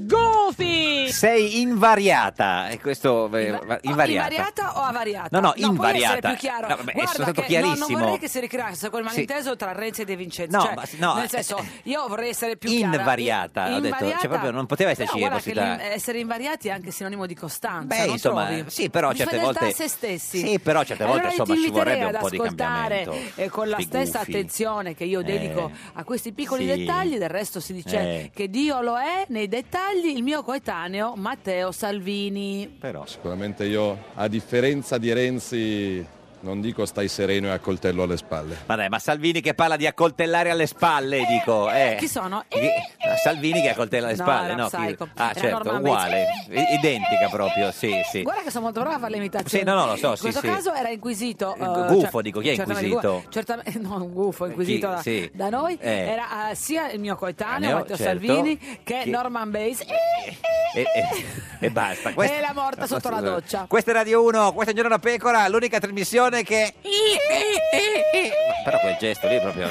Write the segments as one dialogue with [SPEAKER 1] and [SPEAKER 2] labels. [SPEAKER 1] Goofy! oh,
[SPEAKER 2] Sei invariata, e questo eh, va- invariata.
[SPEAKER 1] Invariata o avariata?
[SPEAKER 2] No, no,
[SPEAKER 1] può
[SPEAKER 2] invariata.
[SPEAKER 1] essere più chiaro.
[SPEAKER 2] No, vabbè, è
[SPEAKER 1] Guarda
[SPEAKER 2] stato
[SPEAKER 1] che- no,
[SPEAKER 2] chiarissimo.
[SPEAKER 1] non vorrei che si ricreasse quel
[SPEAKER 2] Sì.
[SPEAKER 1] malinteso tra Renzi e De Vincenzo.
[SPEAKER 2] No,
[SPEAKER 1] Cioè,
[SPEAKER 2] ma s- no,
[SPEAKER 1] nel
[SPEAKER 2] eh,
[SPEAKER 1] senso, io vorrei essere più chiara.
[SPEAKER 2] Invariata, ho detto,
[SPEAKER 1] Invariata?
[SPEAKER 2] cioè, proprio non poteva
[SPEAKER 1] Però
[SPEAKER 2] esserci
[SPEAKER 1] guarda che eh.
[SPEAKER 2] possibilità.
[SPEAKER 1] l'in- essere invariati è anche sinonimo di costanza.
[SPEAKER 2] Beh,
[SPEAKER 1] non
[SPEAKER 2] insomma,
[SPEAKER 1] trovi?
[SPEAKER 2] sì, però
[SPEAKER 1] Di
[SPEAKER 2] certe
[SPEAKER 1] fedeltà
[SPEAKER 2] volte-
[SPEAKER 1] a se stessi.
[SPEAKER 2] sì, però certe volte,
[SPEAKER 1] Allora io
[SPEAKER 2] insomma,
[SPEAKER 1] ti
[SPEAKER 2] ci vorrebbe
[SPEAKER 1] inviterei
[SPEAKER 2] un
[SPEAKER 1] ad
[SPEAKER 2] po' di
[SPEAKER 1] ascoltare,
[SPEAKER 2] cambiamento,
[SPEAKER 1] eh, con la
[SPEAKER 2] sui
[SPEAKER 1] stessa
[SPEAKER 2] gufi. Eh,
[SPEAKER 1] attenzione che io dedico a questi piccoli
[SPEAKER 2] sì.
[SPEAKER 1] dettagli, del resto si dice
[SPEAKER 2] Eh.
[SPEAKER 1] che Dio lo è nei dettagli, il mio coetaneo Matteo Salvini.
[SPEAKER 3] Sicuramente io, a differenza di Renzi, non dico stai sereno e a coltello alle spalle.
[SPEAKER 2] Ma dai, ma Salvini che parla di accoltellare alle spalle, dico. eh.
[SPEAKER 1] Chi sono?
[SPEAKER 2] Chi- ah, Salvini che accoltella alle
[SPEAKER 1] No,
[SPEAKER 2] spalle,
[SPEAKER 1] era
[SPEAKER 2] no? chi-
[SPEAKER 1] Psycho.
[SPEAKER 2] Ah,
[SPEAKER 1] Era
[SPEAKER 2] certo,
[SPEAKER 1] Norman
[SPEAKER 2] uguale, i- identica proprio, sì, sì.
[SPEAKER 1] Guarda che sono molto brava a fare le
[SPEAKER 2] Sì,
[SPEAKER 1] imitazioni.
[SPEAKER 2] no, no, lo so,
[SPEAKER 1] In
[SPEAKER 2] sì,
[SPEAKER 1] questo
[SPEAKER 2] sì.
[SPEAKER 1] caso era inquisito. eh,
[SPEAKER 2] gufo, dico, chi è
[SPEAKER 1] certamente
[SPEAKER 2] inquisito? Eh,
[SPEAKER 1] gu- Certamente, no, un gufo inquisito
[SPEAKER 2] Chi-
[SPEAKER 1] da,
[SPEAKER 2] sì.
[SPEAKER 1] da noi.
[SPEAKER 2] Eh.
[SPEAKER 1] Era eh, sia il mio coetaneo,
[SPEAKER 2] Taneo,
[SPEAKER 1] Matteo
[SPEAKER 2] certo.
[SPEAKER 1] Salvini, che
[SPEAKER 2] Chi- Eh,
[SPEAKER 1] Norman Bates.
[SPEAKER 2] E, e- e basta.
[SPEAKER 1] E la morta sotto la doccia.
[SPEAKER 2] Questa è Radio 1, questa è Un Giorno da Pecora, l'unica trasmissione che... eh, Però quel gesto lì è proprio...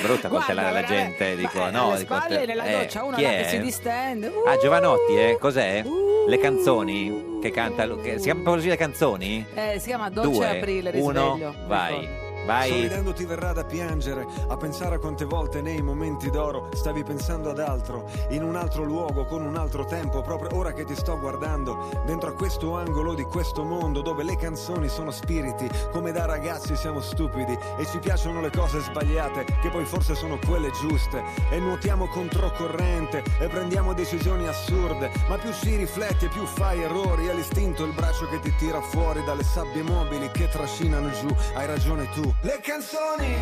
[SPEAKER 2] Brutta coltellare la gente, dico, no?
[SPEAKER 1] eh, alle
[SPEAKER 2] di
[SPEAKER 1] spalle
[SPEAKER 2] coltell-
[SPEAKER 1] nella
[SPEAKER 2] eh,
[SPEAKER 1] doccia, uno
[SPEAKER 2] chi
[SPEAKER 1] là
[SPEAKER 2] è?
[SPEAKER 1] che si distende. Uh,
[SPEAKER 2] Ah, Giovanotti, eh? Cos'è? Le canzoni che canta... lui- che- si chiama proprio così le canzoni?
[SPEAKER 1] eh, si chiama Dolce
[SPEAKER 2] Due,
[SPEAKER 1] Aprile,
[SPEAKER 2] uno,
[SPEAKER 1] risveglio.
[SPEAKER 2] vai, vai.
[SPEAKER 4] Sorridendo ti verrà da piangere, a pensare a quante volte nei momenti d'oro stavi pensando ad altro, in un altro luogo, con un altro tempo, proprio ora che ti sto guardando, dentro a questo angolo di questo mondo dove le canzoni sono spiriti, come da ragazzi siamo stupidi e ci piacciono le cose sbagliate, che poi forse sono quelle giuste, e nuotiamo controcorrente e prendiamo decisioni assurde, ma più ci rifletti e più fai errori, è l'istinto il braccio che ti tira fuori dalle sabbie mobili che trascinano giù, hai ragione tu.
[SPEAKER 5] Le canzoni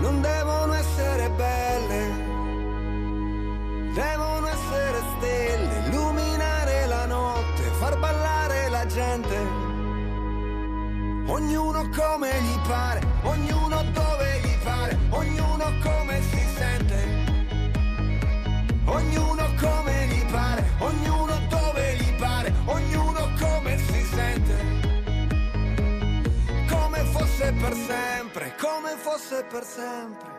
[SPEAKER 5] non devono essere belle, devono essere stelle, illuminare la notte, far ballare la gente. Ognuno come gli pare, ognuno dove gli pare, ognuno come si sente. Ognuno come gli pare, ognuno dove gli pare, ognuno come si sente come fosse per sempre, come fosse per sempre.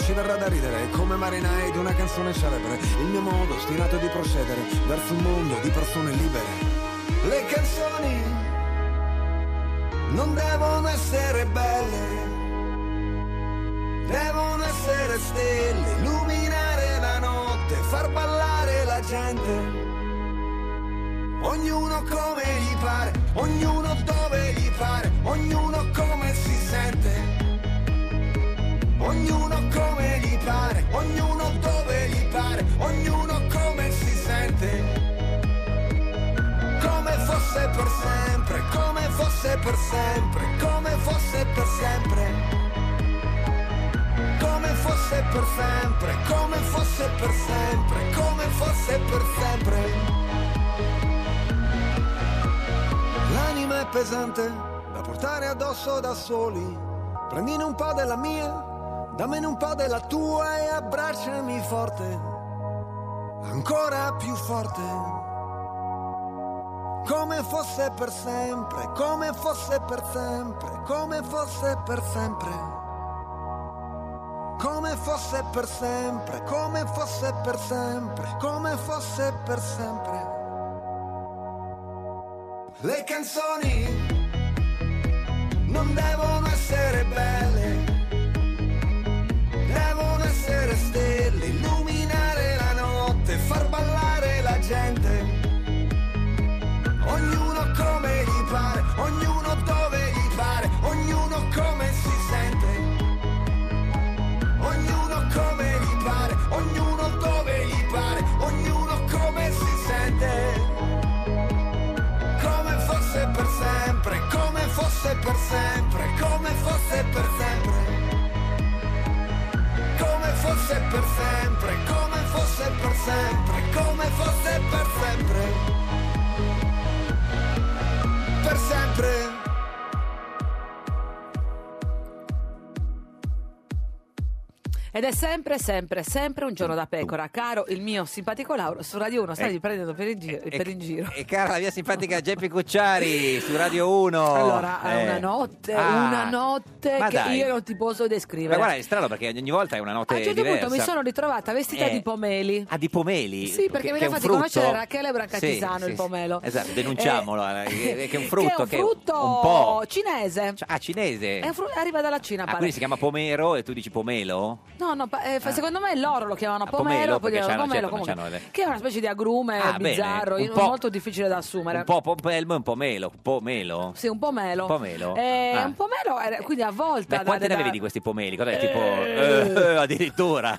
[SPEAKER 4] ci verrà da ridere come marinai di una canzone celebre. Il mio modo ostinato di procedere verso un mondo di persone libere.
[SPEAKER 5] Le canzoni non devono essere belle, devono essere stelle, illuminare la notte, far ballare la gente. Ognuno come gli pare, ognuno dove gli pare, ognuno come si sente. Ognuno come gli pare, ognuno dove gli pare, ognuno come si sente come fosse per sempre, come fosse per sempre, come fosse per sempre. Come fosse per sempre, come fosse per sempre, come fosse per sempre.
[SPEAKER 4] L'anima è pesante da portare addosso da soli. Prendine un po' della mia, dammene un po' della tua e abbracciami forte, ancora più forte.
[SPEAKER 5] Come fosse per sempre, come fosse per sempre, come fosse per sempre. Come fosse per sempre, come fosse per sempre, come fosse per sempre. Le canzoni non devono essere belle, devono essere stelle, illuminare la notte, far ballare la gente. Ognuno come gli pare, ognuno dove gli pare, ognuno come
[SPEAKER 1] Ed è sempre, sempre, sempre un giorno da pecora. Caro il mio simpatico Lauro, su Radio 1 stavi
[SPEAKER 2] Eh,
[SPEAKER 1] prendendo per in, giro- per in giro.
[SPEAKER 2] E cara la mia simpatica Geppi Cucciari su Radio 1.
[SPEAKER 1] Allora, è
[SPEAKER 2] Eh.
[SPEAKER 1] una notte,
[SPEAKER 2] Ah,
[SPEAKER 1] una notte
[SPEAKER 2] ma
[SPEAKER 1] che
[SPEAKER 2] dai.
[SPEAKER 1] io non ti posso descrivere.
[SPEAKER 2] Ma guarda, è strano perché ogni volta è una notte
[SPEAKER 1] a un certo
[SPEAKER 2] diversa.
[SPEAKER 1] punto mi sono ritrovata vestita
[SPEAKER 2] Eh.
[SPEAKER 1] di pomeli.
[SPEAKER 2] Ah, di pomeli?
[SPEAKER 1] Sì, perché
[SPEAKER 2] Che-
[SPEAKER 1] mi
[SPEAKER 2] che
[SPEAKER 1] ha
[SPEAKER 2] è un
[SPEAKER 1] fatti
[SPEAKER 2] frutto?
[SPEAKER 1] conoscere Rachele
[SPEAKER 2] Sì,
[SPEAKER 1] Brancattisano,
[SPEAKER 2] sì,
[SPEAKER 1] il
[SPEAKER 2] sì.
[SPEAKER 1] pomelo.
[SPEAKER 2] Esatto, denunciamo che
[SPEAKER 1] Eh,
[SPEAKER 2] è un
[SPEAKER 1] che è
[SPEAKER 2] frutto.
[SPEAKER 1] un frutto
[SPEAKER 2] un po'.
[SPEAKER 1] cinese.
[SPEAKER 2] Ah, cinese.
[SPEAKER 1] È un fru- arriva dalla Cina,
[SPEAKER 2] Ah,
[SPEAKER 1] pare.
[SPEAKER 2] quindi si chiama pomero e tu dici pomelo?
[SPEAKER 1] No, no, pa- eh, fa-
[SPEAKER 2] Ah.
[SPEAKER 1] secondo me loro lo chiamano
[SPEAKER 2] pomelo,
[SPEAKER 1] pomelo, poi
[SPEAKER 2] perché
[SPEAKER 1] chiamano
[SPEAKER 2] c'hanno-
[SPEAKER 1] pomelo
[SPEAKER 2] certo, non
[SPEAKER 1] comunque,
[SPEAKER 2] c'hanno le-
[SPEAKER 1] che è una specie di agrume
[SPEAKER 2] Ah, bene,
[SPEAKER 1] bizzarro,
[SPEAKER 2] un
[SPEAKER 1] io-
[SPEAKER 2] po'-
[SPEAKER 1] molto difficile da assumere.
[SPEAKER 2] Un po' pompelmo e un po' melo. Pomelo?
[SPEAKER 1] Sì, un pomelo.
[SPEAKER 2] Un pomelo?
[SPEAKER 1] Eh,
[SPEAKER 2] Ah.
[SPEAKER 1] un pomelo, era- quindi a volta...
[SPEAKER 2] Beh, quanti
[SPEAKER 1] da-
[SPEAKER 2] ne
[SPEAKER 1] da-
[SPEAKER 2] avevi di questi pomeli? Cos'è? Tipo, eh, addirittura.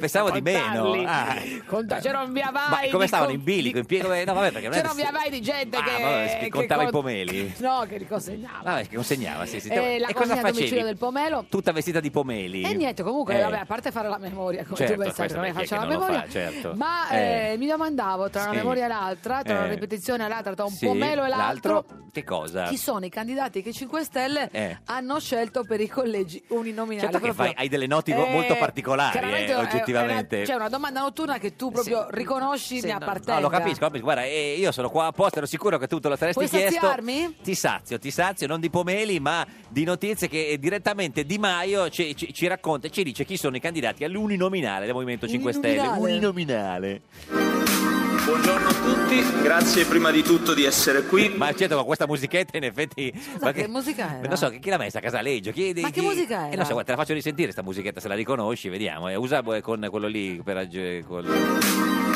[SPEAKER 2] Pensavo di meno.
[SPEAKER 1] contarli.
[SPEAKER 2] Ah.
[SPEAKER 1] Conta- c'era un via
[SPEAKER 2] Ma
[SPEAKER 1] vai
[SPEAKER 2] come
[SPEAKER 1] di
[SPEAKER 2] stavano?
[SPEAKER 1] con-
[SPEAKER 2] In bilico? In piego? No, vabbè, perché non è
[SPEAKER 1] C'era un via vai di gente
[SPEAKER 2] Ah,
[SPEAKER 1] che...
[SPEAKER 2] vabbè, si
[SPEAKER 1] che
[SPEAKER 2] contava i
[SPEAKER 1] con-
[SPEAKER 2] pomeli.
[SPEAKER 1] No, che li consegnava.
[SPEAKER 2] Vabbè, che consegnava, sì, sì.
[SPEAKER 1] Eh, la
[SPEAKER 2] e cosa
[SPEAKER 1] consegna a
[SPEAKER 2] facevi?
[SPEAKER 1] domicilio del pomelo...
[SPEAKER 2] Tutta vestita di pomeli.
[SPEAKER 1] E niente, comunque,
[SPEAKER 2] Eh,
[SPEAKER 1] vabbè, a parte fare la memoria, come
[SPEAKER 2] Certo,
[SPEAKER 1] tu pensate,
[SPEAKER 2] questo
[SPEAKER 1] non è
[SPEAKER 2] perché
[SPEAKER 1] faccio
[SPEAKER 2] chi
[SPEAKER 1] la
[SPEAKER 2] non lo
[SPEAKER 1] memoria,
[SPEAKER 2] fa, certo.
[SPEAKER 1] ma
[SPEAKER 2] Eh.
[SPEAKER 1] eh, mi domandavo tra una
[SPEAKER 2] Sì.
[SPEAKER 1] memoria e l'altra, tra
[SPEAKER 2] Eh.
[SPEAKER 1] una ripetizione e l'altra, tra un
[SPEAKER 2] sì,
[SPEAKER 1] pomelo e l'altro,
[SPEAKER 2] Che cosa?
[SPEAKER 1] chi sono i candidati che i 5 Stelle
[SPEAKER 2] Eh.
[SPEAKER 1] hanno scelto per i collegi uninominali.
[SPEAKER 2] Certo che
[SPEAKER 1] Proprio-
[SPEAKER 2] fai- hai delle noti mo- molto particolari,
[SPEAKER 1] chiaramente
[SPEAKER 2] eh,
[SPEAKER 1] è- è una-
[SPEAKER 2] oggettivamente.
[SPEAKER 1] C'è una domanda notturna che tu proprio riconosci
[SPEAKER 2] Sì,
[SPEAKER 1] mi
[SPEAKER 2] no,
[SPEAKER 1] appartenga.
[SPEAKER 2] No, lo capisco, lo capisco. Guarda, eh, io sono qua apposta, ero sicuro che tu te lo saresti
[SPEAKER 1] Puoi
[SPEAKER 2] chiesto.
[SPEAKER 1] saziarmi?
[SPEAKER 2] Ti sazio, ti sazio, non di pomeli, ma di notizie che eh, direttamente Di Maio ci, ci- ci racconta, ci dice chi sono i candidati all'uninominale del Movimento 5 Stelle.
[SPEAKER 6] Uninominale?
[SPEAKER 2] Uninominale.
[SPEAKER 6] Buongiorno a tutti, grazie prima di tutto di essere qui.
[SPEAKER 2] Ma certo, con questa musichetta in effetti... ma
[SPEAKER 1] che musica era?
[SPEAKER 2] Non so, chi chi l'ha messa a Casaleggio? Chi,
[SPEAKER 1] Ma che musica
[SPEAKER 2] Eh,
[SPEAKER 1] era?
[SPEAKER 2] non so, guarda, te la faccio risentire sta musichetta, se la riconosci, vediamo. Eh, usa eh, con quello lì per... agge- col-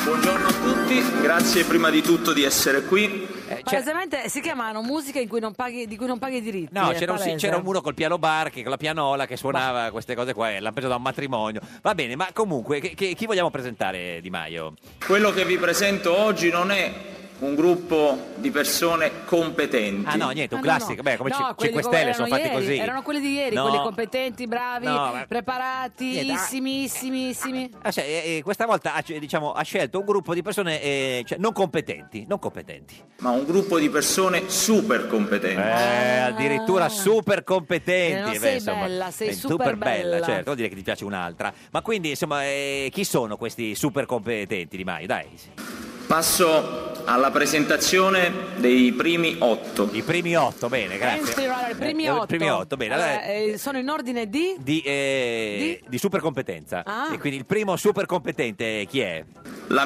[SPEAKER 6] Buongiorno a tutti, grazie prima di tutto di essere
[SPEAKER 2] Eh,
[SPEAKER 6] qui.
[SPEAKER 1] Palesemente si chiamano musiche in cui non paghi- di cui non paghi i diritti.
[SPEAKER 2] No,
[SPEAKER 1] è
[SPEAKER 2] c'era un, sì,
[SPEAKER 1] palese.
[SPEAKER 2] c'era un muro col piano bar che con la pianola che suonava queste cose qua e l'ha preso da un matrimonio. Va bene, ma comunque, che- che- chi vogliamo presentare Di Maio?
[SPEAKER 6] Quello che vi presento oggi non è un gruppo di persone competenti.
[SPEAKER 2] Ah, no, niente, un
[SPEAKER 1] Ah, no,
[SPEAKER 2] classico.
[SPEAKER 1] no.
[SPEAKER 2] Beh, come
[SPEAKER 1] No,
[SPEAKER 2] ci-
[SPEAKER 1] quelli
[SPEAKER 2] 5
[SPEAKER 1] come
[SPEAKER 2] Stelle
[SPEAKER 1] erano
[SPEAKER 2] sono fatti
[SPEAKER 1] ieri,
[SPEAKER 2] così.
[SPEAKER 1] Erano quelli di ieri,
[SPEAKER 2] No.
[SPEAKER 1] quelli competenti, bravi,
[SPEAKER 2] No, ma- Eh,
[SPEAKER 1] preparatissimi.
[SPEAKER 2] Ah, cioè, eh, eh, questa volta ha, diciamo, ha scelto un gruppo di persone eh, cioè, non competenti, non competenti.
[SPEAKER 6] Ma un gruppo di persone super competenti.
[SPEAKER 2] Eh,
[SPEAKER 1] Ah.
[SPEAKER 2] addirittura super competenti.
[SPEAKER 6] Eh, non
[SPEAKER 2] beh,
[SPEAKER 6] sei
[SPEAKER 2] insomma,
[SPEAKER 6] bella, sei
[SPEAKER 2] eh,
[SPEAKER 6] super bella.
[SPEAKER 2] certo, vuol dire che ti piace un'altra. Ma quindi, insomma, eh, chi sono questi super competenti Di Maio? Dai.
[SPEAKER 6] Passo alla presentazione dei primi otto.
[SPEAKER 2] I primi otto, bene,
[SPEAKER 1] Pensi, guarda, i primi
[SPEAKER 2] Eh,
[SPEAKER 1] otto.
[SPEAKER 2] primi otto, bene. allora,
[SPEAKER 1] Allora, eh, sono in ordine di...
[SPEAKER 2] di, eh, di super competenza.
[SPEAKER 1] Ah.
[SPEAKER 2] E quindi il primo super competente chi è?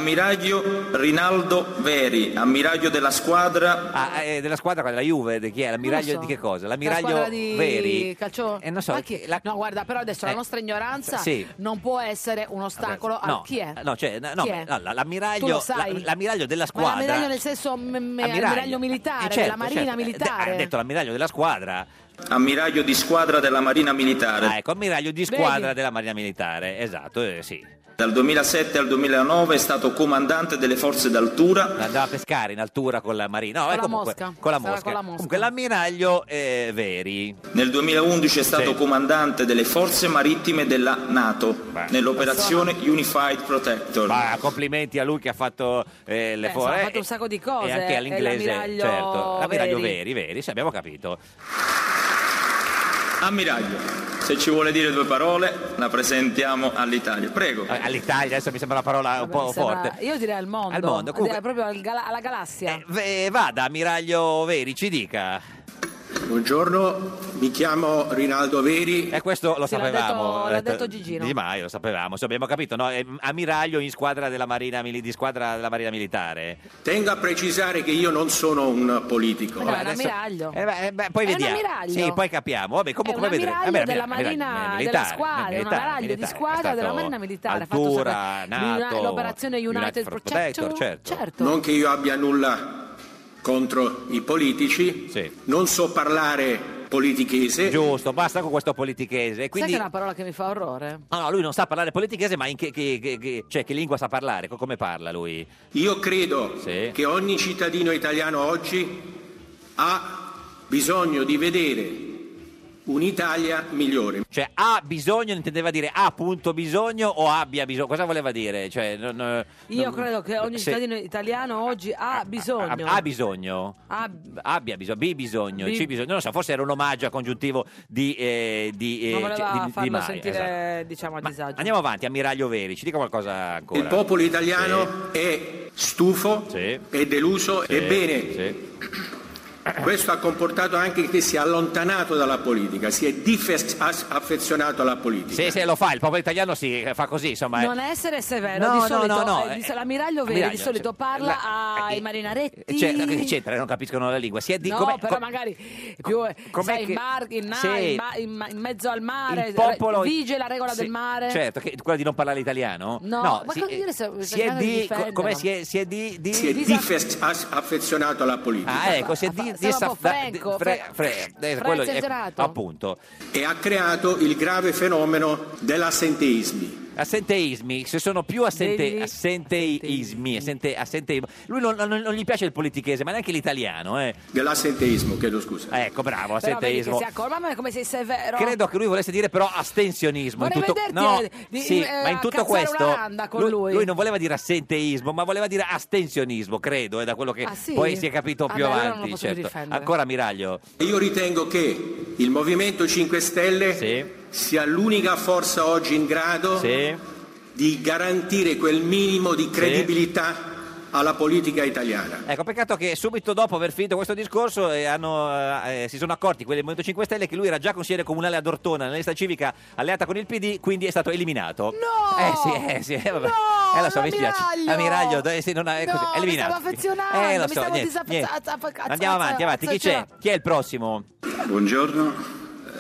[SPEAKER 6] L'ammiraglio Rinaldo Veri, ammiraglio della squadra.
[SPEAKER 2] Ah, eh, della squadra qua, della Juve, di chi è? L'ammiraglio
[SPEAKER 1] Non lo so.
[SPEAKER 2] di che cosa?
[SPEAKER 1] La
[SPEAKER 2] L'ammiraglio
[SPEAKER 1] squadra di
[SPEAKER 2] Veri?
[SPEAKER 1] calcio?
[SPEAKER 2] Eh, non so,
[SPEAKER 1] Ma chi- No, guarda, però adesso
[SPEAKER 2] Eh,
[SPEAKER 1] la nostra ignoranza
[SPEAKER 2] sì.
[SPEAKER 1] non può essere un ostacolo a
[SPEAKER 2] no,
[SPEAKER 1] Ah, chi è.
[SPEAKER 2] No, cioè, no, no,
[SPEAKER 1] Chi è?
[SPEAKER 2] no, la- l'ammiraglio,
[SPEAKER 1] Tu lo sai.
[SPEAKER 2] la- l'ammiraglio della
[SPEAKER 1] Ma
[SPEAKER 2] squadra.
[SPEAKER 1] l'ammiraglio nel senso mm, mm, ammiraglio, militare,
[SPEAKER 2] Eh, certo,
[SPEAKER 1] della marina
[SPEAKER 2] certo. Eh,
[SPEAKER 1] militare.
[SPEAKER 2] Ha detto l'ammiraglio della squadra.
[SPEAKER 6] Ammiraglio di squadra della Marina Militare.
[SPEAKER 2] Ah, ecco, ammiraglio di squadra della marina militare, esatto, eh, sì.
[SPEAKER 6] Dal 2007 al 2009 è stato comandante delle forze d'altura.
[SPEAKER 2] Andava a pescare in altura con la marina. No,
[SPEAKER 6] Con
[SPEAKER 2] eh,
[SPEAKER 6] la
[SPEAKER 2] comunque,
[SPEAKER 6] mosca.
[SPEAKER 2] Con la
[SPEAKER 6] Stava
[SPEAKER 2] mosca.
[SPEAKER 6] con la mosca.
[SPEAKER 2] Comunque l'ammiraglio eh, Veri.
[SPEAKER 6] Nel 2011 è stato
[SPEAKER 2] Sì.
[SPEAKER 6] comandante delle forze marittime della NATO nell'operazione Unified Protector.
[SPEAKER 2] Ma complimenti a lui che ha fatto eh, le
[SPEAKER 1] Eh, insomma,
[SPEAKER 2] fore-
[SPEAKER 1] ha fatto un sacco di cose.
[SPEAKER 2] E anche
[SPEAKER 1] eh,
[SPEAKER 2] all'inglese,
[SPEAKER 1] l'ammiraglio
[SPEAKER 2] certo. L'ammiraglio Veri,
[SPEAKER 1] Veri.
[SPEAKER 2] Veri, sì, abbiamo capito.
[SPEAKER 6] Ammiraglio, se ci vuole dire due parole, la presentiamo all'Italia. Prego.
[SPEAKER 2] Eh, All'Italia, adesso mi sembra una parola un po'
[SPEAKER 1] Mi sembra-
[SPEAKER 2] forte.
[SPEAKER 1] Io direi al mondo,
[SPEAKER 2] Al mondo, comunque-
[SPEAKER 1] direi proprio al gala- alla galassia.
[SPEAKER 2] Eh, vada, ammiraglio Veri, ci dica.
[SPEAKER 7] Buongiorno, mi chiamo Rinaldo Veri.
[SPEAKER 2] E questo lo
[SPEAKER 7] Sì, l'ha
[SPEAKER 2] sapevamo. Eh,
[SPEAKER 7] detto- l'ha detto Gigino.
[SPEAKER 2] Di Maio, lo sapevamo. Sì, abbiamo capito, no? Eh, Ammiraglio in squadra della marina, mili- di squadra della marina militare.
[SPEAKER 7] Tengo a precisare che io non sono un politico.
[SPEAKER 2] Ma no, è un Adesso-
[SPEAKER 1] ammiraglio.
[SPEAKER 2] Eh, beh, eh, beh, poi
[SPEAKER 1] È un
[SPEAKER 2] vediamo.
[SPEAKER 1] ammiraglio.
[SPEAKER 2] Sì, poi capiamo. Vabbè, comunque
[SPEAKER 1] È un
[SPEAKER 2] poi vedremo.
[SPEAKER 1] ammiraglio
[SPEAKER 2] Eh, beh,
[SPEAKER 1] della
[SPEAKER 2] ammiraglio-
[SPEAKER 1] Marina- della
[SPEAKER 2] militare,
[SPEAKER 1] squadra, un
[SPEAKER 2] militare,
[SPEAKER 1] ammiraglio di
[SPEAKER 2] militare.
[SPEAKER 1] squadra
[SPEAKER 2] È
[SPEAKER 1] della
[SPEAKER 2] stato
[SPEAKER 1] Marina militare, ha fatto
[SPEAKER 2] Altura,
[SPEAKER 1] sapere-
[SPEAKER 2] NATO,
[SPEAKER 1] l'operazione United
[SPEAKER 2] Front
[SPEAKER 1] Protector,
[SPEAKER 2] certo.
[SPEAKER 7] Non che io abbia nulla contro i politici, non so parlare politichese.
[SPEAKER 2] Giusto, basta con questo politichese.
[SPEAKER 1] Sai
[SPEAKER 2] Quindi,
[SPEAKER 1] che è una parola che mi fa orrore?
[SPEAKER 2] no, no, lui non sa parlare politichese, ma in che, che- che- che- cioè, che lingua sa parlare? Co- Come parla lui?
[SPEAKER 7] Io credo che ogni cittadino italiano oggi ha bisogno di vedere
[SPEAKER 8] Un'Italia migliore.
[SPEAKER 2] Cioè, ha bisogno, intendeva dire ha punto bisogno o abbia bisogno? Cosa voleva dire? Cioè, non, eh,
[SPEAKER 1] Io
[SPEAKER 2] non-
[SPEAKER 1] credo che ogni
[SPEAKER 2] se-
[SPEAKER 1] cittadino italiano oggi ha
[SPEAKER 2] ha,
[SPEAKER 1] bisogno.
[SPEAKER 2] ah, ha bisogno?
[SPEAKER 1] Ha-
[SPEAKER 2] Abbia bisogno, B bisogno,
[SPEAKER 1] Bi-
[SPEAKER 2] C bisogno, non lo so, forse era un omaggio a congiuntivo di, eh, di, eh,
[SPEAKER 1] non voleva
[SPEAKER 2] di- di,
[SPEAKER 1] farlo
[SPEAKER 2] Maio,
[SPEAKER 1] sentire,
[SPEAKER 2] esatto.
[SPEAKER 1] diciamo, a disagio.
[SPEAKER 2] Andiamo avanti, ammiraglio Veri, ci dica qualcosa ancora.
[SPEAKER 8] Il popolo italiano è stufo, è deluso,
[SPEAKER 2] Sì,
[SPEAKER 8] ebbene questo ha comportato anche che si è allontanato dalla politica, si è disaffezionato alla politica.
[SPEAKER 2] Sì, sì, Eh, lo fa, il popolo italiano si fa così, insomma. eh.
[SPEAKER 1] Non essere severo,
[SPEAKER 2] No,
[SPEAKER 1] di
[SPEAKER 2] no,
[SPEAKER 1] solito
[SPEAKER 2] no, no,
[SPEAKER 1] eh, di
[SPEAKER 2] eh,
[SPEAKER 1] so- l'ammiraglio Veri
[SPEAKER 2] ammiraglio,
[SPEAKER 1] di solito
[SPEAKER 2] cioè,
[SPEAKER 1] parla ai marineretti.
[SPEAKER 2] Cioè, no, che c'entra, non capiscono la lingua. Si è di,
[SPEAKER 1] no,
[SPEAKER 2] com'è-
[SPEAKER 1] però
[SPEAKER 2] co-
[SPEAKER 1] magari più eh,
[SPEAKER 2] com'è
[SPEAKER 1] sai,
[SPEAKER 2] che-
[SPEAKER 1] in, mar- in, na-
[SPEAKER 2] Sì.
[SPEAKER 1] in ma- in ma- in mezzo al mare,
[SPEAKER 2] il popolo
[SPEAKER 1] re- vige la regola
[SPEAKER 2] Sì,
[SPEAKER 1] del mare.
[SPEAKER 2] certo che quella di non parlare italiano
[SPEAKER 1] No, ma cosa vuol dire se-
[SPEAKER 2] eh,
[SPEAKER 1] se
[SPEAKER 2] si è
[SPEAKER 1] cercano di
[SPEAKER 2] di
[SPEAKER 1] difenderlo?
[SPEAKER 2] co- com'è si è, si è di, di
[SPEAKER 8] Si è disaffezionato alla politica.
[SPEAKER 2] ah ecco si è di, di
[SPEAKER 1] sembra un po'
[SPEAKER 2] da-
[SPEAKER 1] Franco,
[SPEAKER 2] di- fre-
[SPEAKER 8] Fra-
[SPEAKER 2] fre- eh,
[SPEAKER 8] Fra
[SPEAKER 2] quello- eh,
[SPEAKER 8] esagerato.
[SPEAKER 2] appunto
[SPEAKER 8] e ha creato il grave fenomeno dell'assenteismi.
[SPEAKER 2] assenteismi ci sono più assente,
[SPEAKER 8] Degli-
[SPEAKER 2] assenteismi assente- assenteismi. lui non, non- non gli piace il politichese ma neanche l'italiano eh.
[SPEAKER 8] dell'assenteismo chiedo scusa
[SPEAKER 2] ecco bravo
[SPEAKER 1] Però vedi che
[SPEAKER 2] assenteismo
[SPEAKER 1] si accorba, ma come sei severo.
[SPEAKER 2] Credo che lui volesse dire però astensionismo.
[SPEAKER 1] Vorrei
[SPEAKER 2] in tutto,
[SPEAKER 1] vederti,
[SPEAKER 2] no,
[SPEAKER 1] eh, di-
[SPEAKER 2] sì,
[SPEAKER 1] eh,
[SPEAKER 2] ma in tutto
[SPEAKER 1] cazzare
[SPEAKER 2] questo
[SPEAKER 1] una randa con lui.
[SPEAKER 2] non voleva dire assenteismo, ma voleva dire astensionismo, credo, è da quello che
[SPEAKER 8] Ah, sì?
[SPEAKER 2] poi si è capito
[SPEAKER 8] Ah,
[SPEAKER 2] più
[SPEAKER 8] beh, allora non lo
[SPEAKER 2] avanti.
[SPEAKER 8] posso più
[SPEAKER 2] certo.
[SPEAKER 8] difendere.
[SPEAKER 2] Ancora Miraglio.
[SPEAKER 8] E Io ritengo che il Movimento 5 Stelle sia l'unica forza oggi in grado di garantire quel minimo di credibilità alla politica italiana.
[SPEAKER 2] Ecco, peccato che subito dopo aver finito questo discorso eh, hanno, eh, si sono accorti quelli del Movimento 5 Stelle che lui era già consigliere comunale ad Ortona nella lista civica alleata con il PD, quindi è stato eliminato. No! Eh sì, eh sì, eh, vabbè. Eh, lo so, mi spiace.
[SPEAKER 1] l'ammiraglio!
[SPEAKER 2] Ammiraglio, eh, sì, non ha- è
[SPEAKER 1] No,
[SPEAKER 2] così,
[SPEAKER 1] mi
[SPEAKER 2] eliminato.
[SPEAKER 1] stavo affezionando,
[SPEAKER 2] eh, lo
[SPEAKER 1] mi
[SPEAKER 2] so,
[SPEAKER 1] stavo
[SPEAKER 2] niente,
[SPEAKER 1] disaffezz-
[SPEAKER 2] niente.
[SPEAKER 1] azz- azz-
[SPEAKER 2] Andiamo avanti, avanti. Chi c'è?
[SPEAKER 1] cioè,
[SPEAKER 2] Chi è il prossimo?
[SPEAKER 9] Buongiorno,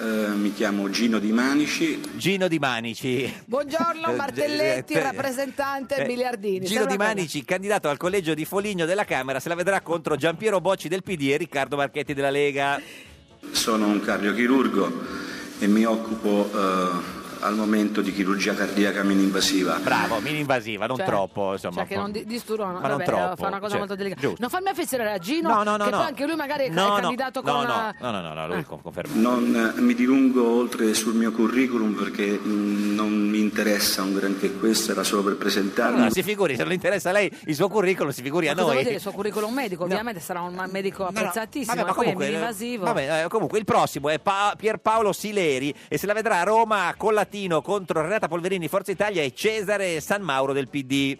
[SPEAKER 9] eh, mi chiamo Gino Di Manici.
[SPEAKER 2] Gino Di Manici.
[SPEAKER 1] Buongiorno
[SPEAKER 2] Eh,
[SPEAKER 1] Martelletti,
[SPEAKER 2] eh, eh,
[SPEAKER 1] rappresentante
[SPEAKER 2] eh,
[SPEAKER 1] Miliardini.
[SPEAKER 2] Gino Di
[SPEAKER 1] Sembra una-
[SPEAKER 2] Manici, candidato al collegio di Foligno della Camera, se la vedrà contro Giampiero Bocci del PD e Riccardo Marchetti della Lega.
[SPEAKER 9] Sono un cardiochirurgo e mi occupo eh, al momento di chirurgia cardiaca mininvasiva.
[SPEAKER 2] Bravo, mininvasiva, non
[SPEAKER 1] Cioè,
[SPEAKER 2] troppo, insomma.
[SPEAKER 1] Cioè che non di- disturbano,
[SPEAKER 9] Ma non
[SPEAKER 1] vabbè,
[SPEAKER 9] troppo,
[SPEAKER 1] fa una cosa
[SPEAKER 9] cioè,
[SPEAKER 1] molto delicata.
[SPEAKER 9] giusto.
[SPEAKER 1] Non farmi affezionare a Gino,
[SPEAKER 9] No, no, no,
[SPEAKER 1] che
[SPEAKER 9] no.
[SPEAKER 1] poi anche lui magari è- è candidato
[SPEAKER 9] no,
[SPEAKER 1] con...
[SPEAKER 9] no,
[SPEAKER 1] eh,
[SPEAKER 2] no, no, no, lui con- conferma.
[SPEAKER 9] Non eh, mi dilungo oltre sul mio curriculum perché mh, non mi interessa un granché questo, era solo per presentarmi.
[SPEAKER 2] Allora, si figuri, se non interessa a lei il suo curriculum, si figuri a
[SPEAKER 1] Cosa vuol dire
[SPEAKER 2] noi.
[SPEAKER 1] il suo curriculum medico? Ovviamente sarà un ma- medico apprezzatissimo,
[SPEAKER 2] Vabbè,
[SPEAKER 1] ma poi è
[SPEAKER 2] eh,
[SPEAKER 1] invasivo.
[SPEAKER 2] vabbè, eh, comunque il prossimo è Pa- Pierpaolo Sileri e se la vedrà a Roma con Latino contro Renata Polverini Forza Italia e Cesare San Mauro del PD.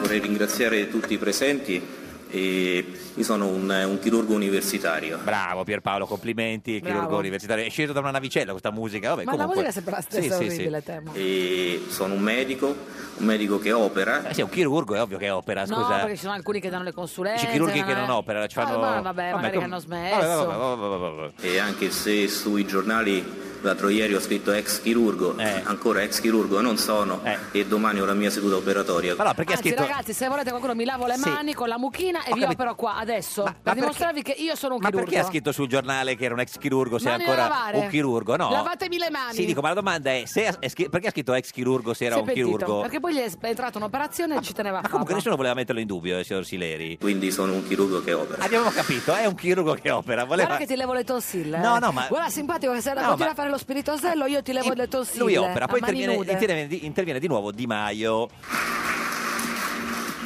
[SPEAKER 10] Vorrei ringraziare tutti i presenti e io sono un, un chirurgo universitario.
[SPEAKER 2] Bravo Pierpaolo, complimenti,
[SPEAKER 1] Bravo.
[SPEAKER 2] chirurgo universitario. È sceso da una navicella questa musica. Vabbè,
[SPEAKER 1] Ma la
[SPEAKER 2] comunque...
[SPEAKER 1] musica sembra la stessa,
[SPEAKER 2] Sì, sì, sì.
[SPEAKER 1] orribile, temo.
[SPEAKER 10] E sono un medico, un medico che opera.
[SPEAKER 2] Eh sì, un chirurgo è ovvio che opera,
[SPEAKER 1] No, perché ci sono alcuni che danno le consulenze.
[SPEAKER 10] C'è chirurghi che non
[SPEAKER 1] è-
[SPEAKER 10] operano, ci fanno-
[SPEAKER 1] Ah, ma vabbè,
[SPEAKER 10] Vabbè,
[SPEAKER 1] magari che
[SPEAKER 10] com-
[SPEAKER 1] hanno smesso.
[SPEAKER 10] Vabbè, vabbè, vabbè, vabbè, vabbè. E anche se sui giornali l'altro ieri ho scritto ex chirurgo,
[SPEAKER 2] Eh.
[SPEAKER 10] ancora ex chirurgo non sono e domani ho la mia seduta operatoria.
[SPEAKER 2] Allora, Eh. perché
[SPEAKER 1] Anzi, ragazzi, se volete qualcuno mi lavo le
[SPEAKER 10] Sì.
[SPEAKER 1] mani con la mucchina e vi
[SPEAKER 2] capito.
[SPEAKER 1] opero qua adesso. per
[SPEAKER 2] perché-
[SPEAKER 1] dimostrarvi che io sono un
[SPEAKER 2] Ma
[SPEAKER 1] chirurgo.
[SPEAKER 2] perché ha scritto sul giornale che era un ex chirurgo se è
[SPEAKER 1] Mani da
[SPEAKER 2] ancora
[SPEAKER 1] lavare.
[SPEAKER 2] un chirurgo? No.
[SPEAKER 1] Lavatemi le mani.
[SPEAKER 2] Sì, dico, ma la domanda è, se ha- è scri- perché ha scritto ex chirurgo se era
[SPEAKER 1] Si è
[SPEAKER 2] un
[SPEAKER 1] pentito,
[SPEAKER 2] chirurgo?
[SPEAKER 1] Perché poi gli è entrata un'operazione e ci teneva a farla.
[SPEAKER 2] Comunque nessuno voleva metterlo in dubbio, eh, signor Sileri.
[SPEAKER 10] Quindi sono un chirurgo che opera.
[SPEAKER 2] Abbiamo capito, è un chirurgo che opera. Voleva...
[SPEAKER 1] Guarda che ti levo le tonsille. eh.
[SPEAKER 2] No, no, ma-
[SPEAKER 1] Guarda, simpatico che se
[SPEAKER 2] No,
[SPEAKER 1] continua
[SPEAKER 2] ma-
[SPEAKER 1] a fare lo spiritosello, io ti levo le tonsille.
[SPEAKER 2] Lui opera, poi
[SPEAKER 1] a mani
[SPEAKER 2] interviene,
[SPEAKER 1] nude.
[SPEAKER 2] interviene di, interviene di nuovo Di Maio.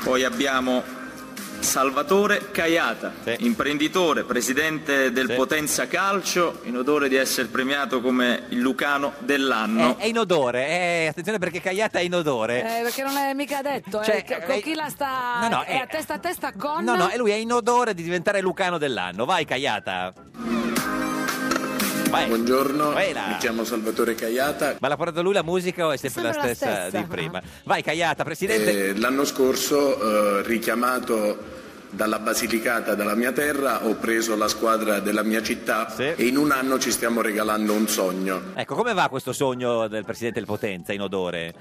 [SPEAKER 11] Poi abbiamo Salvatore Caiata, imprenditore, presidente del Potenza Calcio, in odore di essere premiato come il Lucano dell'anno.
[SPEAKER 2] È, è inodore, eh, attenzione perché Cagliata è inodore.
[SPEAKER 1] Eh, perché non è mica detto, eh,
[SPEAKER 2] Cioè,
[SPEAKER 1] che-
[SPEAKER 2] eh,
[SPEAKER 1] con chi la sta
[SPEAKER 2] no, no,
[SPEAKER 1] è
[SPEAKER 2] eh,
[SPEAKER 1] a testa a testa con
[SPEAKER 2] No, no, e lui è in odore di diventare Lucano dell'anno. Vai, Cagliata.
[SPEAKER 12] Buongiorno,
[SPEAKER 2] Buena.
[SPEAKER 12] mi chiamo Salvatore Caiata.
[SPEAKER 2] Ma l'ha portato lui la musica o è sempre,
[SPEAKER 12] Sempre la stessa.
[SPEAKER 2] di prima? Vai, Cagliata, presidente.
[SPEAKER 12] Eh, l'anno scorso, eh, richiamato dalla Basilicata, dalla mia terra, ho preso la squadra della mia città e in un anno ci stiamo regalando un sogno.
[SPEAKER 2] Ecco, come va questo sogno del presidente del Potenza in odore?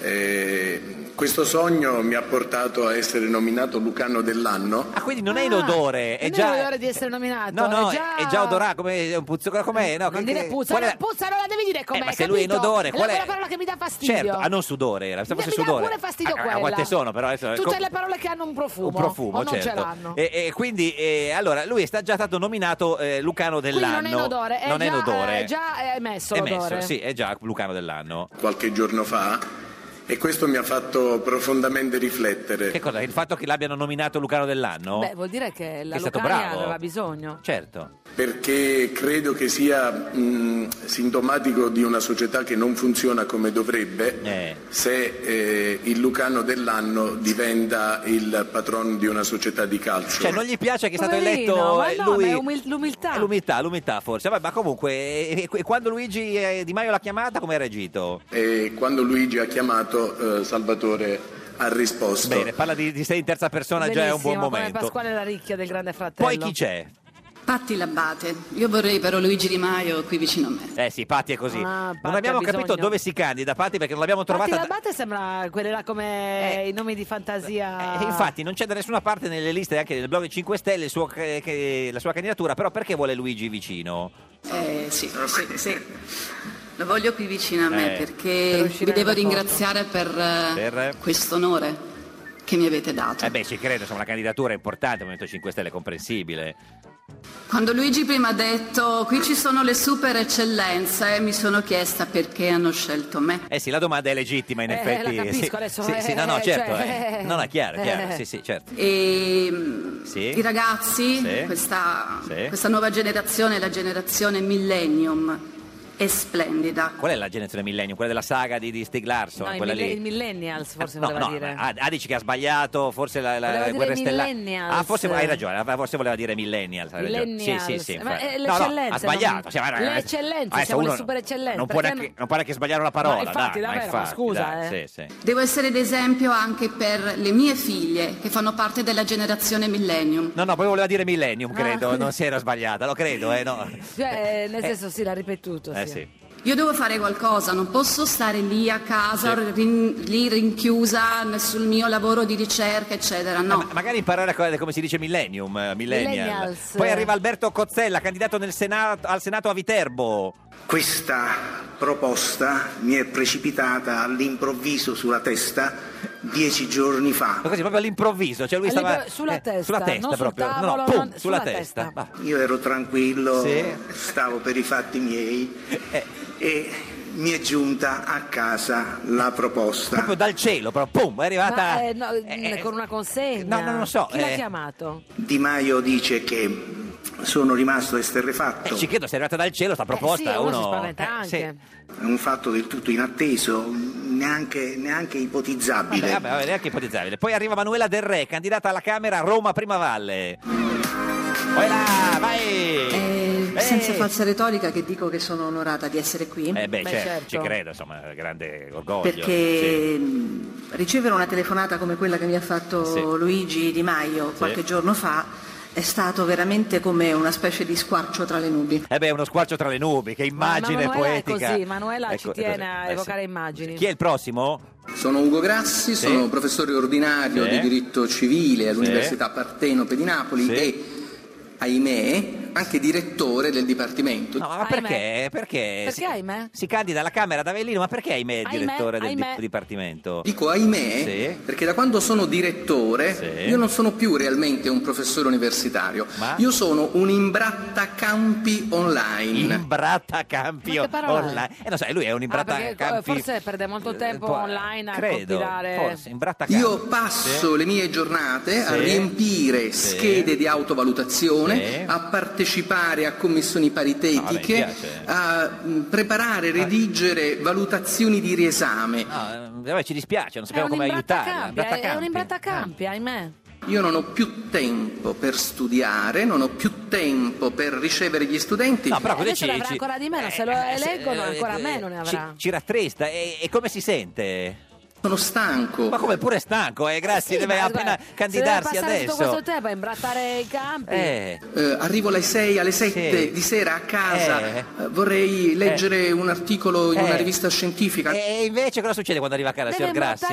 [SPEAKER 12] Eh, questo sogno mi ha portato a essere nominato Lucano dell'anno.
[SPEAKER 2] Ah, quindi non è in odore, è
[SPEAKER 1] non
[SPEAKER 2] già...
[SPEAKER 1] è l'odore di essere nominato.
[SPEAKER 2] No, no,
[SPEAKER 1] è Eh, già, Eh,
[SPEAKER 2] è già odorato, come è un puzzo, com'è? No,
[SPEAKER 1] Non
[SPEAKER 2] che-
[SPEAKER 1] dire
[SPEAKER 2] che-
[SPEAKER 1] puzza,
[SPEAKER 2] qual è
[SPEAKER 1] non
[SPEAKER 2] la- Eh,
[SPEAKER 1] puzza, non la devi dire com'è.
[SPEAKER 2] ma se lui è in
[SPEAKER 1] capito?
[SPEAKER 2] odore, qual
[SPEAKER 1] è
[SPEAKER 2] è-
[SPEAKER 1] la parola che mi dà fastidio.
[SPEAKER 2] Certo, ah, non sudore, era, pensavo
[SPEAKER 1] Mi-
[SPEAKER 2] fosse
[SPEAKER 1] mi dà
[SPEAKER 2] sudore.
[SPEAKER 1] pure fastidio
[SPEAKER 2] Ah, ah,
[SPEAKER 1] quella.
[SPEAKER 2] quante sono però? Adesso,
[SPEAKER 1] Tutte
[SPEAKER 2] eh, com-
[SPEAKER 1] le parole che hanno un profumo.
[SPEAKER 2] Un profumo,
[SPEAKER 1] o non
[SPEAKER 2] certo.
[SPEAKER 1] ce l'hanno.
[SPEAKER 2] E, e quindi, eh, allora, lui è sta- già stato nominato eh, Lucano
[SPEAKER 1] Quindi
[SPEAKER 2] dell'anno.
[SPEAKER 1] non è in odore, è
[SPEAKER 2] Non
[SPEAKER 1] già,
[SPEAKER 2] è in odore.
[SPEAKER 1] è già emesso
[SPEAKER 2] è
[SPEAKER 1] l'odore.
[SPEAKER 2] messo, sì, è già Lucano dell'anno.
[SPEAKER 12] qualche giorno fa e questo mi ha fatto profondamente riflettere.
[SPEAKER 2] Che cosa? Il fatto che l'abbiano nominato Lucano dell'anno?
[SPEAKER 1] Beh, vuol dire che la
[SPEAKER 2] È stato
[SPEAKER 1] Lucania
[SPEAKER 2] bravo.
[SPEAKER 1] aveva bisogno.
[SPEAKER 2] certo.
[SPEAKER 12] Perché credo che sia mh, sintomatico di una società che non funziona come dovrebbe se eh, il Lucano dell'anno diventa il patrono di una società di calcio.
[SPEAKER 2] Cioè, non gli piace che è stato
[SPEAKER 1] Poverino,
[SPEAKER 2] eletto
[SPEAKER 1] ma
[SPEAKER 2] eh,
[SPEAKER 1] no,
[SPEAKER 2] lui...
[SPEAKER 1] ma è umil- l'umiltà.
[SPEAKER 2] Eh, L'umiltà, l'umiltà forse. Vabbè, ma comunque, eh, eh, quando Luigi eh, Di Maio l'ha chiamata, come ha reagito?
[SPEAKER 12] E quando Luigi ha chiamato, eh, Salvatore ha risposto.
[SPEAKER 2] Bene, parla di, di sé in terza persona, già è un buon
[SPEAKER 1] Bellissimo, Come
[SPEAKER 2] momento.
[SPEAKER 1] Pasquale Laricchia del Grande Fratello.
[SPEAKER 2] Poi chi c'è?
[SPEAKER 13] Patti l'abate. Io vorrei però Luigi Di Maio qui vicino a me.
[SPEAKER 2] Eh sì, Patti è così. non abbiamo
[SPEAKER 1] Ah, ha bisogno.
[SPEAKER 2] capito dove si candida, Patti, perché non l'abbiamo
[SPEAKER 1] Patti
[SPEAKER 2] trovata. da- Eh.
[SPEAKER 1] l'abate sembra quella là come i nomi di fantasia.
[SPEAKER 2] E infatti non c'è da nessuna parte nelle liste, anche nel blog 5 Stelle, il suo- che- che- la sua candidatura, però perché vuole Luigi vicino?
[SPEAKER 13] Eh sì, sì, sì. Lo voglio qui vicino a me
[SPEAKER 2] Eh.
[SPEAKER 13] perché vi devo ringraziare per, eh,
[SPEAKER 2] Per...
[SPEAKER 13] questo onore che mi avete dato.
[SPEAKER 2] Eh beh, ci credo, insomma, la candidatura è importante, il Movimento 5 Stelle è comprensibile.
[SPEAKER 13] Quando Luigi prima ha detto qui ci sono le super eccellenze, eh, mi sono chiesta perché hanno scelto me.
[SPEAKER 2] Eh sì, la domanda è legittima in
[SPEAKER 13] Eh,
[SPEAKER 2] effetti.
[SPEAKER 13] la capisco
[SPEAKER 2] sì,
[SPEAKER 13] adesso,
[SPEAKER 2] Sì,
[SPEAKER 13] eh,
[SPEAKER 2] sì, no, no, certo.
[SPEAKER 13] cioè,
[SPEAKER 2] eh. No, no, è chiaro, è chiaro,
[SPEAKER 13] eh.
[SPEAKER 2] sì, sì, certo.
[SPEAKER 13] E mm,
[SPEAKER 2] Sì.
[SPEAKER 13] i ragazzi,
[SPEAKER 2] Sì.
[SPEAKER 13] Questa,
[SPEAKER 2] Sì.
[SPEAKER 13] questa nuova generazione, la generazione millennium, è splendida.
[SPEAKER 2] Qual è la generazione millennium? Quella della saga di, di Stig Larsson,
[SPEAKER 1] No, i
[SPEAKER 2] quella
[SPEAKER 1] mille-
[SPEAKER 2] lì?
[SPEAKER 1] i millennials forse
[SPEAKER 2] eh. No,
[SPEAKER 1] voleva
[SPEAKER 2] no,
[SPEAKER 1] dire.
[SPEAKER 2] ma- ah, ah, dici che ha sbagliato, forse la, la
[SPEAKER 1] Voleva dire
[SPEAKER 2] guerra stellare.
[SPEAKER 1] millennials.
[SPEAKER 2] Ah, forse hai ragione, ah, forse voleva dire millennials. hai ragione.
[SPEAKER 1] Millennials.
[SPEAKER 2] Sì, sì, sì.
[SPEAKER 1] Ma,
[SPEAKER 2] infatti.
[SPEAKER 1] eh,
[SPEAKER 2] No, no,
[SPEAKER 1] l'eccellenza,
[SPEAKER 2] ha sbagliato.
[SPEAKER 1] non-
[SPEAKER 2] cioè, guarda,
[SPEAKER 1] le eccellenze,
[SPEAKER 2] adesso
[SPEAKER 1] siamo le
[SPEAKER 2] uno
[SPEAKER 13] super eccellenze,
[SPEAKER 2] Non può,
[SPEAKER 13] perché
[SPEAKER 2] neanche, non può neanche sbagliare una parola.
[SPEAKER 13] No, infatti,
[SPEAKER 2] dai, ma
[SPEAKER 13] davvero, ma
[SPEAKER 2] infatti,
[SPEAKER 13] scusa,
[SPEAKER 2] dai,
[SPEAKER 13] eh.
[SPEAKER 2] sì, sì.
[SPEAKER 13] Devo essere d'esempio anche per le mie figlie che fanno parte della generazione millennium.
[SPEAKER 2] No, no, poi voleva dire millennium, credo.
[SPEAKER 13] Ah.
[SPEAKER 2] Non si era sbagliata, lo credo, eh, no.
[SPEAKER 13] Cioè,
[SPEAKER 1] Nel senso sì, l'ha ripetuto.
[SPEAKER 2] Eh,
[SPEAKER 1] sì.
[SPEAKER 2] sì.
[SPEAKER 13] Io devo fare qualcosa, non posso stare lì a casa, rin- lì rinchiusa sul mio lavoro di ricerca, eccetera. Ah, No.
[SPEAKER 2] Magari imparare a co- come si dice millennium, eh, millennial.
[SPEAKER 13] Millennials.
[SPEAKER 2] Poi arriva Alberto Cozzella, candidato nel Senato- al Senato a Viterbo.
[SPEAKER 14] Questa proposta mi è precipitata all'improvviso sulla testa dieci giorni fa.
[SPEAKER 2] Ma così proprio all'improvviso, cioè
[SPEAKER 1] Eh,
[SPEAKER 2] lui stava
[SPEAKER 14] All'impro- sulla testa,
[SPEAKER 2] sulla testa
[SPEAKER 14] non sul
[SPEAKER 2] proprio. no, no,
[SPEAKER 14] tavolo,
[SPEAKER 2] pum,
[SPEAKER 14] non-
[SPEAKER 2] sulla,
[SPEAKER 14] sulla
[SPEAKER 2] testa.
[SPEAKER 14] testa.
[SPEAKER 2] Va.
[SPEAKER 14] Io ero tranquillo,
[SPEAKER 2] Sì. Eh.
[SPEAKER 14] stavo per i fatti miei e mi è giunta a casa la proposta.
[SPEAKER 2] Proprio dal cielo, proprio pum, è arrivata
[SPEAKER 1] Ma, eh, no, con una consegna.
[SPEAKER 14] no, no, non so,
[SPEAKER 1] Chi l'ha
[SPEAKER 14] eh.
[SPEAKER 1] chiamato?
[SPEAKER 14] Di Maio dice che sono rimasto esterrefatto.
[SPEAKER 2] Eh, ci credo, se è arrivata dal cielo sta proposta,
[SPEAKER 14] Eh, sì, uno si spaventa
[SPEAKER 2] eh,
[SPEAKER 14] anche.
[SPEAKER 2] sì.
[SPEAKER 14] È un fatto del tutto inatteso, neanche, neanche ipotizzabile.
[SPEAKER 2] Vabbè, Eh, vabbè, vabbè, neanche ipotizzabile. Poi arriva Manuela Del Re, candidata alla Camera a Roma Primavalle. Vai là, vai!
[SPEAKER 15] Eh, senza falsa retorica che dico che sono onorata di essere qui.
[SPEAKER 2] Eh beh, certo, ci credo, insomma, grande orgoglio.
[SPEAKER 15] Perché mh, ricevere una telefonata come quella che mi ha fatto
[SPEAKER 2] Sì.
[SPEAKER 15] Luigi Di Maio qualche giorno fa è stato veramente come una specie di squarcio tra le nubi.
[SPEAKER 2] Eh beh, uno squarcio tra le nubi, che immagine
[SPEAKER 1] Ma Manuela è
[SPEAKER 2] poetica.
[SPEAKER 1] così, Manuela
[SPEAKER 2] Ecco,
[SPEAKER 1] ci tiene
[SPEAKER 2] così. Eh
[SPEAKER 1] a
[SPEAKER 2] sì.
[SPEAKER 1] evocare immagini.
[SPEAKER 2] Chi è il prossimo?
[SPEAKER 16] Sono Ugo Grassi,
[SPEAKER 2] Sì.
[SPEAKER 16] sono professore ordinario
[SPEAKER 2] Sì.
[SPEAKER 16] di diritto civile all'Università Partenope di Napoli
[SPEAKER 2] Sì.
[SPEAKER 16] e, ahimè, anche direttore del dipartimento.
[SPEAKER 2] No, ma perché? Perché?
[SPEAKER 1] Perché Ah,
[SPEAKER 2] si,
[SPEAKER 1] ahimè?
[SPEAKER 2] si candida alla Camera ad Avellino, ma perché ahimè è il
[SPEAKER 16] Ahimè,
[SPEAKER 2] direttore del
[SPEAKER 16] ahimè.
[SPEAKER 2] dip- dipartimento?
[SPEAKER 16] Dico Ecco, ahimè
[SPEAKER 2] Sì.
[SPEAKER 16] perché da quando sono direttore
[SPEAKER 2] Sì.
[SPEAKER 16] io non sono più realmente un professore universitario,
[SPEAKER 2] Ma?
[SPEAKER 16] io sono un imbrattacampi online.
[SPEAKER 2] Imbrattacampi
[SPEAKER 1] Ma che parola è?
[SPEAKER 2] online. Eh, non so, lui è un
[SPEAKER 1] Ah, perché, eh,
[SPEAKER 2] imbrattacampi.
[SPEAKER 1] forse perde
[SPEAKER 2] Eh,
[SPEAKER 1] molto tempo
[SPEAKER 2] po-
[SPEAKER 1] online a
[SPEAKER 16] credo,
[SPEAKER 1] compilare.
[SPEAKER 16] forse,
[SPEAKER 2] in brattacampi.
[SPEAKER 16] Io passo le mie giornate a
[SPEAKER 2] Sì.
[SPEAKER 16] riempire
[SPEAKER 2] Sì.
[SPEAKER 16] schede di autovalutazione,
[SPEAKER 2] Sì.
[SPEAKER 16] a partecipare a commissioni
[SPEAKER 2] No, vabbè, mi
[SPEAKER 16] paritetiche,
[SPEAKER 2] piace. Ah.
[SPEAKER 16] a mh, preparare, redigere valutazioni di riesame.
[SPEAKER 2] No, eh, vabbè, ci dispiace, non sappiamo
[SPEAKER 1] è un
[SPEAKER 16] come aiutare,
[SPEAKER 1] imbrattacampi, è- è un
[SPEAKER 16] imbrattacampi.
[SPEAKER 1] imbrattacampi, ahimè.
[SPEAKER 16] Io non ho più tempo per studiare, non ho più tempo per ricevere gli studenti.
[SPEAKER 2] No, però
[SPEAKER 1] Adesso ne avrà
[SPEAKER 2] Eh,
[SPEAKER 1] ancora di meno, se lo eleggono ancora meno ne
[SPEAKER 2] Ci,
[SPEAKER 1] avrà.
[SPEAKER 2] ci rattrista, e, e come si sente?
[SPEAKER 16] Sono stanco.
[SPEAKER 2] Ma come pure stanco, eh? Grazie,
[SPEAKER 1] Sì,
[SPEAKER 2] deve
[SPEAKER 1] ma
[SPEAKER 2] appena
[SPEAKER 1] guarda,
[SPEAKER 2] candidarsi
[SPEAKER 1] se deve passare tutto
[SPEAKER 2] adesso.
[SPEAKER 1] questo tempo a imbrattare i campi.
[SPEAKER 16] Eh, arrivo alle 6, alle 7 di sera a casa.
[SPEAKER 2] Eh.
[SPEAKER 16] Eh, vorrei leggere un articolo in
[SPEAKER 2] Eh.
[SPEAKER 16] una rivista scientifica.
[SPEAKER 1] Eh,
[SPEAKER 2] E invece cosa succede quando arriva a casa, signor Grassi?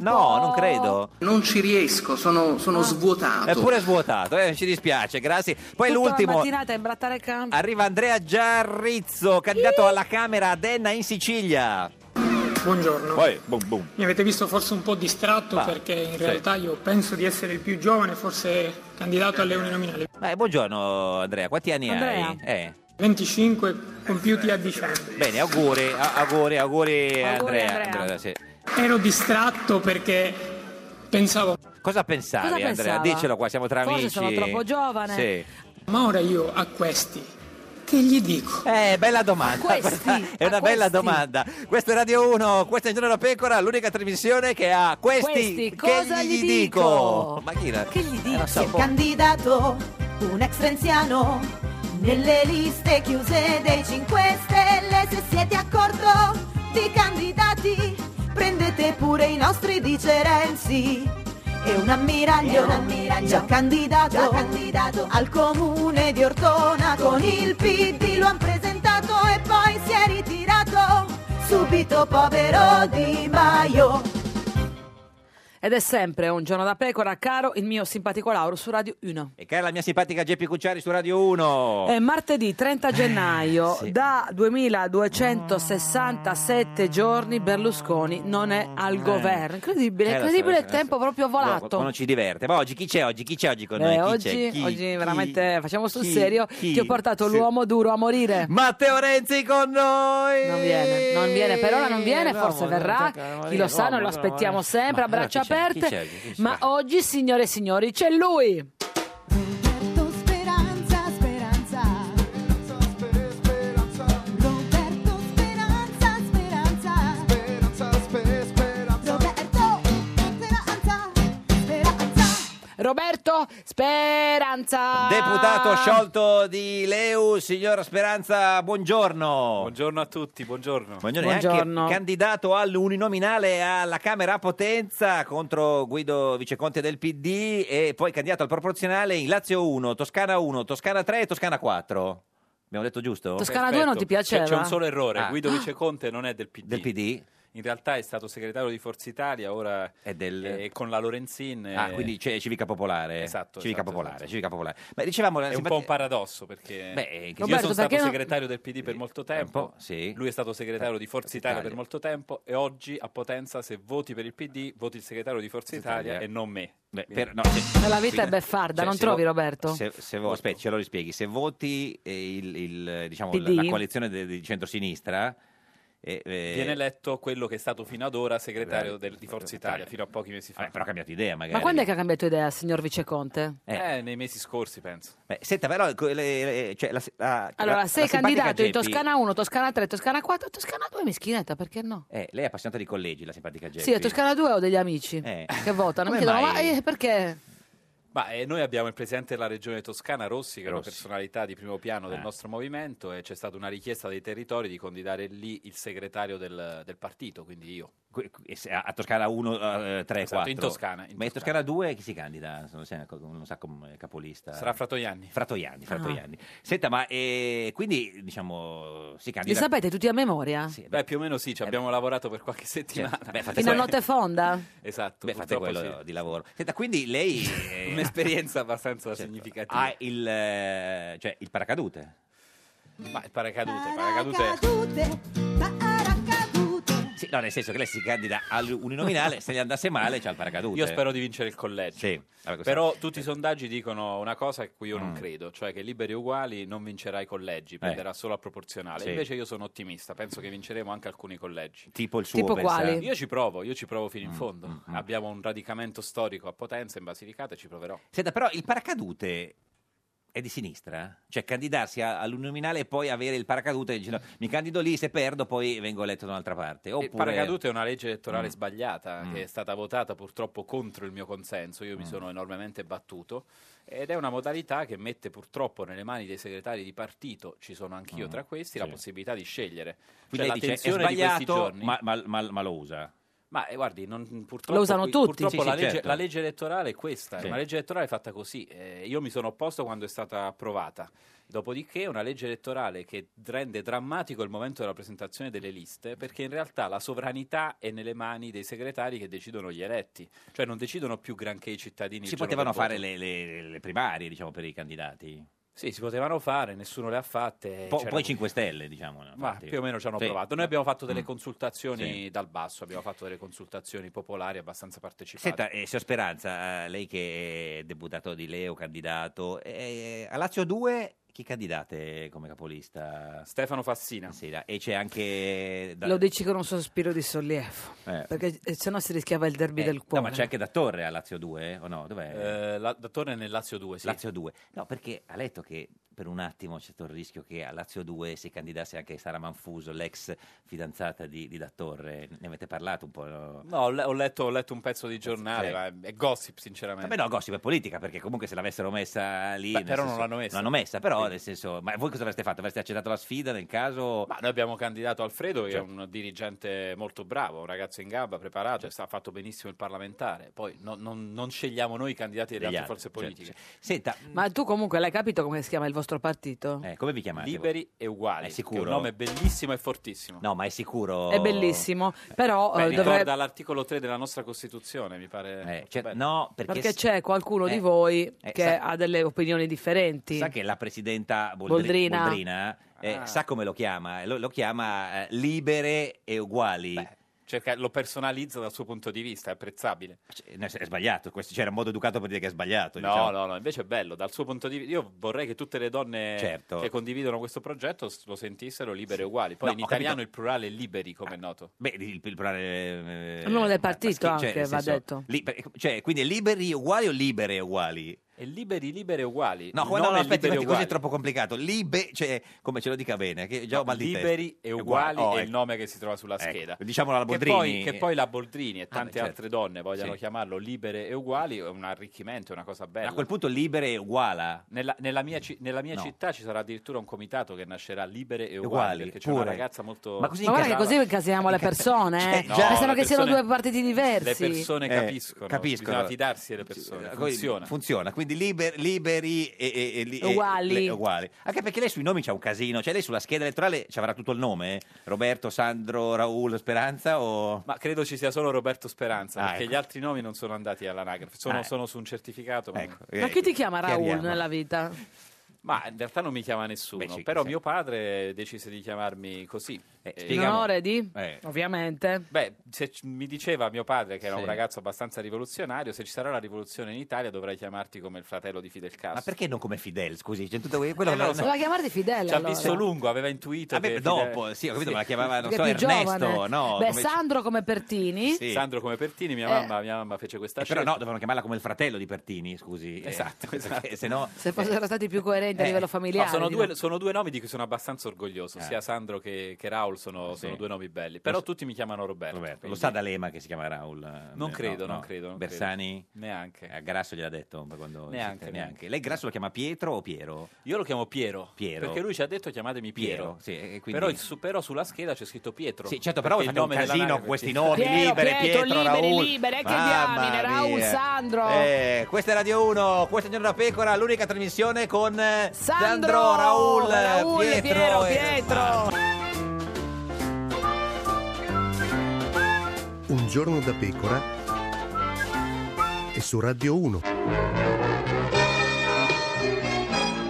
[SPEAKER 2] No, non credo.
[SPEAKER 16] Non ci riesco, sono,
[SPEAKER 17] Ah.
[SPEAKER 16] sono svuotato.
[SPEAKER 2] È pure svuotato, eh, ci dispiace, grazie. Poi
[SPEAKER 1] Tutta la
[SPEAKER 2] l'ultimo.
[SPEAKER 1] mattinata a imbrattare i campi.
[SPEAKER 2] Arriva Andrea Giarrizzo, candidato alla Camera ad Enna in Sicilia.
[SPEAKER 17] Buongiorno.
[SPEAKER 2] Poi, boom, boom.
[SPEAKER 17] Mi avete visto forse un po' distratto
[SPEAKER 2] Ma,
[SPEAKER 17] perché in
[SPEAKER 2] sì.
[SPEAKER 17] realtà io penso di essere il più giovane, forse candidato alle uninominali.
[SPEAKER 2] Eh, buongiorno Andrea, quanti anni hai?
[SPEAKER 17] Andrea.
[SPEAKER 2] Eh,
[SPEAKER 17] 25 compiuti a dicembre.
[SPEAKER 2] bene, auguri, a- auguri, auguri, Andrea.
[SPEAKER 17] Andrea.
[SPEAKER 2] sì.
[SPEAKER 17] Ero distratto perché pensavo...
[SPEAKER 2] Cosa pensavi
[SPEAKER 17] Cosa
[SPEAKER 2] Andrea?
[SPEAKER 17] pensava?
[SPEAKER 2] Dicelo qua, siamo tra
[SPEAKER 17] Forse
[SPEAKER 2] amici.
[SPEAKER 17] sono troppo giovane.
[SPEAKER 2] Sì.
[SPEAKER 17] Ma ora io a questi, che gli dico?
[SPEAKER 2] Eh, bella domanda. Questa è una bella domanda. Questa è Radio 1, questa è Il Giorno della Pecora, l'unica trasmissione che ha questi,
[SPEAKER 18] Questi,
[SPEAKER 2] che
[SPEAKER 18] cosa
[SPEAKER 2] gli,
[SPEAKER 18] gli
[SPEAKER 2] dico?
[SPEAKER 18] dico?
[SPEAKER 2] Ma chi
[SPEAKER 18] Che gli
[SPEAKER 19] Eh,
[SPEAKER 18] dici?
[SPEAKER 2] so,
[SPEAKER 18] Si è
[SPEAKER 2] boh.
[SPEAKER 18] candidato un ex renziano nelle liste chiuse dei 5 Stelle. Se siete a corto di candidati, prendete pure i nostri, dice Renzi. È un ammiraglio,
[SPEAKER 19] È un ammiraglio.
[SPEAKER 18] già, candidato,
[SPEAKER 19] Già
[SPEAKER 18] candidato al comune di Ortona con il PD. Lo han presentato e poi si è ritirato. Subito povero Di Maio.
[SPEAKER 1] Ed è sempre un giorno da pecora, caro il mio simpatico Lauro su Radio 1.
[SPEAKER 2] E cara la mia simpatica Geppi Cucciari su Radio 1.
[SPEAKER 1] È martedì
[SPEAKER 2] Eh,
[SPEAKER 1] 30 gennaio, da 2267 giorni Berlusconi non è al governo. Incredibile,
[SPEAKER 2] Eh, lo so,
[SPEAKER 1] incredibile
[SPEAKER 2] lo
[SPEAKER 1] il
[SPEAKER 2] so,
[SPEAKER 1] tempo proprio
[SPEAKER 2] Guarda,
[SPEAKER 1] volato.
[SPEAKER 2] Quando ci diverte. Ma oggi chi c'è oggi? Chi c'è oggi con
[SPEAKER 1] Eh,
[SPEAKER 2] noi? Chi
[SPEAKER 1] oggi,
[SPEAKER 2] c'è? Chi?
[SPEAKER 1] oggi veramente eh, facciamo sul
[SPEAKER 2] chi-
[SPEAKER 1] serio.
[SPEAKER 2] chi?
[SPEAKER 1] Ti ho portato l'uomo duro a morire.
[SPEAKER 2] Matteo Renzi con noi!
[SPEAKER 1] Non viene, non viene, per ora non viene,
[SPEAKER 2] L'uomo
[SPEAKER 1] forse
[SPEAKER 2] duro,
[SPEAKER 1] verrà.
[SPEAKER 2] tocca a
[SPEAKER 1] Chi
[SPEAKER 2] morire,
[SPEAKER 1] lo sa,
[SPEAKER 2] l'uomo
[SPEAKER 1] noi lo
[SPEAKER 2] duro,
[SPEAKER 1] aspettiamo
[SPEAKER 2] morire.
[SPEAKER 1] sempre a
[SPEAKER 2] Ma allora
[SPEAKER 1] braccia
[SPEAKER 2] chi c'è? Chi
[SPEAKER 1] aperte.
[SPEAKER 2] c'è? Chi c'è?
[SPEAKER 1] Ma oggi, signore e signori, c'è lui.
[SPEAKER 19] Speranza, speranza. Roberto Speranza, speranza. Speranza, speranza. Roberto Speranza, speranza.
[SPEAKER 1] Roberto Speranza.
[SPEAKER 2] Deputato
[SPEAKER 1] Ah!
[SPEAKER 2] sciolto di Leu, signora Speranza, buongiorno.
[SPEAKER 9] Buongiorno a tutti, buongiorno.
[SPEAKER 2] Buongiorno, e anche candidato all'uninominale alla Camera a Potenza contro Guido Viceconte del PD e poi candidato al proporzionale in Lazio 1, Toscana 1, Toscana 3 e Toscana 4. Abbiamo detto giusto?
[SPEAKER 1] Toscana 2 non ti piaceva?
[SPEAKER 9] C'è un solo errore,
[SPEAKER 2] Ah.
[SPEAKER 9] Guido Viceconte non è del PD.
[SPEAKER 2] Del PD?
[SPEAKER 9] In realtà è stato segretario di Forza Italia, ora è con la Lorenzin.
[SPEAKER 2] Ah,
[SPEAKER 9] eh,
[SPEAKER 2] quindi c'è Civica Popolare.
[SPEAKER 9] Esatto,
[SPEAKER 2] Civica
[SPEAKER 9] esatto,
[SPEAKER 2] Popolare,
[SPEAKER 9] esatto.
[SPEAKER 2] Civica Popolare. Ma dicevamo
[SPEAKER 9] è un po' un paradosso perché
[SPEAKER 2] Beh, che-
[SPEAKER 9] io
[SPEAKER 2] Roberto,
[SPEAKER 9] sono
[SPEAKER 2] perché
[SPEAKER 9] stato
[SPEAKER 2] non-
[SPEAKER 9] segretario del PD per
[SPEAKER 2] Eh,
[SPEAKER 9] molto tempo, lui è stato segretario di Forza Italia,
[SPEAKER 2] Italia.
[SPEAKER 9] per molto tempo e oggi a Potenza se voti per il PD voti il segretario di Forza Italia,
[SPEAKER 2] Italia.
[SPEAKER 9] e non me.
[SPEAKER 2] per- no, se-
[SPEAKER 1] La
[SPEAKER 2] Sì.
[SPEAKER 1] vita è beffarda,
[SPEAKER 2] Cioè,
[SPEAKER 1] non
[SPEAKER 2] se
[SPEAKER 1] trovi
[SPEAKER 2] vo-
[SPEAKER 1] Roberto?
[SPEAKER 2] Se, se vo- aspetta, ce lo rispieghi. Se voti eh, il- il, eh, diciamo,
[SPEAKER 1] PD?
[SPEAKER 2] la, la coalizione de- di centrosinistra... eh, eh,
[SPEAKER 9] Viene eletto quello che è stato fino ad ora segretario del- di Forza Italia, fino a pochi mesi fa.
[SPEAKER 2] però ha cambiato idea magari.
[SPEAKER 1] Ma quando è che ha cambiato idea, signor Viceconte?
[SPEAKER 9] Eh, nei mesi scorsi penso.
[SPEAKER 2] Beh, senta, però co- le- le- cioè, la, la-
[SPEAKER 1] Allora,
[SPEAKER 2] la-
[SPEAKER 1] sei
[SPEAKER 2] la simpatica
[SPEAKER 1] candidato in
[SPEAKER 2] Geppi-
[SPEAKER 1] Toscana 1, Toscana 3, Toscana 4, Toscana 2 meschinetta, perché no?
[SPEAKER 2] eh, lei è appassionata di collegi, la simpatica Geppi.
[SPEAKER 1] Sì, a Toscana 2 ho degli amici
[SPEAKER 2] Eh.
[SPEAKER 1] che votano. Mi
[SPEAKER 2] Come
[SPEAKER 1] chiedono, ma
[SPEAKER 2] mai?
[SPEAKER 1] eh, perché?
[SPEAKER 9] Ma eh, noi abbiamo il presidente della regione toscana Rossi, che è una personalità di primo piano
[SPEAKER 2] Eh.
[SPEAKER 9] del nostro movimento, e c'è stata una richiesta dei territori di candidare lì il segretario del, del partito, quindi io.
[SPEAKER 2] Que- que- se- A a Toscana eh, 1, 3,
[SPEAKER 9] Esatto,
[SPEAKER 2] 4.
[SPEAKER 9] in Toscana, in
[SPEAKER 2] Ma in Toscana 2 chi si candida? Non, so- non sa come capolista.
[SPEAKER 9] Sarà Fratoianni.
[SPEAKER 2] Fratoianni, Fratoianni. Senta, ma eh, quindi diciamo si
[SPEAKER 1] Li
[SPEAKER 2] candida.
[SPEAKER 1] sapete tutti a memoria?
[SPEAKER 9] Beh, più o meno sì, ci abbiamo lavorato per qualche settimana.
[SPEAKER 2] eh, cioè, beh, fate
[SPEAKER 1] Fino a notte fonda?
[SPEAKER 9] Esatto,
[SPEAKER 2] Beh, fate
[SPEAKER 9] purtroppo
[SPEAKER 2] quello
[SPEAKER 9] sì.
[SPEAKER 2] di lavoro. Senta, quindi lei eh, certo.
[SPEAKER 9] Un'esperienza abbastanza significativa.
[SPEAKER 2] ha il, eh, cioè, il paracadute.
[SPEAKER 9] Ma il paracadute, paracadute...
[SPEAKER 2] Sì, no, nel senso che lei si candida all'uninominale, se gli andasse male c'ha il paracadute.
[SPEAKER 9] Io spero di vincere il collegio.
[SPEAKER 2] Sì, vabbè, questo-
[SPEAKER 9] Però tutti i sondaggi dicono una cosa a cui io non
[SPEAKER 2] Mm. Eh.
[SPEAKER 9] credo, cioè che Liberi e Uguali non vincerà i collegi, prenderà solo a proporzionale.
[SPEAKER 2] Sì.
[SPEAKER 9] Invece io sono ottimista, penso che vinceremo anche alcuni collegi.
[SPEAKER 2] Tipo il suo, Mm, Tipo pensa? quali?
[SPEAKER 9] Io ci provo, io ci provo fino in fondo. Abbiamo un radicamento storico a Potenza in Basilicata e ci proverò.
[SPEAKER 2] Senta, però il paracadute è di sinistra? Cioè candidarsi a- all'uninominale e poi avere il paracadute e dire, "No, mi candido lì, se perdo poi vengo eletto da un'altra parte. Oppure...
[SPEAKER 9] Il paracadute è una legge elettorale
[SPEAKER 2] Mm. Mm.
[SPEAKER 9] sbagliata che è stata votata purtroppo contro il mio consenso, io mi sono enormemente battuto ed è una modalità che mette purtroppo nelle mani dei segretari di partito, ci sono anch'io
[SPEAKER 2] Mm.
[SPEAKER 9] tra questi, la possibilità di scegliere.
[SPEAKER 2] Quindi
[SPEAKER 9] Cioè,
[SPEAKER 2] lei dice, è
[SPEAKER 9] la tensione di
[SPEAKER 2] sbagliato,
[SPEAKER 9] questi giorni
[SPEAKER 2] ma, ma- ma- ma lo usa.
[SPEAKER 9] Ma eh, guardi, non- purtroppo,
[SPEAKER 1] Lo usano
[SPEAKER 9] qui-
[SPEAKER 1] tutti.
[SPEAKER 9] purtroppo
[SPEAKER 1] Sì, sì,
[SPEAKER 9] la, legge,
[SPEAKER 1] certo.
[SPEAKER 9] la legge elettorale è questa,
[SPEAKER 1] Sì.
[SPEAKER 9] è una legge elettorale fatta così. Eh, io mi sono opposto quando è stata approvata. Dopodiché è una legge elettorale che rende drammatico il momento della presentazione delle liste, perché in realtà la sovranità è nelle mani dei segretari che decidono gli eletti, cioè non decidono più granché i cittadini. il
[SPEAKER 2] Si
[SPEAKER 9] giorno
[SPEAKER 2] potevano
[SPEAKER 9] del voto.
[SPEAKER 2] fare le, le- le primarie, diciamo, per i candidati.
[SPEAKER 9] Sì, si potevano fare, nessuno le ha fatte.
[SPEAKER 2] Po-
[SPEAKER 9] c'era-
[SPEAKER 2] poi 5 Stelle, diciamo. ne hanno
[SPEAKER 9] Eh, Ma
[SPEAKER 2] fatti.
[SPEAKER 9] più o meno ci hanno
[SPEAKER 2] Sì.
[SPEAKER 9] provato. Noi abbiamo fatto delle
[SPEAKER 2] Mm.
[SPEAKER 9] consultazioni
[SPEAKER 2] Sì.
[SPEAKER 9] dal basso, abbiamo fatto delle consultazioni popolari abbastanza partecipate.
[SPEAKER 2] Senta, eh, signor Speranza, eh, lei che è deputato di Leo, candidato, eh, a Lazio 2 chi candidate come capolista?
[SPEAKER 9] Stefano Fassina.
[SPEAKER 2] e c'è anche... da-
[SPEAKER 1] Lo dici con un sospiro di sollievo.
[SPEAKER 2] Eh.
[SPEAKER 1] Perché eh, sennò si rischiava il derby
[SPEAKER 2] Eh,
[SPEAKER 1] del cuore.
[SPEAKER 2] No, ma c'è anche da Torre a Lazio 2, eh? o no? Dov'è?
[SPEAKER 9] Eh, la, da Torre nel Lazio 2, sì.
[SPEAKER 2] Lazio 2. No, perché ha letto che per un attimo c'è stato il rischio che a Lazio 2 si candidasse anche Sara Manfuso, l'ex fidanzata di, di Da Torre. Ne avete parlato un po'? no?
[SPEAKER 9] No, ho, le- ho letto, ho letto un pezzo di giornale,
[SPEAKER 2] Sì.
[SPEAKER 9] ma è- è gossip sinceramente.
[SPEAKER 2] Vabbè, no, gossip è politica, perché comunque se l'avessero messa lì...
[SPEAKER 9] Beh,
[SPEAKER 2] nel
[SPEAKER 9] però non
[SPEAKER 2] senso-
[SPEAKER 9] l'hanno messa.
[SPEAKER 2] Non l'hanno messa, però nel senso... Ma voi cosa avreste fatto? Avreste accettato la sfida nel caso...
[SPEAKER 9] Ma noi abbiamo candidato Alfredo, che
[SPEAKER 2] Certo.
[SPEAKER 9] è un dirigente molto bravo, un ragazzo in gamba, preparato, e sta- ha fatto benissimo il parlamentare. Poi no- non, non scegliamo noi i candidati delle
[SPEAKER 2] Degli
[SPEAKER 9] altre
[SPEAKER 2] altri, certo,
[SPEAKER 9] forze politiche.
[SPEAKER 2] Senta, mm, Eh,
[SPEAKER 1] Ma tu comunque l'hai capito come si chiama il vostro partito?
[SPEAKER 2] come vi chiamate?
[SPEAKER 9] Liberi e uguali.
[SPEAKER 2] È sicuro?
[SPEAKER 9] Che è un nome bellissimo e fortissimo.
[SPEAKER 2] No, ma è sicuro...
[SPEAKER 1] È bellissimo, però
[SPEAKER 9] Beh,
[SPEAKER 1] eh,
[SPEAKER 9] ricorda
[SPEAKER 1] dovrebbe-
[SPEAKER 9] l'articolo 3 della nostra Costituzione, mi pare.
[SPEAKER 2] cioè, no, perché,
[SPEAKER 1] perché c'è qualcuno di
[SPEAKER 2] eh,
[SPEAKER 1] voi
[SPEAKER 2] eh,
[SPEAKER 1] che
[SPEAKER 2] sa-
[SPEAKER 1] ha delle opinioni differenti.
[SPEAKER 2] Sa che la presidenta Boldri-
[SPEAKER 1] Boldrina.
[SPEAKER 2] Boldrina, eh,
[SPEAKER 1] Ah.
[SPEAKER 2] sa come lo chiama? Lo, lo chiama eh, libere e uguali.
[SPEAKER 9] Cerca- lo personalizza dal suo punto di vista, è apprezzabile.
[SPEAKER 2] Eh, no, È sbagliato, questo, c'era un modo educato per dire che è sbagliato.
[SPEAKER 9] No,
[SPEAKER 2] diciamo.
[SPEAKER 9] no, no, invece è bello, dal suo punto di vista. Io vorrei che tutte le donne
[SPEAKER 2] Certo.
[SPEAKER 9] che condividono questo progetto s- lo sentissero libere e uguali. Poi
[SPEAKER 2] No,
[SPEAKER 9] in
[SPEAKER 2] ho
[SPEAKER 9] italiano
[SPEAKER 2] capito. Ah.
[SPEAKER 9] il plurale è liberi, come è noto.
[SPEAKER 2] Beh, il, il plurale, eh,
[SPEAKER 1] L'uomo del
[SPEAKER 2] ma-
[SPEAKER 1] partito
[SPEAKER 2] maschi-
[SPEAKER 1] anche,
[SPEAKER 2] nel
[SPEAKER 1] va detto.
[SPEAKER 2] li- per- cioè, quindi è liberi uguali o libere uguali?
[SPEAKER 9] E liberi, libere e uguali.
[SPEAKER 2] No,
[SPEAKER 9] non
[SPEAKER 2] no, no
[SPEAKER 9] è
[SPEAKER 2] aspetti,
[SPEAKER 9] liberi
[SPEAKER 2] perché
[SPEAKER 9] e
[SPEAKER 2] così è
[SPEAKER 9] uguali.
[SPEAKER 2] troppo complicato. Libe, cioè, come ce lo dica bene, che già ho mal di testa.
[SPEAKER 9] liberi e uguali
[SPEAKER 2] Oh,
[SPEAKER 9] è il
[SPEAKER 2] ecco.
[SPEAKER 9] nome che si trova sulla scheda.
[SPEAKER 2] diciamolo alla
[SPEAKER 9] Che
[SPEAKER 2] Boldrini.
[SPEAKER 9] poi- Che poi, la Boldrini e tante
[SPEAKER 2] beh, certo.
[SPEAKER 9] altre donne vogliano
[SPEAKER 2] Sì.
[SPEAKER 9] chiamarlo libere e uguali è un arricchimento, è una cosa bella.
[SPEAKER 2] A quel punto libere e uguala.
[SPEAKER 9] Nella, nella mia, ci- nella mia
[SPEAKER 2] No.
[SPEAKER 9] città ci sarà addirittura un comitato che nascerà libere e uguali,
[SPEAKER 2] Uguali,
[SPEAKER 9] perché c'è una
[SPEAKER 2] pure.
[SPEAKER 9] ragazza molto...
[SPEAKER 2] Ma così
[SPEAKER 1] Ma guarda che
[SPEAKER 9] brava.
[SPEAKER 1] così incasiniamo
[SPEAKER 2] Cioè,
[SPEAKER 1] le persone, eh.
[SPEAKER 9] No,
[SPEAKER 1] pensano
[SPEAKER 9] le
[SPEAKER 1] che siano
[SPEAKER 9] persone-
[SPEAKER 1] due partiti
[SPEAKER 9] Le
[SPEAKER 1] diversi.
[SPEAKER 9] persone
[SPEAKER 2] Eh,
[SPEAKER 9] capiscono,
[SPEAKER 2] capiscono. eh,
[SPEAKER 9] bisogna fidarsi delle persone,
[SPEAKER 2] Così
[SPEAKER 9] funziona.
[SPEAKER 2] funziona, quindi liber- liberi e, e- e li- e-
[SPEAKER 1] Uguali.
[SPEAKER 2] le- uguali. Anche perché lei sui nomi c'ha un casino, cioè lei sulla scheda elettorale ci avrà tutto il nome? eh? Roberto, Sandro, Raul, Speranza o...
[SPEAKER 9] Ma credo ci sia solo Roberto Speranza,
[SPEAKER 2] Ah,
[SPEAKER 9] perché
[SPEAKER 2] ecco.
[SPEAKER 9] gli altri nomi non sono andati all'anagrafe, sono,
[SPEAKER 2] Ah, Ecco, eh,
[SPEAKER 9] sono su un certificato. Ma...
[SPEAKER 1] Ma chi ti chiama Raul
[SPEAKER 9] Chiariamo.
[SPEAKER 1] nella vita?
[SPEAKER 9] Ma in realtà non mi chiama nessuno,
[SPEAKER 2] Beh, sì,
[SPEAKER 9] però
[SPEAKER 2] sì.
[SPEAKER 9] mio padre decise di chiamarmi così. Eh,
[SPEAKER 1] In onore di?
[SPEAKER 2] Eh.
[SPEAKER 1] Ovviamente.
[SPEAKER 9] Beh, se c- mi diceva mio padre che era un
[SPEAKER 1] Sì.
[SPEAKER 9] ragazzo abbastanza rivoluzionario, se ci sarà la rivoluzione in Italia dovrai chiamarti come il fratello di Fidel Castro.
[SPEAKER 2] Ma perché non come Fidel, scusi? C'è tutto quello
[SPEAKER 9] Eh, non lo so.
[SPEAKER 1] Doveva chiamarti Fidel
[SPEAKER 9] Ci ha
[SPEAKER 1] allora.
[SPEAKER 9] visto lungo, aveva intuito
[SPEAKER 2] Vabbè,
[SPEAKER 9] che
[SPEAKER 2] dopo, sì, ho capito, ma la chiamava, non
[SPEAKER 1] Perché
[SPEAKER 2] so,
[SPEAKER 1] è più
[SPEAKER 2] Ernesto,
[SPEAKER 1] giovane.
[SPEAKER 2] no?
[SPEAKER 1] Beh,
[SPEAKER 2] come-
[SPEAKER 1] Sandro come Pertini.
[SPEAKER 2] Sì.
[SPEAKER 9] Sandro come Pertini, mia,
[SPEAKER 1] Eh.
[SPEAKER 9] mamma, mia mamma fece questa
[SPEAKER 2] Eh, però
[SPEAKER 9] scelta.
[SPEAKER 2] no, dovevano chiamarla come il fratello di Pertini, scusi. eh,
[SPEAKER 9] Esatto,
[SPEAKER 2] perché
[SPEAKER 9] esatto.
[SPEAKER 2] Se no...
[SPEAKER 1] Se fossero stati più coerenti a
[SPEAKER 2] Eh.
[SPEAKER 1] livello
[SPEAKER 2] No,
[SPEAKER 1] familiare.
[SPEAKER 9] No, sono,
[SPEAKER 1] di-
[SPEAKER 9] due, sono due nomi di cui sono abbastanza orgoglioso,
[SPEAKER 2] Ah.
[SPEAKER 9] sia Sandro che, che Raul sono, sono due nomi belli, però
[SPEAKER 2] Lo-
[SPEAKER 9] tutti mi chiamano Roberto.
[SPEAKER 2] Roberto, lo
[SPEAKER 9] quindi-
[SPEAKER 2] sa D'Alema che si chiama Raul? eh,
[SPEAKER 9] Non
[SPEAKER 2] no,
[SPEAKER 9] credo,
[SPEAKER 2] no.
[SPEAKER 9] non credo, non credo.
[SPEAKER 2] Bersani?
[SPEAKER 9] Neanche.
[SPEAKER 2] A Grasso gliel'ha detto un po' quando
[SPEAKER 9] Neanche,
[SPEAKER 2] neanche,
[SPEAKER 9] neanche.
[SPEAKER 2] Lei Grasso lo chiama Pietro o Piero?
[SPEAKER 9] Io lo chiamo Piero,
[SPEAKER 2] Piero.
[SPEAKER 9] perché lui ci ha detto chiamatemi Piero,
[SPEAKER 2] Piero, sì, e quindi-
[SPEAKER 9] però, il su- però sulla scheda c'è scritto Pietro.
[SPEAKER 2] Sì, certo, però
[SPEAKER 9] perché
[SPEAKER 2] fate un casino
[SPEAKER 9] dell'anagrafe-
[SPEAKER 2] con questi nomi, libere, Pietro,
[SPEAKER 1] liberi,
[SPEAKER 2] Raul.
[SPEAKER 1] liberi, eh, che
[SPEAKER 2] Mamma
[SPEAKER 1] diamine, Raul,
[SPEAKER 2] mia.
[SPEAKER 1] Sandro.
[SPEAKER 2] Eh, questa è Radio 1, questa è Giorno da Pecora, l'unica trasmissione con eh,
[SPEAKER 1] Sandro,
[SPEAKER 2] Sandro, Raul,
[SPEAKER 1] Raul,
[SPEAKER 2] Pietro. eh,
[SPEAKER 1] Piero,
[SPEAKER 2] e-
[SPEAKER 1] Pietro.
[SPEAKER 20] Un giorno da pecora e su Radio 1.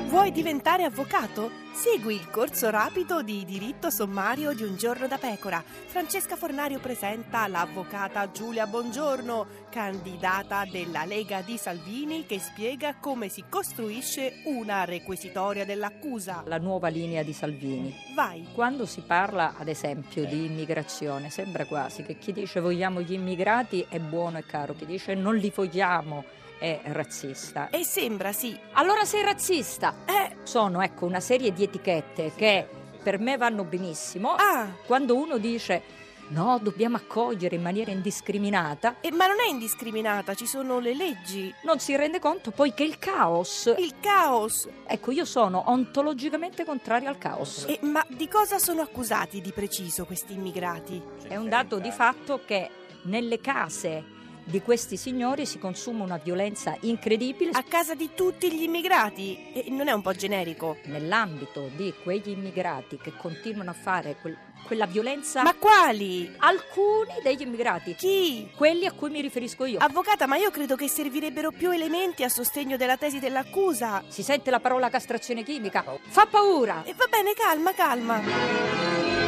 [SPEAKER 21] Vuoi diventare avvocato? Segui il corso rapido di diritto sommario di Un giorno da pecora. Francesca Fornario presenta l'avvocata Giulia Bongiorno, candidata della Lega di Salvini, che spiega come si costruisce una requisitoria dell'accusa.
[SPEAKER 22] la nuova linea di Salvini.
[SPEAKER 21] Vai.
[SPEAKER 22] Quando si parla, ad esempio, di immigrazione, sembra quasi che chi dice vogliamo gli immigrati è buono e caro, chi dice non li vogliamo è razzista.
[SPEAKER 21] E sembra sì. Eh.
[SPEAKER 22] Allora sei razzista. Sono ecco una serie di etichette che per me vanno benissimo.
[SPEAKER 21] Ah.
[SPEAKER 22] Quando uno dice no, dobbiamo accogliere in maniera indiscriminata.
[SPEAKER 21] Eh, ma non è indiscriminata, ci sono le leggi.
[SPEAKER 22] Non si rende conto poi che il caos.
[SPEAKER 21] Il caos.
[SPEAKER 22] Ecco, io sono ontologicamente contrario al caos.
[SPEAKER 21] E, ma di cosa sono accusati di preciso questi immigrati?
[SPEAKER 22] È un dato di fatto che nelle case di questi signori si consuma una violenza incredibile.
[SPEAKER 21] A casa di tutti gli immigrati? E non è un po' generico?
[SPEAKER 22] Nell'ambito di quegli immigrati che continuano a fare quel- quella violenza...
[SPEAKER 21] Ma quali?
[SPEAKER 22] Alcuni degli immigrati.
[SPEAKER 21] Chi?
[SPEAKER 22] Quelli a cui mi riferisco io.
[SPEAKER 21] Avvocata, ma io credo che servirebbero più elementi a sostegno della tesi dell'accusa.
[SPEAKER 22] Si sente la parola castrazione chimica? Fa paura!
[SPEAKER 21] E va bene, calma, calma.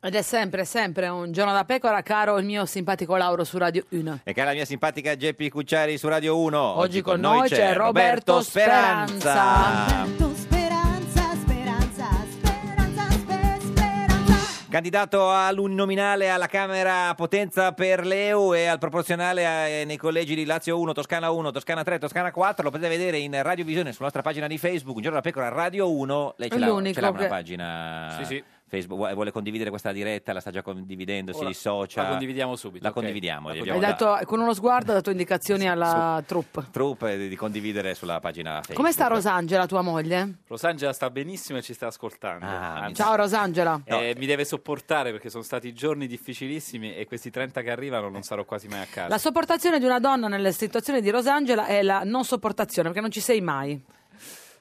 [SPEAKER 1] Ed è sempre, sempre un giorno da pecora, caro il mio simpatico Lauro su Radio 1.
[SPEAKER 2] E cara la mia simpatica Geppi Cucciari su Radio 1. Oggi,
[SPEAKER 1] con noi c'è Roberto Speranza.
[SPEAKER 19] Speranza, speranza, speranza, spe- speranza.
[SPEAKER 2] Candidato all'uninominale alla Camera a Potenza per l'EU e al proporzionale eh, nei collegi di Lazio 1, Toscana 1, Toscana 3, Toscana 4. Lo potete vedere in radiovisione sulla nostra pagina di Facebook. Un giorno da pecora, Radio 1. Lei
[SPEAKER 1] È
[SPEAKER 2] ce l'ha,
[SPEAKER 1] l'unico
[SPEAKER 2] ce l'ha
[SPEAKER 1] che-
[SPEAKER 2] una pagina
[SPEAKER 9] Sì, sì.
[SPEAKER 2] Facebook. Vuole- Vuole condividere questa diretta, la sta già condividendo, si
[SPEAKER 9] Ora,
[SPEAKER 2] dissocia.
[SPEAKER 9] la condividiamo subito,
[SPEAKER 2] La
[SPEAKER 9] ok.
[SPEAKER 2] condividiamo. gli
[SPEAKER 1] Hai
[SPEAKER 2] abbiamo dato
[SPEAKER 1] dato, con uno sguardo hai dato indicazioni alla troupe.
[SPEAKER 2] troupe di di condividere sulla pagina Facebook.
[SPEAKER 1] Come sta Rosangela, tua moglie?
[SPEAKER 9] Rosangela sta benissimo e ci sta ascoltando.
[SPEAKER 2] Ah,
[SPEAKER 9] Anzi,
[SPEAKER 1] Ciao Rosangela.
[SPEAKER 9] eh, Mi deve sopportare perché sono stati giorni difficilissimi e questi 30 che arrivano non sarò quasi mai a casa.
[SPEAKER 1] La sopportazione di una donna nelle situazioni di Rosangela è la non sopportazione, perché non ci sei mai.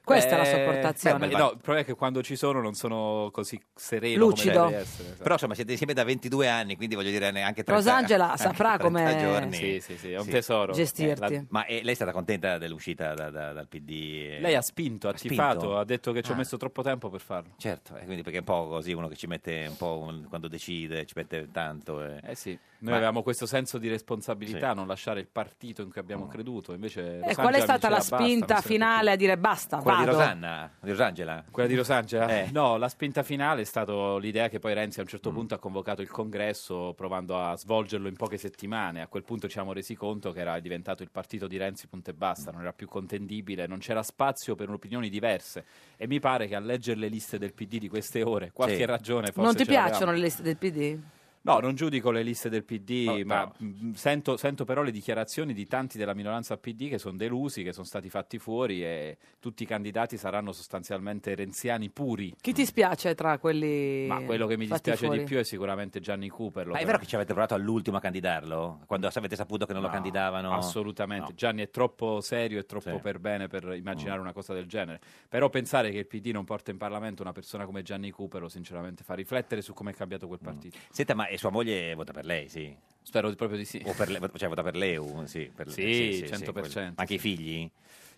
[SPEAKER 1] Questa è la
[SPEAKER 9] Eh,
[SPEAKER 1] sopportazione.
[SPEAKER 9] eh, no, il problema è che quando ci sono non sono così sereno
[SPEAKER 1] Lucido.
[SPEAKER 9] come deve essere. esatto.
[SPEAKER 2] Però insomma siete insieme da 22 anni, quindi voglio dire neanche 30
[SPEAKER 1] Rosangela
[SPEAKER 2] anche
[SPEAKER 1] saprà
[SPEAKER 2] 30
[SPEAKER 1] come
[SPEAKER 2] giorni.
[SPEAKER 9] Sì, sì, sì, è un tesoro.
[SPEAKER 1] gestirti. Eh, la-
[SPEAKER 2] ma eh, lei è stata contenta dell'uscita da- da- dal PD? eh?
[SPEAKER 9] Lei ha spinto, ha
[SPEAKER 2] spinto?
[SPEAKER 9] tifato, ha detto che ci ho
[SPEAKER 2] Ah.
[SPEAKER 9] messo troppo tempo per farlo.
[SPEAKER 2] Certo, eh, quindi perché è un po' così uno che ci mette un po' un- quando decide, ci mette tanto. Eh,
[SPEAKER 9] sì, Noi avevamo questo senso di responsabilità, non lasciare il partito in cui
[SPEAKER 2] Mm.
[SPEAKER 9] abbiamo creduto. Invece
[SPEAKER 1] E Eh, qual è stata la spinta finale a dire basta,
[SPEAKER 9] Quella di
[SPEAKER 1] vado?
[SPEAKER 9] Rosanna.
[SPEAKER 2] di Rosangela?
[SPEAKER 9] Quella di Rosangela? No, la spinta finale è stata l'idea che poi Renzi a un certo punto ha convocato il congresso provando a svolgerlo in poche settimane. A quel punto ci siamo resi conto che era diventato il partito di Renzi, punto e basta, non era più contendibile, non c'era spazio per opinioni diverse. E mi pare che a leggere le liste del PD di queste ore, qualche
[SPEAKER 1] Sì.
[SPEAKER 9] ragione eh, forse
[SPEAKER 1] Non ti
[SPEAKER 9] ce l'avevamo.
[SPEAKER 1] piacciono le liste del PD?
[SPEAKER 9] No, non giudico le liste del PD, ma mh, sento, sento però le dichiarazioni di tanti della minoranza PD che sono delusi, che sono stati fatti fuori e tutti i candidati saranno sostanzialmente renziani puri.
[SPEAKER 1] Chi ti spiace tra quelli
[SPEAKER 9] Ma quello che mi
[SPEAKER 1] fatti
[SPEAKER 9] dispiace
[SPEAKER 1] fuori?
[SPEAKER 9] di più è sicuramente Gianni Cooper.
[SPEAKER 2] Ma è vero che ci avete provato all'ultimo a candidarlo? Quando avete saputo che non lo candidavano?
[SPEAKER 9] Assolutamente, Gianni è troppo serio e troppo per bene per
[SPEAKER 2] Mm.
[SPEAKER 9] immaginare una cosa del genere. Però pensare che il PD non porta in Parlamento una persona come Gianni Cooper, sinceramente, fa riflettere su come è cambiato
[SPEAKER 2] Mm.
[SPEAKER 9] quel partito.
[SPEAKER 2] Senta, ma e sua moglie vota per lei, sì?
[SPEAKER 9] Spero proprio di sì.
[SPEAKER 2] O per lei, cioè vota per l'EU, sì. Per
[SPEAKER 9] Sì,
[SPEAKER 2] quello.
[SPEAKER 9] 100%,
[SPEAKER 2] Anche i figli?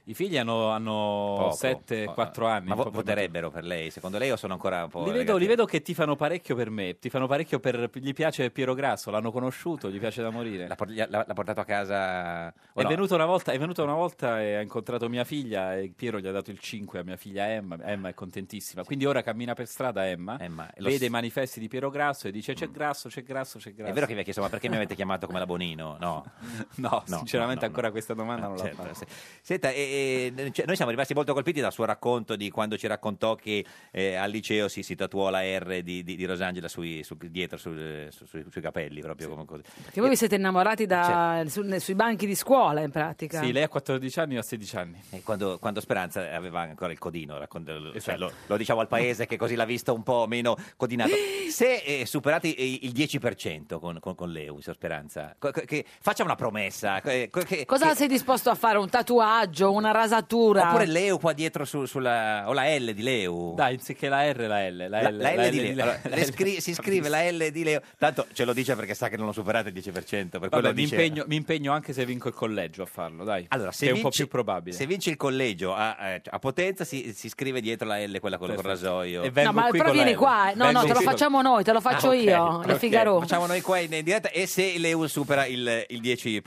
[SPEAKER 9] I figli hanno, hanno
[SPEAKER 2] Poco.
[SPEAKER 9] 7,
[SPEAKER 2] Po-
[SPEAKER 9] 4 anni.
[SPEAKER 2] Ma vo-
[SPEAKER 9] un po'
[SPEAKER 2] voterebbero per lei, secondo lei, o sono ancora un po'...
[SPEAKER 9] Li vedo,
[SPEAKER 2] legati-
[SPEAKER 9] li vedo che tifano parecchio per me, tifano parecchio per... gli piace Piero Grasso, l'hanno conosciuto, gli piace da morire.
[SPEAKER 2] L'ha, por- gli ha- l'ha- l'ha portato a casa... o
[SPEAKER 9] È,
[SPEAKER 2] no?
[SPEAKER 9] venuto una volta, è venuto una volta e ha incontrato mia figlia e Piero gli ha dato il 5 a mia figlia Emma, Emma è contentissima, quindi ora cammina per strada Emma,
[SPEAKER 2] lo
[SPEAKER 9] vede
[SPEAKER 2] s- Mm.
[SPEAKER 9] i manifesti di Piero Grasso e dice c'è Grasso, c'è Grasso, c'è Grasso.
[SPEAKER 2] È vero che vi ha chiesto, ma perché mi avete chiamato come la Bonino? No,
[SPEAKER 9] No, sinceramente ancora questa domanda non l'ha
[SPEAKER 2] certo,
[SPEAKER 9] fatta.
[SPEAKER 2] sì. Senta, e- e, cioè, noi siamo rimasti molto colpiti dal suo racconto di quando ci raccontò che eh, al liceo si, si tatuò la R di, di- di Rosangela sui, su- dietro sul- su- sui, sui capelli, proprio come così.
[SPEAKER 1] Che voi vi siete innamorati da- su- ne- sui banchi di scuola in pratica.
[SPEAKER 9] Cioè. Sì, lei ha 14 anni o ha 16 anni?
[SPEAKER 2] E Eh, quando, quando Speranza aveva ancora il codino, raccont-
[SPEAKER 9] Esatto.
[SPEAKER 2] cioè, lo, lo diciamo al paese che così l'ha visto un po' meno codinato. Se eh, superate i- il 10% con, con, con l'EU, signor Speranza, co- co- che- faccia una promessa. eh, co- che-
[SPEAKER 1] Cosa
[SPEAKER 2] che-
[SPEAKER 1] sei disposto a fare? Un tatuaggio, una rasatura?
[SPEAKER 2] Oppure l'EU qua dietro su- sulla... o la L di Leu.
[SPEAKER 9] Dai, anziché la R, la L. La
[SPEAKER 2] La,
[SPEAKER 9] L,
[SPEAKER 2] la L di Leo.
[SPEAKER 9] Leo.
[SPEAKER 2] Allora, le scri- si scrive la L di Leo. Tanto ce lo dice perché sa che non lo superate il 10%. Per quello
[SPEAKER 9] Vabbè, mi,
[SPEAKER 2] dice-
[SPEAKER 9] impegno, mi impegno anche se vinco il collegio a farlo, dai.
[SPEAKER 2] Allora, se
[SPEAKER 9] che è un po'
[SPEAKER 2] vinci-
[SPEAKER 9] più probabile.
[SPEAKER 2] Se vince il collegio a, eh, a Potenza si, si scrive dietro la L, quella con il
[SPEAKER 9] Perfetto.
[SPEAKER 2] rasoio.
[SPEAKER 9] E vengo
[SPEAKER 1] no, ma però vieni qua. eh. No, no, te lo facciamo noi, te lo faccio
[SPEAKER 2] Ah, ok,
[SPEAKER 1] io,
[SPEAKER 2] ok.
[SPEAKER 1] le Figaro.
[SPEAKER 2] Facciamo noi qua in in diretta e se l'EU supera il, il 10%.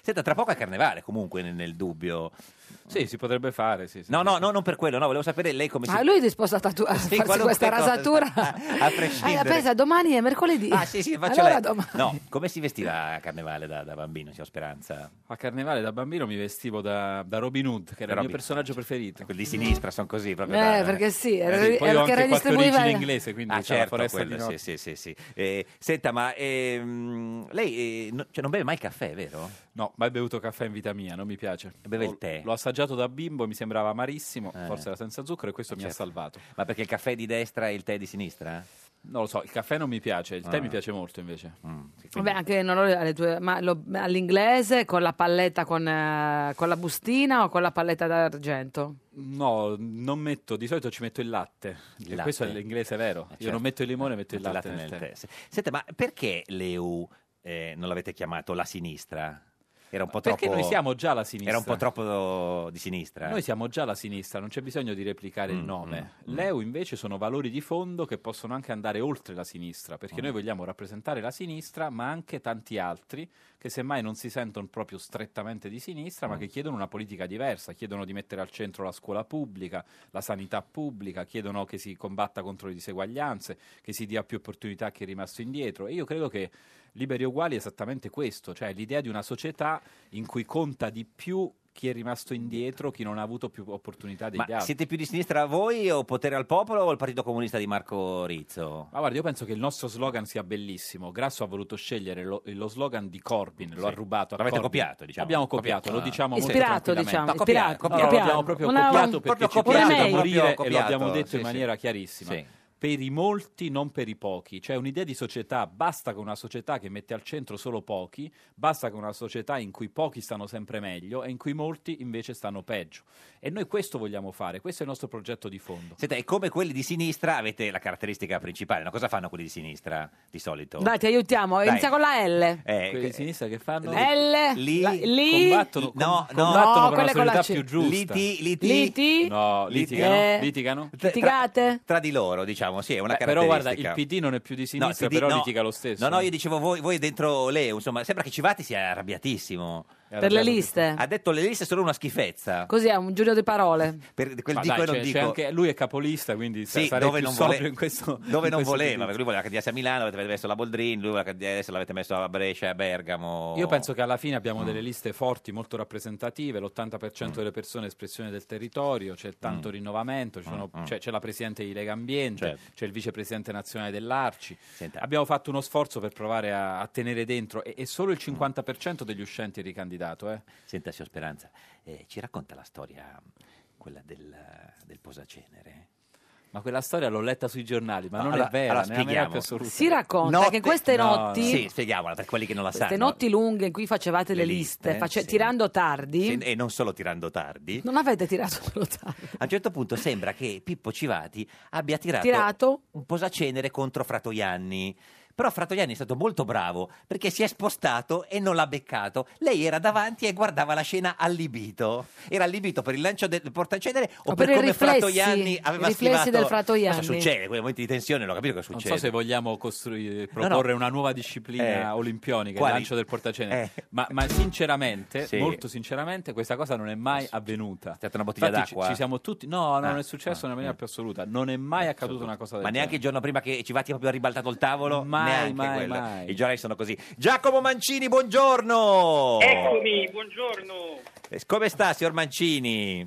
[SPEAKER 2] Senta, tra poco è carnevale comunque nel, nel dubbio.
[SPEAKER 9] Sì, si potrebbe fare, sì.
[SPEAKER 2] No, no, no, non per quello, no, volevo sapere lei come
[SPEAKER 1] Ah,
[SPEAKER 2] si...
[SPEAKER 1] lui è disposto a, tatu- a farsi
[SPEAKER 2] qualunque
[SPEAKER 1] questa
[SPEAKER 2] cosa.
[SPEAKER 1] rasatura?
[SPEAKER 2] A prescindere.
[SPEAKER 1] Ah, pensa, domani è mercoledì.
[SPEAKER 2] Ah, sì, sì, faccio
[SPEAKER 1] allora,
[SPEAKER 2] lei.
[SPEAKER 1] domani.
[SPEAKER 2] No, come si vestiva a carnevale da, da bambino, signor Speranza?
[SPEAKER 9] A carnevale da bambino mi vestivo da, da Robin Hood, che era il
[SPEAKER 2] Robin
[SPEAKER 9] mio personaggio preferito.
[SPEAKER 2] Quelli di sinistra sono così proprio.
[SPEAKER 1] Eh, perché sì, era-
[SPEAKER 9] sì, poi
[SPEAKER 1] era
[SPEAKER 9] ho
[SPEAKER 1] che
[SPEAKER 9] anche quattro
[SPEAKER 1] redistribuiva-
[SPEAKER 9] origini inglese, quindi
[SPEAKER 2] ah,
[SPEAKER 9] c'è la
[SPEAKER 2] certo,
[SPEAKER 9] foresta
[SPEAKER 2] quello,
[SPEAKER 9] di notte.
[SPEAKER 2] sì, sì, sì, sì. Eh, senta, ma ehm, lei eh, no- cioè, non beve mai caffè, vero?
[SPEAKER 9] No, mai bevuto caffè in vita mia, non mi piace.
[SPEAKER 2] Beve
[SPEAKER 9] Ho-
[SPEAKER 2] il tè. Eh.
[SPEAKER 9] L'ho assaggiato da bimbo, mi sembrava amarissimo, forse era senza zucchero e questo mi
[SPEAKER 2] certo.
[SPEAKER 9] ha salvato.
[SPEAKER 2] Ma perché il caffè di destra e il tè di sinistra?
[SPEAKER 9] Non lo so, il caffè non mi piace, il tè
[SPEAKER 2] Ah. Mm.
[SPEAKER 9] mi piace molto invece.
[SPEAKER 1] Vabbè, anche in onore alle tue- ma lo- all'inglese con la palletta con, eh, con la bustina o con la palletta d'argento?
[SPEAKER 9] No, non metto, di solito ci metto il latte. E
[SPEAKER 2] latte.
[SPEAKER 9] Questo è l'inglese vero. Io
[SPEAKER 2] certo.
[SPEAKER 9] non metto il limone, metto il
[SPEAKER 2] Metto
[SPEAKER 9] latte, nel, tè.
[SPEAKER 2] Senta, ma perché l'EU eh, non l'avete chiamato la sinistra? Era un po' troppo...
[SPEAKER 9] Perché noi siamo già la sinistra.
[SPEAKER 2] Era un po' troppo di sinistra. eh. Mm,
[SPEAKER 9] Noi siamo già la sinistra, non c'è bisogno di replicare il nome. L'EU invece sono valori di fondo che possono anche andare oltre la sinistra,
[SPEAKER 2] Mm.
[SPEAKER 9] perché noi vogliamo rappresentare la sinistra, ma anche tanti altri che semmai non si sentono proprio strettamente di sinistra, ma
[SPEAKER 2] Mm.
[SPEAKER 9] che chiedono una politica diversa, chiedono di mettere al centro la scuola pubblica, la sanità pubblica, chiedono che si combatta contro le diseguaglianze, che si dia più opportunità a chi è rimasto indietro. E io credo che Liberi e Uguali è esattamente questo, cioè l'idea di una società in cui conta di più chi è rimasto indietro, chi non ha avuto più opportunità degli
[SPEAKER 2] Ma
[SPEAKER 9] altri.
[SPEAKER 2] siete più di sinistra voi o potere al popolo o il partito comunista di Marco Rizzo?
[SPEAKER 9] Ma guarda, io penso che il nostro slogan sia bellissimo. Grasso ha voluto scegliere lo, lo slogan di Corbyn, lo
[SPEAKER 2] Sì.
[SPEAKER 9] ha rubato. a
[SPEAKER 2] L'avete
[SPEAKER 9] Corbyn.
[SPEAKER 2] copiato, diciamo.
[SPEAKER 9] Abbiamo copiato,
[SPEAKER 2] Copiato,
[SPEAKER 9] lo
[SPEAKER 2] ah.
[SPEAKER 9] diciamo
[SPEAKER 1] Ispirato,
[SPEAKER 9] molto tranquillamente.
[SPEAKER 1] diciamo,
[SPEAKER 9] No,
[SPEAKER 1] ispirato,
[SPEAKER 9] copiato, no,
[SPEAKER 1] copiato.
[SPEAKER 9] L'abbiamo proprio
[SPEAKER 1] Una-
[SPEAKER 9] copiato perché
[SPEAKER 1] proprio
[SPEAKER 9] ci piace
[SPEAKER 1] copiato,
[SPEAKER 9] da morire
[SPEAKER 2] proprio
[SPEAKER 9] e lo abbiamo
[SPEAKER 2] copiato,
[SPEAKER 9] detto in
[SPEAKER 2] sì, sì.
[SPEAKER 9] maniera chiarissima.
[SPEAKER 2] Sì.
[SPEAKER 9] Per i molti, non per i pochi. Cioè un'idea di società, basta con una società che mette al centro solo pochi, basta con una società in cui pochi stanno sempre meglio e in cui molti invece stanno peggio. E noi questo vogliamo fare, questo è il nostro progetto di fondo.
[SPEAKER 2] Senta, e come quelli di sinistra avete la caratteristica principale, no? Cosa fanno quelli di sinistra di solito?
[SPEAKER 1] Dai, ti aiutiamo.
[SPEAKER 2] Dai.
[SPEAKER 1] Inizia con la L.
[SPEAKER 2] Eh,
[SPEAKER 9] Quelli di
[SPEAKER 2] che-
[SPEAKER 9] sinistra che fanno...
[SPEAKER 1] L.
[SPEAKER 2] Lì-
[SPEAKER 1] la- lì-
[SPEAKER 9] combattono,
[SPEAKER 2] No,
[SPEAKER 9] com-
[SPEAKER 2] no.
[SPEAKER 9] combattono
[SPEAKER 1] No,
[SPEAKER 9] per una
[SPEAKER 1] quelle con la
[SPEAKER 9] società
[SPEAKER 1] C.
[SPEAKER 9] più giusta.
[SPEAKER 2] Liti- liti-
[SPEAKER 1] Liti?
[SPEAKER 9] No,
[SPEAKER 2] Liti-
[SPEAKER 9] litigano.
[SPEAKER 1] Eh.
[SPEAKER 9] litigano?
[SPEAKER 1] Litigate?
[SPEAKER 2] Tra di loro, diciamo, sì, è una
[SPEAKER 9] Beh, però
[SPEAKER 2] caratteristica.
[SPEAKER 9] guarda, il PD non è più
[SPEAKER 2] No,
[SPEAKER 9] di
[SPEAKER 2] il
[SPEAKER 9] sinistra,
[SPEAKER 2] PD
[SPEAKER 9] però
[SPEAKER 2] no.
[SPEAKER 9] litiga lo stesso. eh.
[SPEAKER 2] No, no, io dicevo voi, voi dentro l'EU, insomma, sembra che Civati sia arrabbiatissimo.
[SPEAKER 1] Per le liste.
[SPEAKER 2] Ha detto le liste sono una schifezza.
[SPEAKER 1] Così è un giurio di parole.
[SPEAKER 2] Per quel
[SPEAKER 9] Ma
[SPEAKER 2] dico e
[SPEAKER 9] dai, cioè,
[SPEAKER 2] non
[SPEAKER 9] c'è- c'è
[SPEAKER 2] dico.
[SPEAKER 9] anche- lui è capolista, quindi sa-
[SPEAKER 2] Sì,
[SPEAKER 9] sarei
[SPEAKER 2] dove
[SPEAKER 9] più
[SPEAKER 2] non, vole-
[SPEAKER 9] sobrio in questo
[SPEAKER 2] dove
[SPEAKER 9] in
[SPEAKER 2] non
[SPEAKER 9] questo
[SPEAKER 2] voleva,
[SPEAKER 9] giudizio.
[SPEAKER 2] perché lui voleva candidarsi a Milano, avete messo la Boldrin, lui voleva candidarsi, l'avete messo a Brescia, a Bergamo.
[SPEAKER 9] Io penso che alla fine abbiamo delle liste forti, molto rappresentative, l'80% delle persone è espressione del territorio, c'è tanto rinnovamento, ci sono-
[SPEAKER 2] Mm, mm.
[SPEAKER 9] c'è, c'è la Presidente di Lega Ambiente,
[SPEAKER 2] Certo.
[SPEAKER 9] c'è il Vicepresidente nazionale dell'Arci. Abbiamo fatto uno sforzo per provare a, a tenere dentro e, e solo il 50% degli uscenti è ricandidato. Eh.
[SPEAKER 2] Mm. Senta, signor Speranza, eh, ci racconta la storia, quella del, del posacenere?
[SPEAKER 9] Ma quella storia l'ho letta sui giornali, ma
[SPEAKER 2] No,
[SPEAKER 9] non
[SPEAKER 2] Ah, allora-
[SPEAKER 9] è vera,
[SPEAKER 2] allora
[SPEAKER 9] nella maniera
[SPEAKER 2] spieghiamo.
[SPEAKER 9] più assoluta.
[SPEAKER 1] Si racconta che queste notti,
[SPEAKER 2] Sì, spieghiamola per quelli che non la
[SPEAKER 1] queste
[SPEAKER 2] sanno.
[SPEAKER 1] notti lunghe in cui facevate le,
[SPEAKER 2] Le
[SPEAKER 1] liste,
[SPEAKER 2] liste,
[SPEAKER 1] face-
[SPEAKER 2] sì.
[SPEAKER 1] tirando tardi,
[SPEAKER 2] Sì, E non solo tirando tardi.
[SPEAKER 1] non avete tirato solo tardi.
[SPEAKER 2] A un certo punto sembra che Pippo Civati abbia tirato,
[SPEAKER 1] Tirato?
[SPEAKER 2] un posacenere contro Fratoianni. Però Fratoianni è stato molto bravo perché si è spostato e non l'ha beccato. Lei era davanti e guardava la scena allibito. Era allibito per il lancio del portacenere o,
[SPEAKER 1] O Oh, per i
[SPEAKER 2] come
[SPEAKER 1] riflessi,
[SPEAKER 2] Fratoianni aveva
[SPEAKER 1] i riflessi
[SPEAKER 2] schivato-
[SPEAKER 1] del Fratoianni.
[SPEAKER 2] Cosa succede? Quei momenti di tensione, lo capito che succede.
[SPEAKER 9] Non so se vogliamo costruire, proporre una nuova disciplina
[SPEAKER 2] Eh.
[SPEAKER 9] olimpionica,
[SPEAKER 2] Quali?
[SPEAKER 9] il lancio del portacenere,
[SPEAKER 2] Eh.
[SPEAKER 9] ma, ma sinceramente,
[SPEAKER 2] Sì.
[SPEAKER 9] molto sinceramente, questa cosa non è mai avvenuta. È stata
[SPEAKER 2] una bottiglia
[SPEAKER 9] Infatti, ci-
[SPEAKER 2] d'acqua?
[SPEAKER 9] Ci, siamo tutti, no, no,
[SPEAKER 2] Ah, Eh,
[SPEAKER 9] non è successo nella maniera più assoluta. Non è mai accaduta una cosa del
[SPEAKER 2] Ma neanche il giorno prima che Civati proprio ha ribaltato il tavolo?
[SPEAKER 9] Cioè. Mai,
[SPEAKER 2] neanche
[SPEAKER 9] mai,
[SPEAKER 2] quello.
[SPEAKER 9] mai.
[SPEAKER 2] I giornali sono così. Giacomo Mancini, buongiorno!
[SPEAKER 23] Eccomi, buongiorno,
[SPEAKER 2] Eh, Come sta, signor Mancini?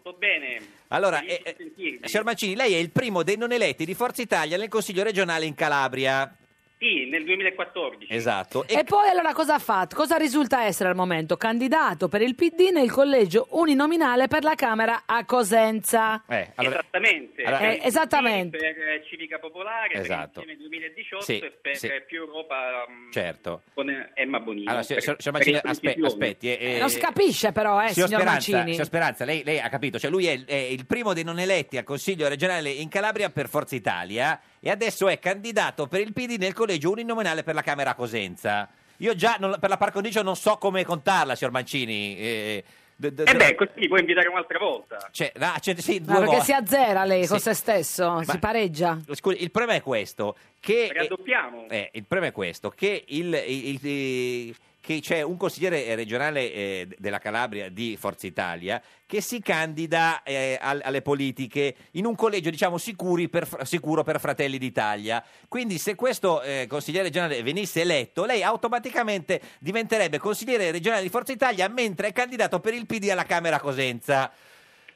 [SPEAKER 23] sto bene.
[SPEAKER 2] Allora,
[SPEAKER 23] Felice
[SPEAKER 2] eh,
[SPEAKER 23] di sentirvi.
[SPEAKER 2] Signor Mancini, lei è il primo dei non eletti di Forza Italia nel Consiglio regionale in Calabria.
[SPEAKER 23] Sì, Eh, nel 2014.
[SPEAKER 2] Esatto. E
[SPEAKER 1] E poi allora cosa ha fatto? Cosa risulta essere al momento? Candidato per il PD nel collegio uninominale per la Camera a Cosenza.
[SPEAKER 2] Eh,
[SPEAKER 23] Esattamente.
[SPEAKER 1] Allora- Eh,
[SPEAKER 23] Sì,
[SPEAKER 1] esattamente.
[SPEAKER 23] Per eh, Civica Popolare,
[SPEAKER 2] Esatto.
[SPEAKER 23] per Insieme 2018
[SPEAKER 2] Sì,
[SPEAKER 23] e per
[SPEAKER 2] sì.
[SPEAKER 23] eh, Più Europa mm,
[SPEAKER 2] certo.
[SPEAKER 23] con eh, Emma Bonino.
[SPEAKER 2] Allora, signor,
[SPEAKER 23] Per-
[SPEAKER 2] signor
[SPEAKER 23] per
[SPEAKER 2] Mancini,
[SPEAKER 23] il
[SPEAKER 2] aspe-
[SPEAKER 23] Consiglione.
[SPEAKER 2] aspetti. eh, eh,
[SPEAKER 1] non si capisce però, eh, signor,
[SPEAKER 2] Speranza,
[SPEAKER 1] Mancini.
[SPEAKER 2] signor Speranza, lei, lei ha capito, cioè lui è, è il primo dei non eletti al Consiglio regionale in Calabria per Forza Italia e adesso è candidato per il PD nel collegio uninominale per la Camera a Cosenza. Io già non- per la par condicio non so come contarla, signor Mancini. Eh, d- d-
[SPEAKER 23] Eh beh, così puoi invitare un'altra volta.
[SPEAKER 2] cioè, ah, cioè, sì,
[SPEAKER 1] No,
[SPEAKER 2] due
[SPEAKER 1] perché
[SPEAKER 2] volte.
[SPEAKER 1] si azzera lei con
[SPEAKER 2] Sì.
[SPEAKER 1] se stesso, si pareggia.
[SPEAKER 2] Scusi, il problema è questo: che
[SPEAKER 23] Raddoppiamo.
[SPEAKER 2] eh, il problema è questo: che, il- il- il- che c'è un consigliere regionale eh, d- della Calabria di Forza Italia che si candida eh, al- alle politiche in un collegio, diciamo, sicuri per fr- sicuro per Fratelli d'Italia. Quindi, se questo eh, consigliere regionale venisse eletto, lei automaticamente diventerebbe consigliere regionale di Forza Italia mentre è candidato per il PD alla Camera a Cosenza.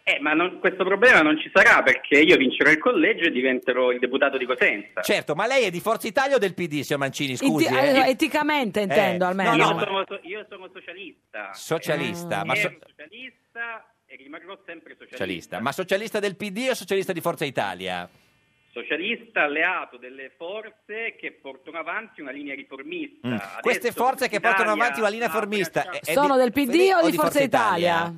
[SPEAKER 23] Eh, ma non- questo problema non ci sarà perché io vincerò il collegio e diventerò il deputato di Cosenza.
[SPEAKER 2] Certo, ma lei è di Forza Italia o del PD, signor Mancini? Scusi,
[SPEAKER 1] Inti-
[SPEAKER 2] eh.
[SPEAKER 1] allora, eticamente intendo
[SPEAKER 2] no,
[SPEAKER 1] almeno.
[SPEAKER 2] Eh, no,
[SPEAKER 23] Io
[SPEAKER 2] ma-
[SPEAKER 23] sono, so- io sono socialista.
[SPEAKER 2] Socialista,
[SPEAKER 23] Eh,
[SPEAKER 2] ma so-
[SPEAKER 23] ero socialista, e rimarrò sempre socialista.
[SPEAKER 2] Socialista. Ma socialista del PD o socialista di Forza Italia?
[SPEAKER 23] Socialista alleato delle forze che portano avanti una linea riformista.
[SPEAKER 2] Mm.
[SPEAKER 23] Ah, Adesso
[SPEAKER 2] Queste forze che portano
[SPEAKER 23] l'Italia
[SPEAKER 2] avanti una linea
[SPEAKER 23] ha
[SPEAKER 2] formista
[SPEAKER 23] abbracciato-
[SPEAKER 2] eh, eh,
[SPEAKER 1] Sono
[SPEAKER 2] di-
[SPEAKER 1] del PD o di Forza Italia?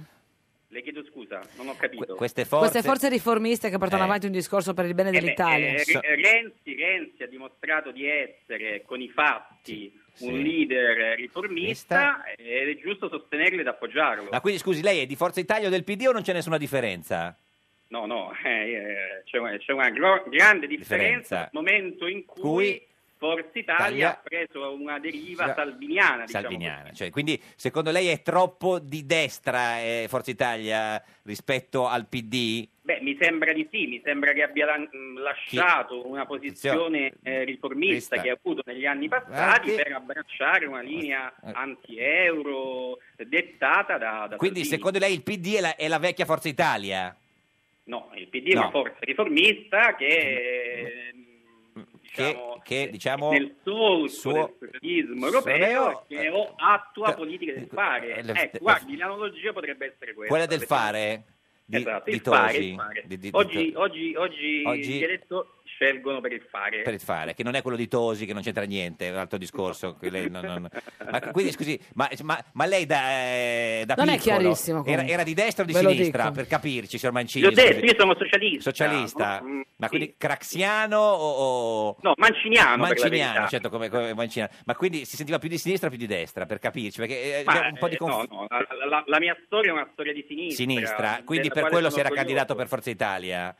[SPEAKER 23] Le chiedo scusa, non ho capito.
[SPEAKER 2] Queste forze,
[SPEAKER 1] Queste forze riformiste che
[SPEAKER 2] Eh.
[SPEAKER 1] portano avanti un discorso per il bene
[SPEAKER 23] Eh beh,
[SPEAKER 1] dell'Italia.
[SPEAKER 23] eh, Re- Renzi, Renzi ha dimostrato di essere con i fatti un
[SPEAKER 2] sì.
[SPEAKER 23] leader riformista ed è giusto sostenerlo ed appoggiarlo.
[SPEAKER 2] Ma quindi scusi, lei è di Forza Italia o del PD o non c'è nessuna differenza?
[SPEAKER 23] No, no, eh, eh, c'è una, c'è una gro- grande differenza
[SPEAKER 2] Differenza.
[SPEAKER 23] nel momento in cui,
[SPEAKER 2] Cui-
[SPEAKER 23] Forza Italia
[SPEAKER 2] Italia-
[SPEAKER 23] ha preso una deriva salviniana. Diciamo.
[SPEAKER 2] Salviniana. Cioè, quindi secondo lei è troppo di destra eh, Forza Italia rispetto al PD?
[SPEAKER 23] Beh, mi sembra di sì, mi sembra che abbia lan- mh, lasciato una posizione eh, riformista
[SPEAKER 2] Vista.
[SPEAKER 23] che ha avuto negli anni passati
[SPEAKER 2] Guardi.
[SPEAKER 23] per abbracciare una linea
[SPEAKER 2] Eh.
[SPEAKER 23] anti-euro dettata da... da
[SPEAKER 2] Quindi
[SPEAKER 23] Salvini.
[SPEAKER 2] secondo lei il PD è la, è la vecchia Forza Italia?
[SPEAKER 23] No, il PD è una
[SPEAKER 2] No.
[SPEAKER 23] forza riformista che
[SPEAKER 2] Che, che, diciamo...
[SPEAKER 23] nel solco
[SPEAKER 2] suo-
[SPEAKER 23] del socialismo
[SPEAKER 2] suo-
[SPEAKER 23] europeo che o- attua
[SPEAKER 2] eh,
[SPEAKER 23] politiche del fare.
[SPEAKER 2] eh, le-
[SPEAKER 23] Ecco, guardi, l'analogia potrebbe essere questa.
[SPEAKER 2] Quella del
[SPEAKER 23] perché-
[SPEAKER 2] fare? Di,
[SPEAKER 23] Esatto,
[SPEAKER 2] di
[SPEAKER 23] il fare,
[SPEAKER 2] Tosi?
[SPEAKER 23] il fare.
[SPEAKER 2] Di- di- di-
[SPEAKER 23] Oggi, oggi- oggi
[SPEAKER 2] Oggi-
[SPEAKER 23] gli elettori scelgono per il fare.
[SPEAKER 2] per il fare, che non è quello di Tosi, che non c'entra niente, è un altro discorso. che lei non- non- Ma quindi scusi, ma, ma- ma lei da, eh, da
[SPEAKER 1] Non è
[SPEAKER 2] piccolo
[SPEAKER 1] chiarissimo, comunque.
[SPEAKER 2] Era, era di destra o di
[SPEAKER 1] Ve lo
[SPEAKER 2] sinistra?
[SPEAKER 1] dico.
[SPEAKER 2] Per capirci, signor Mancini.
[SPEAKER 23] Gli ho detto,
[SPEAKER 2] scusi.
[SPEAKER 23] io sono socialista.
[SPEAKER 2] Socialista,
[SPEAKER 23] Mm,
[SPEAKER 2] ma
[SPEAKER 23] sì.
[SPEAKER 2] quindi craxiano o, o-
[SPEAKER 23] No, manciniano, per la
[SPEAKER 2] Manciniano,
[SPEAKER 23] verità.
[SPEAKER 2] certo, come, come manciniano. Ma quindi si sentiva più di sinistra o più di destra, per capirci? Perché eh,
[SPEAKER 23] Ma,
[SPEAKER 2] abbiamo un po' di
[SPEAKER 23] eh, no,
[SPEAKER 2] conf-
[SPEAKER 23] no, la, la- la mia storia è una storia di sinistra.
[SPEAKER 2] sinistra, quindi
[SPEAKER 23] della
[SPEAKER 2] per
[SPEAKER 23] quale
[SPEAKER 2] quello si
[SPEAKER 23] sono orgoglioso.
[SPEAKER 2] era candidato per Forza Italia.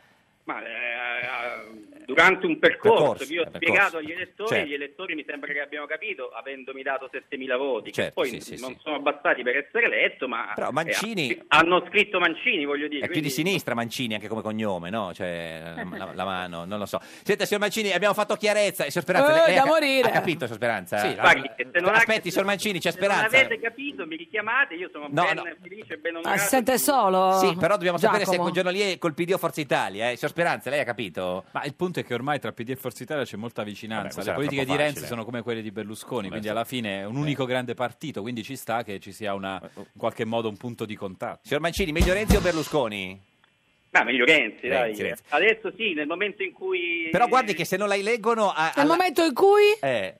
[SPEAKER 23] Ma, eh, eh, durante un percorso,
[SPEAKER 2] Percorso,
[SPEAKER 23] che io ho
[SPEAKER 2] eh, percorso.
[SPEAKER 23] spiegato agli elettori,
[SPEAKER 2] Certo.
[SPEAKER 23] gli elettori mi sembra che abbiamo capito, avendomi dato 7.000 voti, che
[SPEAKER 2] Certo,
[SPEAKER 23] poi
[SPEAKER 2] sì, sì,
[SPEAKER 23] non
[SPEAKER 2] sì.
[SPEAKER 23] sono bastati per essere eletto, ma
[SPEAKER 2] Però Mancini-
[SPEAKER 23] eh, hanno scritto Mancini, voglio dire.
[SPEAKER 2] È più
[SPEAKER 23] quindi-
[SPEAKER 2] di sinistra Mancini anche come cognome, no? Cioè, la, la- la mano, non lo so. Senta, signor Mancini, abbiamo fatto chiarezza. Signor Speranza,
[SPEAKER 1] Eh,
[SPEAKER 2] lei- lei
[SPEAKER 1] da
[SPEAKER 2] ha,
[SPEAKER 1] morire.
[SPEAKER 2] ha capito, signor Speranza?
[SPEAKER 23] Sì, guardi, se non ha-
[SPEAKER 2] Aspetti, signor Mancini, c'è
[SPEAKER 23] Se non
[SPEAKER 2] speranza.
[SPEAKER 23] avete capito, mi richiamate, io sono
[SPEAKER 2] No,
[SPEAKER 23] ben
[SPEAKER 2] no.
[SPEAKER 23] felice e ben
[SPEAKER 1] Ma
[SPEAKER 23] onorato.
[SPEAKER 1] si sente solo?
[SPEAKER 2] Sì, però dobbiamo sapere se
[SPEAKER 1] Oh, Giacomo?
[SPEAKER 2] quel giorno lì è col PD o Forza Italia. Eh. Signor Speranza, lei ha capito?
[SPEAKER 9] Ma il punto è che ormai tra PD e Forza Italia c'è molta vicinanza.
[SPEAKER 2] Vabbè, questa
[SPEAKER 9] Le
[SPEAKER 2] era
[SPEAKER 9] politiche di
[SPEAKER 2] troppo
[SPEAKER 9] Renzi
[SPEAKER 2] facile. Eh.
[SPEAKER 9] sono come quelle di Berlusconi, quindi alla fine è un unico grande partito, quindi ci sta che ci sia una, in qualche modo un punto di contatto.
[SPEAKER 2] oh. Signor Mancini, meglio Renzi o Berlusconi?
[SPEAKER 23] Ma meglio Renzi, dai.
[SPEAKER 2] Renzi, Renzi.
[SPEAKER 23] Adesso sì, nel momento in cui...
[SPEAKER 2] Però guardi che se non la eleggono... a-
[SPEAKER 1] Nel
[SPEAKER 2] alla-
[SPEAKER 1] momento in cui...
[SPEAKER 2] Eh,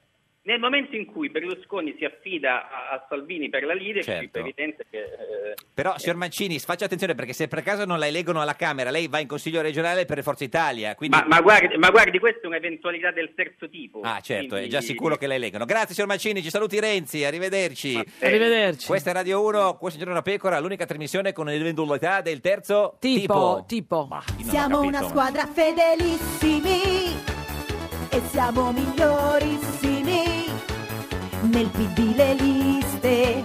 [SPEAKER 23] Nel momento in cui Berlusconi si affida a, a Salvini per la leadership,
[SPEAKER 2] Certo.
[SPEAKER 23] è evidente che... eh,
[SPEAKER 2] però, signor Mancini, faccia attenzione perché se per caso non la eleggono alla Camera, lei va in Consiglio regionale per Forza Italia. Quindi...
[SPEAKER 23] Ma, ma guardi, ma guardi, questa è un'eventualità del terzo tipo.
[SPEAKER 2] Ah, certo, è
[SPEAKER 23] Quindi-
[SPEAKER 2] già sicuro che la eleggono. Grazie, signor Mancini, ci saluti Renzi, arrivederci.
[SPEAKER 1] eh, Arrivederci.
[SPEAKER 2] Questa è Radio 1, questo è Giorno da Pecora, l'unica trasmissione con l'eventualità del terzo
[SPEAKER 1] Tipo,
[SPEAKER 2] tipo.
[SPEAKER 1] tipo.
[SPEAKER 2] Ma io non ho
[SPEAKER 18] Siamo
[SPEAKER 2] capito,
[SPEAKER 18] una
[SPEAKER 2] ma-
[SPEAKER 18] squadra fedelissimi e siamo migliorissimi. Nel PD le liste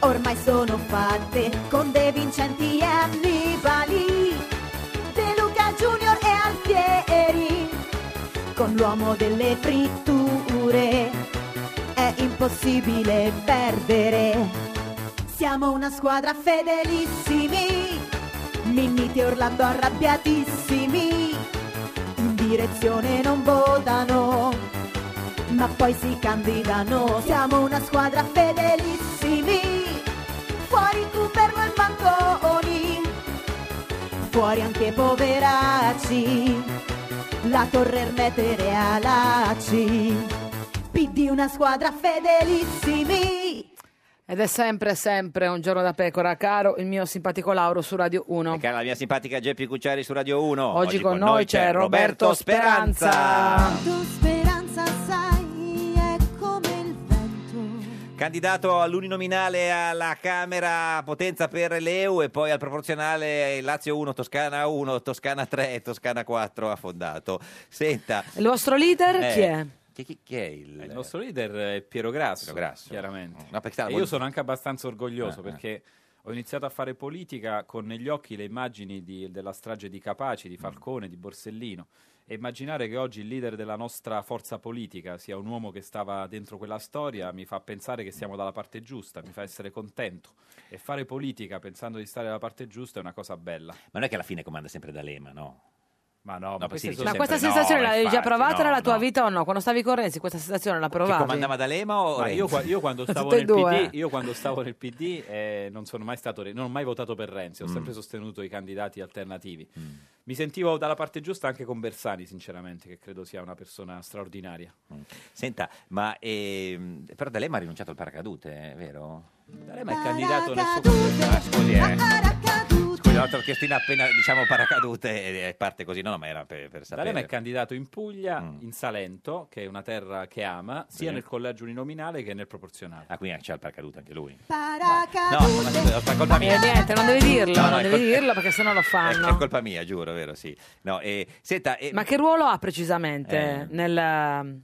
[SPEAKER 18] ormai sono fatte con De Vincenti e Annibali, De Luca Junior e Alfieri, con l'uomo delle fritture è impossibile perdere. Siamo una squadra fedelissimi, Minniti e Orlando arrabbiatissimi, in direzione non votano, ma poi si candidano. Siamo una squadra fedelissimi, fuori Cuperlo e Manconi, fuori anche Poveracci, la Torre Ermete Realaci, PD una squadra fedelissimi.
[SPEAKER 1] Ed è sempre, sempre un giorno da pecora, caro il mio simpatico Lauro su Radio 1.
[SPEAKER 2] E cara la mia simpatica Geppi Cucciari su Radio 1.
[SPEAKER 1] Oggi con noi c'è Roberto Speranza.
[SPEAKER 2] Ah.
[SPEAKER 19] Tu speranza sai è come il
[SPEAKER 2] Candidato all'uninominale alla Camera Potenza per l'EU e poi al proporzionale Lazio 1, Toscana 1, Toscana 3 e Toscana 4 affondato. Senta.
[SPEAKER 1] Il vostro leader
[SPEAKER 2] Eh,
[SPEAKER 1] chi è?
[SPEAKER 2] Chi, chi- chi è il...
[SPEAKER 9] Eh, Il nostro leader è Piero Grasso, chiaramente.
[SPEAKER 2] No, perché-
[SPEAKER 9] E io sono anche abbastanza orgoglioso
[SPEAKER 2] Ah, ah.
[SPEAKER 9] perché ho iniziato a fare politica con negli occhi le immagini di- della strage di Capaci,
[SPEAKER 2] Mm.
[SPEAKER 9] di Falcone, di Borsellino. E immaginare che oggi il leader della nostra forza politica sia un uomo che stava dentro quella storia mi fa pensare che siamo dalla parte giusta, mi fa essere contento. E fare politica pensando di stare dalla parte giusta è una cosa bella.
[SPEAKER 2] Ma non è che alla fine comanda sempre D'Alema, no? Ma no, ma, si dice
[SPEAKER 1] Ma
[SPEAKER 2] sempre
[SPEAKER 1] questa
[SPEAKER 2] no,
[SPEAKER 1] sensazione l'avevi già
[SPEAKER 2] infatti,
[SPEAKER 1] provata
[SPEAKER 2] no,
[SPEAKER 1] nella tua
[SPEAKER 2] no.
[SPEAKER 1] vita o no? Quando stavi con Renzi questa sensazione la
[SPEAKER 2] Chi
[SPEAKER 1] provavi?
[SPEAKER 2] comandava D'Alema o
[SPEAKER 9] Ma io, qua-
[SPEAKER 2] Renzi?
[SPEAKER 9] io quando stavo
[SPEAKER 1] Tutte e
[SPEAKER 9] nel
[SPEAKER 1] due.
[SPEAKER 9] PD, io quando stavo nel PD eh, non sono mai stato, re- non ho mai votato per Renzi, ho
[SPEAKER 2] Mm.
[SPEAKER 9] sempre sostenuto i candidati alternativi. Mi sentivo dalla parte giusta anche con Bersani, sinceramente, che credo sia una persona straordinaria.
[SPEAKER 2] Mm. Senta, ma ehm, però D'Alema ha rinunciato al paracadute, eh, vero?
[SPEAKER 9] D'Alema è il candidato nel suo
[SPEAKER 2] Ah, scusi, eh. Scusi, l'altra chiestina appena diciamo paracadute e parte così, no, no, ma era per, per sapere.
[SPEAKER 9] D'Alema è candidato in Puglia, in Salento, che è una terra che ama, sia
[SPEAKER 2] Mm. Sì.
[SPEAKER 9] nel collegio uninominale che nel proporzionale.
[SPEAKER 2] Ah, quindi c'è il paracadute anche lui.
[SPEAKER 18] Paracadute.
[SPEAKER 2] No, ma scusa, è colpa
[SPEAKER 1] Eh,
[SPEAKER 2] mia.
[SPEAKER 1] niente, non devi dirlo,
[SPEAKER 2] No, no,
[SPEAKER 1] non
[SPEAKER 2] è
[SPEAKER 1] devi
[SPEAKER 2] col-
[SPEAKER 1] dirlo perché sennò lo
[SPEAKER 2] È, è
[SPEAKER 1] fanno.
[SPEAKER 2] colpa mia, giuro, vero, sì. No, eh, senta, eh,
[SPEAKER 1] Ma che ruolo ha precisamente
[SPEAKER 9] Eh.
[SPEAKER 1] nel,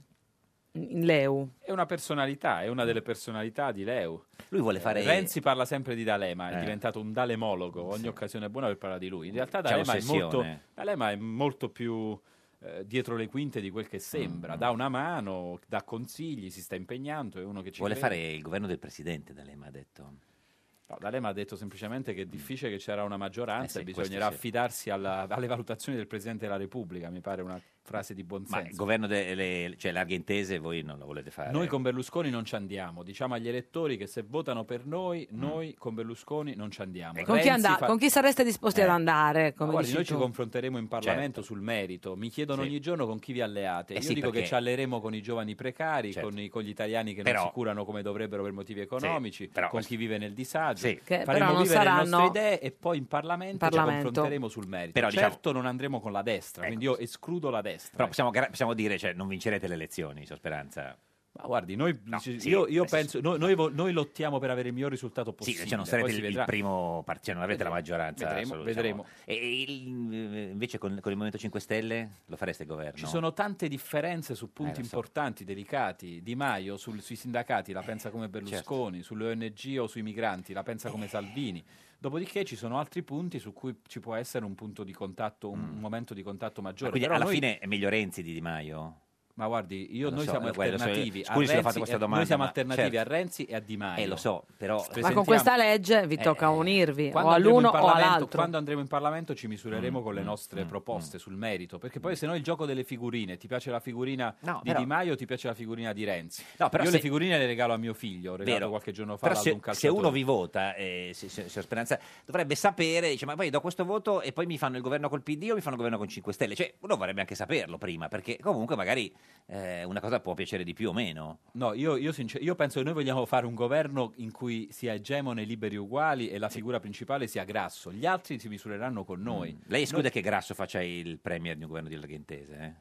[SPEAKER 1] in Leu?
[SPEAKER 9] È una personalità, è una delle personalità di Leu. Eh,
[SPEAKER 2] Lui vuole fare-
[SPEAKER 9] Renzi parla sempre di D'Alema, è
[SPEAKER 2] Eh.
[SPEAKER 9] diventato un dalemologo, ogni occasione è buona per parlare di lui. In realtà
[SPEAKER 2] C'è
[SPEAKER 9] D'Alema è
[SPEAKER 2] ossessione.
[SPEAKER 9] molto, D'Alema è molto più eh, dietro le quinte di quel che
[SPEAKER 2] Mm.
[SPEAKER 9] sembra. Dà una mano, dà consigli, si sta impegnando, è uno che ci
[SPEAKER 2] vuole
[SPEAKER 9] crede.
[SPEAKER 2] fare il governo del presidente, D'Alema ha detto.
[SPEAKER 9] No, D'Alema ha detto semplicemente che è difficile che c'era una maggioranza
[SPEAKER 2] Eh sì,
[SPEAKER 9] e bisognerà
[SPEAKER 2] questo sì.
[SPEAKER 9] affidarsi alla- alle valutazioni del Presidente della Repubblica, mi pare una frase di buon
[SPEAKER 2] Ma il
[SPEAKER 9] senso.
[SPEAKER 2] governo delle cioè larghe intese voi non lo volete fare.
[SPEAKER 9] Noi con Berlusconi non ci andiamo, diciamo agli elettori che se votano per noi,
[SPEAKER 2] Mm.
[SPEAKER 9] noi con Berlusconi non ci andiamo.
[SPEAKER 1] Con chi,
[SPEAKER 9] Renzi
[SPEAKER 1] anda-
[SPEAKER 9] fa-
[SPEAKER 1] con chi sareste disposti
[SPEAKER 9] Eh.
[SPEAKER 1] ad andare?
[SPEAKER 9] Ma
[SPEAKER 1] Come
[SPEAKER 9] guardi,
[SPEAKER 1] dici
[SPEAKER 9] noi ci
[SPEAKER 1] tu?
[SPEAKER 9] confronteremo in Parlamento sul merito, mi chiedono
[SPEAKER 2] Certo. Sì.
[SPEAKER 9] ogni giorno con chi vi alleate.
[SPEAKER 2] Eh
[SPEAKER 9] Io
[SPEAKER 2] sì,
[SPEAKER 9] dico
[SPEAKER 2] perché-
[SPEAKER 9] che ci alleremo con i giovani precari,
[SPEAKER 2] Certo.
[SPEAKER 9] con, i- con gli italiani che
[SPEAKER 2] Però-
[SPEAKER 9] non si curano come dovrebbero per motivi economici,
[SPEAKER 2] però-
[SPEAKER 9] con chi vive nel disagio.
[SPEAKER 2] Sì.
[SPEAKER 1] Che però
[SPEAKER 9] Faremo
[SPEAKER 1] non
[SPEAKER 9] vivere le
[SPEAKER 1] saranno-
[SPEAKER 9] nostre idee e poi in Parlamento,
[SPEAKER 1] Parlamento.
[SPEAKER 9] ci confronteremo sul merito.
[SPEAKER 2] Però, diciamo- Ecco,
[SPEAKER 9] certo non andremo con la destra, quindi io escludo la destra.
[SPEAKER 2] Però possiamo, gar- possiamo dire, cioè, non vincerete le elezioni, so speranza.
[SPEAKER 9] Ma guardi, noi,
[SPEAKER 2] No,
[SPEAKER 9] ci-
[SPEAKER 2] sì,
[SPEAKER 9] io, io
[SPEAKER 2] nel senso-
[SPEAKER 9] penso, noi, noi vo- noi lottiamo per avere il miglior risultato
[SPEAKER 2] Sì,
[SPEAKER 9] possibile.
[SPEAKER 2] cioè non
[SPEAKER 9] poi
[SPEAKER 2] sarete
[SPEAKER 9] si
[SPEAKER 2] il, il
[SPEAKER 9] vedrà.
[SPEAKER 2] primo partito, non avrete la maggioranza.
[SPEAKER 9] Vedremo,
[SPEAKER 2] assoluta,
[SPEAKER 9] vedremo.
[SPEAKER 2] diciamo. E, e il- eh, invece con, con il Movimento 5 Stelle lo fareste il governo?
[SPEAKER 9] Ci sono tante differenze su punti
[SPEAKER 2] Eh, lo so.
[SPEAKER 9] importanti, delicati. Di Maio sul- sui sindacati la pensa
[SPEAKER 2] Eh,
[SPEAKER 9] come Berlusconi,
[SPEAKER 2] certo.
[SPEAKER 9] sulle ONG o sui migranti la pensa come Salvini. Dopodiché ci sono altri punti su cui ci può essere un punto di contatto, un momento di contatto
[SPEAKER 2] Mm. Ma
[SPEAKER 9] maggiore.
[SPEAKER 2] Ah, quindi
[SPEAKER 9] Però
[SPEAKER 2] alla
[SPEAKER 9] noi-
[SPEAKER 2] fine è meglio Renzi di Di Maio?
[SPEAKER 9] Ma guardi, io-
[SPEAKER 2] Lo
[SPEAKER 9] noi
[SPEAKER 2] so,
[SPEAKER 9] siamo
[SPEAKER 2] lo- guarda, lo so,
[SPEAKER 9] alternativi.
[SPEAKER 2] scusi
[SPEAKER 9] a
[SPEAKER 2] se ho fatto
[SPEAKER 9] Renzi
[SPEAKER 2] questa
[SPEAKER 9] e-
[SPEAKER 2] domanda,
[SPEAKER 9] Noi siamo
[SPEAKER 2] ma-
[SPEAKER 9] alternativi
[SPEAKER 2] certo.
[SPEAKER 9] a Renzi e a Di Maio.
[SPEAKER 2] Eh, lo so, però- Ma con
[SPEAKER 1] Ma
[SPEAKER 9] Presentiamo-
[SPEAKER 1] con questa legge vi
[SPEAKER 9] Eh,
[SPEAKER 1] tocca unirvi o
[SPEAKER 9] quando andremo in
[SPEAKER 1] all'uno o
[SPEAKER 9] Parlamento-
[SPEAKER 1] all'altro.
[SPEAKER 9] Quando andremo in Parlamento ci misureremo
[SPEAKER 2] Mm,
[SPEAKER 9] con le nostre proposte sul merito, perché poi se no il gioco delle figurine, ti piace la figurina
[SPEAKER 2] No,
[SPEAKER 9] di
[SPEAKER 2] però-
[SPEAKER 9] Di Maio o ti piace la figurina di Renzi?
[SPEAKER 2] No, però
[SPEAKER 9] Io
[SPEAKER 2] se-
[SPEAKER 9] le figurine le regalo a mio figlio, ho regalato
[SPEAKER 2] Vero.
[SPEAKER 9] qualche giorno fa
[SPEAKER 2] Però
[SPEAKER 9] ad
[SPEAKER 2] se,
[SPEAKER 9] un calciatore.
[SPEAKER 2] se uno vi vota, eh, se- se- signor Speranza, dovrebbe sapere, dice, ma poi do questo voto e poi mi fanno il governo col PD o mi fanno il governo con 5 Stelle? Cioè, uno vorrebbe anche saperlo prima, perché comunque magari eh, una cosa può piacere di più o meno.
[SPEAKER 9] No, io, io sincer- io penso che noi vogliamo fare un governo in cui sia egemone, liberi uguali e la figura principale sia Grasso. Gli altri si misureranno con noi.
[SPEAKER 2] Mm. Lei esclude
[SPEAKER 9] Noi-
[SPEAKER 2] che Grasso faccia il premier di un governo di larghe intese? eh?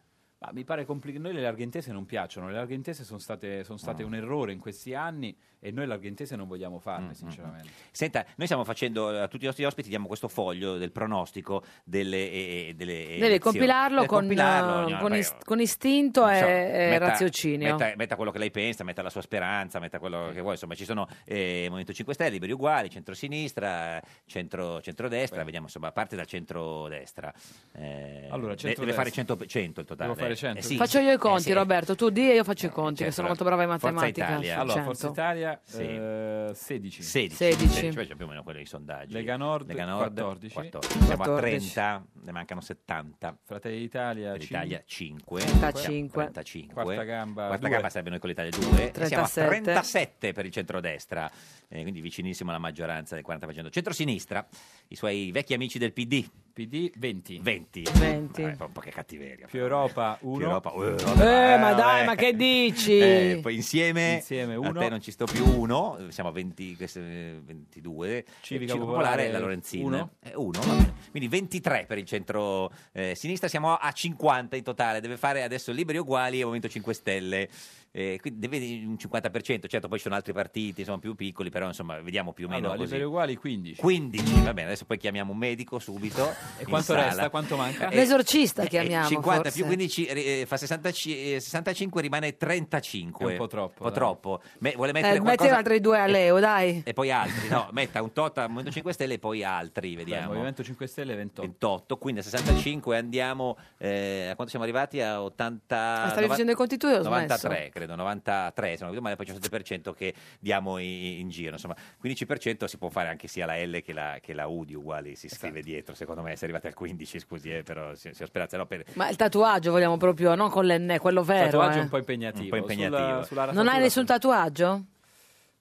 [SPEAKER 9] Ma mi pare complicato. Noi le larghe intese non piacciono, le larghe intese sono state, sono state
[SPEAKER 2] Mm.
[SPEAKER 9] un errore in questi anni e noi larghe intese non vogliamo
[SPEAKER 2] mm.
[SPEAKER 9] farne, sinceramente.
[SPEAKER 2] Senta, noi stiamo facendo eh, a tutti i nostri ospiti, diamo questo foglio del pronostico delle, eh, eh, delle elezioni.
[SPEAKER 1] Devi compilarlo
[SPEAKER 2] Deve
[SPEAKER 1] con,
[SPEAKER 2] compilarlo,
[SPEAKER 1] eh,
[SPEAKER 2] ognuno,
[SPEAKER 1] con
[SPEAKER 2] poi-
[SPEAKER 1] ist- con istinto e,
[SPEAKER 2] non so,
[SPEAKER 1] e
[SPEAKER 2] metta-
[SPEAKER 1] raziocinio.
[SPEAKER 2] Metta, metta quello che lei pensa, metta la sua speranza, metta quello che vuoi. Insomma, ci sono eh, Movimento 5 Stelle, Liberi Uguali, centrosinistra, centro, centrodestra. Vediamo, insomma, parte dal centrodestra. Eh,
[SPEAKER 9] Allora,
[SPEAKER 2] de- deve
[SPEAKER 9] centrodestra.
[SPEAKER 2] fare 100, 100 il totale.
[SPEAKER 9] Devo fare
[SPEAKER 2] Eh,
[SPEAKER 9] 100.
[SPEAKER 2] sì.
[SPEAKER 1] Faccio io i
[SPEAKER 2] Eh,
[SPEAKER 1] conti,
[SPEAKER 2] sì.
[SPEAKER 1] Roberto, tu di e io faccio i
[SPEAKER 2] certo,
[SPEAKER 1] conti, che Eh,
[SPEAKER 9] Eh,
[SPEAKER 1] sono
[SPEAKER 2] la-
[SPEAKER 1] molto brava in
[SPEAKER 2] Forza
[SPEAKER 1] matematica. certo.
[SPEAKER 2] Italia.
[SPEAKER 1] Sul
[SPEAKER 2] Allora,
[SPEAKER 1] 100.
[SPEAKER 9] Forza Italia
[SPEAKER 2] Sì.
[SPEAKER 9] eh, 16.
[SPEAKER 2] 16,
[SPEAKER 1] 16.
[SPEAKER 2] Cioè, più o meno quello dei sondaggi.
[SPEAKER 9] Lega Nord,
[SPEAKER 2] Lega Nord
[SPEAKER 9] 14.
[SPEAKER 2] 14. Siamo a
[SPEAKER 9] 14.
[SPEAKER 2] 30, ne mancano 70.
[SPEAKER 9] Fratelli d'Italia,
[SPEAKER 2] L'Italia 5,
[SPEAKER 1] 35.
[SPEAKER 2] 35.
[SPEAKER 9] Quarta gamba,
[SPEAKER 2] Quarta
[SPEAKER 9] due.
[SPEAKER 2] gamba sarebbe noi con l'Italia 2 e siamo a
[SPEAKER 1] 37.
[SPEAKER 2] 37 per il centrodestra, eh, quindi vicinissimo alla maggioranza del 40%. Centrosinistra, i suoi vecchi amici del PD.
[SPEAKER 9] PD 20.
[SPEAKER 2] 20.
[SPEAKER 1] 20.
[SPEAKER 2] Vabbè, fa un po' che cattiveria.
[SPEAKER 9] Più Europa 1.
[SPEAKER 2] Più Europa, eh,
[SPEAKER 1] Eh,
[SPEAKER 2] vabbè,
[SPEAKER 1] ma dai,
[SPEAKER 2] vabbè.
[SPEAKER 1] ma che dici?
[SPEAKER 2] Eh, poi insieme,
[SPEAKER 9] Insieme,
[SPEAKER 2] a
[SPEAKER 9] uno.
[SPEAKER 2] te non ci sto più uno, eh, siamo a 20, questo, eh, 22.
[SPEAKER 9] Civica
[SPEAKER 2] Eh,
[SPEAKER 9] Popolare,
[SPEAKER 2] e la Lorenzin.
[SPEAKER 9] uno.
[SPEAKER 2] Eh, uno, va bene. Quindi 23 per il centro eh, sinistra, siamo a 50 in totale, deve fare adesso Liberi Uguali e Movimento 5 Stelle. Eh, quindi deve un 50%, certo poi ci sono altri partiti, sono più piccoli, però insomma vediamo più o meno
[SPEAKER 9] Allora,
[SPEAKER 2] così.
[SPEAKER 9] Ah, Liberi Uguali 15.
[SPEAKER 2] 15, va bene, adesso poi chiamiamo un medico subito.
[SPEAKER 9] E
[SPEAKER 2] in
[SPEAKER 9] quanto
[SPEAKER 2] sala.
[SPEAKER 9] resta? Quanto manca?
[SPEAKER 2] Eh,
[SPEAKER 1] L'esorcista
[SPEAKER 2] eh,
[SPEAKER 1] chiamiamo.
[SPEAKER 2] 50
[SPEAKER 1] forse.
[SPEAKER 2] più 15 eh, fa 65, eh, 65, rimane 35.
[SPEAKER 9] È un po' troppo,
[SPEAKER 2] Un po'
[SPEAKER 9] dai.
[SPEAKER 2] troppo. Me- vuole
[SPEAKER 1] Eh,
[SPEAKER 2] mettere
[SPEAKER 1] metti
[SPEAKER 2] qualcosa...
[SPEAKER 1] altri due a Leo, dai.
[SPEAKER 2] E poi altri, no, metta un tot al Movimento 5 Stelle e poi altri,
[SPEAKER 9] Il
[SPEAKER 2] vediamo.
[SPEAKER 9] Movimento 5 Stelle 28.
[SPEAKER 2] 28, quindi a 65 andiamo, eh, a quanto siamo arrivati? A 80...
[SPEAKER 1] Ah, stavi facendo i conti tu e ho
[SPEAKER 2] 93
[SPEAKER 1] smesso.
[SPEAKER 2] credo, 93 se non ricordo male, poi c'è un 7% che diamo
[SPEAKER 9] Esatto.
[SPEAKER 2] i- in, giro, insomma 15% si può fare anche sia la L che la, che la U di uguali, si scrive dietro secondo me come si è arrivati al 15, scusi, eh, però si, si ho speranza. No, per...
[SPEAKER 1] Ma il tatuaggio vogliamo proprio, non con l'enne, quello vero.
[SPEAKER 9] tatuaggio
[SPEAKER 1] eh.
[SPEAKER 9] un po' impegnativo.
[SPEAKER 2] Un po' impegnativo.
[SPEAKER 9] Sulla- sulla
[SPEAKER 1] Non hai
[SPEAKER 9] rasatura-
[SPEAKER 1] nessun tatuaggio?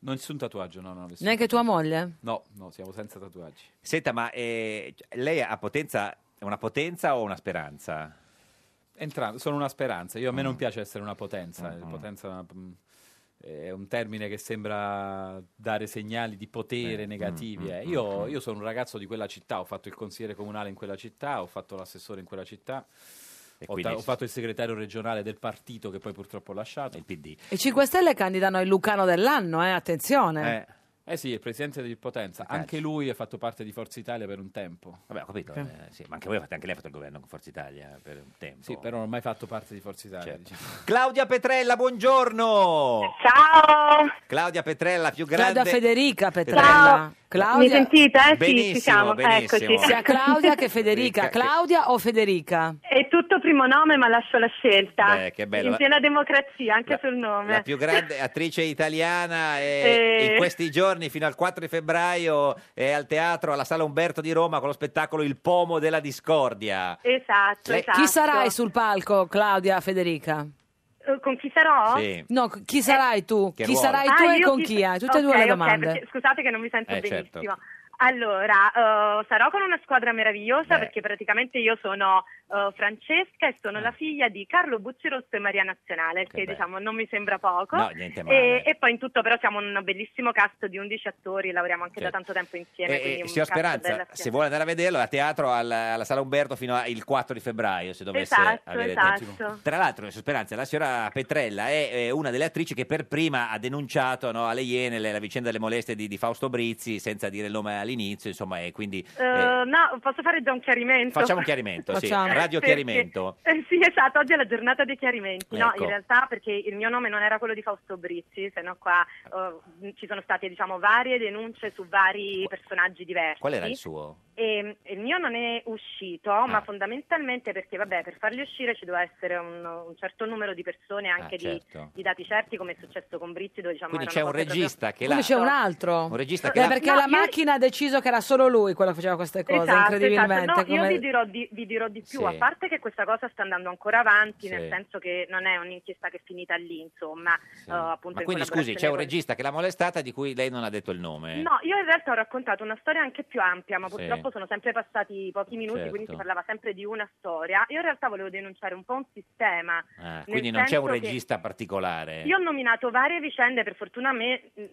[SPEAKER 9] non nessun tatuaggio, no, no, nessun.
[SPEAKER 1] Neanche tua moglie?
[SPEAKER 9] No, no, siamo senza tatuaggi.
[SPEAKER 2] Senta, ma eh, lei ha potenza, è una potenza o una speranza?
[SPEAKER 9] Entrambi, sono una speranza. Io a
[SPEAKER 2] Mm.
[SPEAKER 9] me non piace essere una potenza. Potenza mm, è un termine che sembra dare segnali di potere
[SPEAKER 2] Mm,
[SPEAKER 9] negativi.
[SPEAKER 2] mm,
[SPEAKER 9] eh.
[SPEAKER 2] mm,
[SPEAKER 9] Io,
[SPEAKER 2] mm.
[SPEAKER 9] io sono un ragazzo di quella città, ho fatto il consigliere comunale in quella città, ho fatto l'assessore in quella città. Ho,
[SPEAKER 2] quindi-
[SPEAKER 9] ta- ho fatto il segretario regionale del partito che poi purtroppo ho lasciato. Il
[SPEAKER 2] PD.
[SPEAKER 1] I 5 Stelle candidano il Lucano dell'anno, eh, attenzione.
[SPEAKER 9] Eh. sì, il presidente di Potenza. Anche lui ha fatto parte di Forza Italia per un tempo.
[SPEAKER 2] Vabbè, ho capito.
[SPEAKER 9] Ok.
[SPEAKER 2] eh, sì, ma anche, voi, avete- anche lei ha fatto il governo con Forza Italia per un tempo. Certo.
[SPEAKER 9] Sì, però non ho mai fatto parte di Forza Italia. diciamo.
[SPEAKER 2] Claudia Petrella, buongiorno!
[SPEAKER 3] Ciao!
[SPEAKER 2] Claudia Petrella, più grande...
[SPEAKER 1] Claudia Federica Petrella.
[SPEAKER 3] Ciao.
[SPEAKER 1] Claudia-
[SPEAKER 3] Mi sentite? Sì,
[SPEAKER 2] Benissimo,
[SPEAKER 3] ci siamo.
[SPEAKER 2] benissimo.
[SPEAKER 3] Eccoci.
[SPEAKER 1] Sia Claudia che Federica.
[SPEAKER 2] Che-
[SPEAKER 1] Claudia o Federica?
[SPEAKER 3] È tutto primo nome, ma lascio la scelta.
[SPEAKER 2] Beh, che bello.
[SPEAKER 3] In piena democrazia, anche sul nome.
[SPEAKER 2] La più grande attrice italiana e
[SPEAKER 3] Eh.
[SPEAKER 2] in questi giorni fino al 4 di febbraio è al teatro alla Sala Umberto di Roma con lo spettacolo Il pomo della discordia.
[SPEAKER 3] Esatto,
[SPEAKER 2] Lei-
[SPEAKER 3] esatto.
[SPEAKER 1] Chi sarai sul palco, Claudia Federica?
[SPEAKER 3] Eh, Con chi sarò?
[SPEAKER 2] Sì.
[SPEAKER 1] No, chi sarai tu?
[SPEAKER 3] Che
[SPEAKER 1] Chi
[SPEAKER 3] ruolo?
[SPEAKER 1] sarai
[SPEAKER 3] Ah,
[SPEAKER 1] tu e
[SPEAKER 3] io
[SPEAKER 1] con
[SPEAKER 3] chi-
[SPEAKER 1] chi? eh? Tutte e
[SPEAKER 3] Ok,
[SPEAKER 1] due le
[SPEAKER 3] ok,
[SPEAKER 1] domande.
[SPEAKER 3] perché- scusate che non mi sento
[SPEAKER 1] Eh,
[SPEAKER 3] benissimo.
[SPEAKER 1] certo.
[SPEAKER 3] Allora, eh, sarò con una squadra meravigliosa perché praticamente io sono eh, Francesca e sono la figlia di Carlo Bucci Rosso e Maria Nazionale, che,
[SPEAKER 2] Ah. bello.
[SPEAKER 3] diciamo non mi sembra poco.
[SPEAKER 2] No, niente male.
[SPEAKER 3] e, e poi in tutto però siamo un bellissimo cast di 11 attori, lavoriamo anche
[SPEAKER 2] Certo.
[SPEAKER 3] da tanto tempo insieme.
[SPEAKER 2] E,
[SPEAKER 3] quindi
[SPEAKER 2] e,
[SPEAKER 3] un
[SPEAKER 2] signor
[SPEAKER 3] cast
[SPEAKER 2] Speranza,
[SPEAKER 3] della-
[SPEAKER 2] se vuole andare a vederlo, è a teatro alla, alla Sala Umberto fino al 4 di febbraio, se dovesse
[SPEAKER 3] Esatto,
[SPEAKER 2] avere tempo.
[SPEAKER 3] esatto.
[SPEAKER 2] Tra l'altro, signor Speranza, la signora Petrella è, eh, una delle attrici che per prima ha denunciato no, alle Iene le- la vicenda delle molestie di, di Fausto Brizzi, senza dire il nome all'inizio, insomma, e quindi...
[SPEAKER 3] Eh,
[SPEAKER 2] eh,
[SPEAKER 3] no, posso fare già un chiarimento?
[SPEAKER 2] Facciamo un chiarimento, sì.
[SPEAKER 3] Facciamo.
[SPEAKER 2] Radio
[SPEAKER 3] Perché-
[SPEAKER 2] chiarimento.
[SPEAKER 3] eh, sì, esatto, oggi è la giornata dei chiarimenti. No,
[SPEAKER 2] Ecco.
[SPEAKER 3] in realtà perché il mio nome non era quello di Fausto Brizzi, se no qua eh, ci sono state diciamo varie denunce su vari personaggi diversi.
[SPEAKER 2] Qual era il suo? Ah.
[SPEAKER 3] E, e il mio non è uscito, ma fondamentalmente perché, vabbè, per farli uscire ci doveva essere un, un certo numero di persone, anche di-
[SPEAKER 2] certo.
[SPEAKER 3] di, dati certi, come è successo con Brizzi, dove diciamo
[SPEAKER 2] Quindi c'è
[SPEAKER 3] erano
[SPEAKER 2] un
[SPEAKER 3] cose proprio-
[SPEAKER 2] regista che l'ha...
[SPEAKER 1] Quindi c'è un altro.
[SPEAKER 2] Un regista che
[SPEAKER 1] Eh,
[SPEAKER 2] l'ha...
[SPEAKER 1] perché
[SPEAKER 3] No,
[SPEAKER 1] la
[SPEAKER 3] io-
[SPEAKER 1] macchina ha deciso che era solo lui quello che faceva queste cose,
[SPEAKER 3] Esatto,
[SPEAKER 1] incredibilmente.
[SPEAKER 3] esatto. No,
[SPEAKER 1] come-
[SPEAKER 3] io vi dirò di, vi dirò di più,
[SPEAKER 1] Sì.
[SPEAKER 3] a parte che questa cosa sta andando ancora avanti,
[SPEAKER 2] Sì.
[SPEAKER 3] nel senso che non è un'inchiesta che è finita lì, insomma. eh, appunto
[SPEAKER 2] Ma
[SPEAKER 3] in
[SPEAKER 2] quindi scusi, c'è un
[SPEAKER 3] collaborazione
[SPEAKER 2] regista che l'ha molestata di cui lei non ha detto il nome.
[SPEAKER 3] con- No, io in realtà ho raccontato una storia anche più ampia, ma
[SPEAKER 2] Sì.
[SPEAKER 3] purtroppo sono sempre passati pochi minuti,
[SPEAKER 2] Certo.
[SPEAKER 3] quindi si parlava sempre di una storia. Io in realtà volevo denunciare un po' un sistema.
[SPEAKER 2] Ah,
[SPEAKER 3] nel
[SPEAKER 2] quindi non c'è un
[SPEAKER 3] senso che-
[SPEAKER 2] regista particolare.
[SPEAKER 3] Io ho nominato varie vicende, per fortuna a me mh,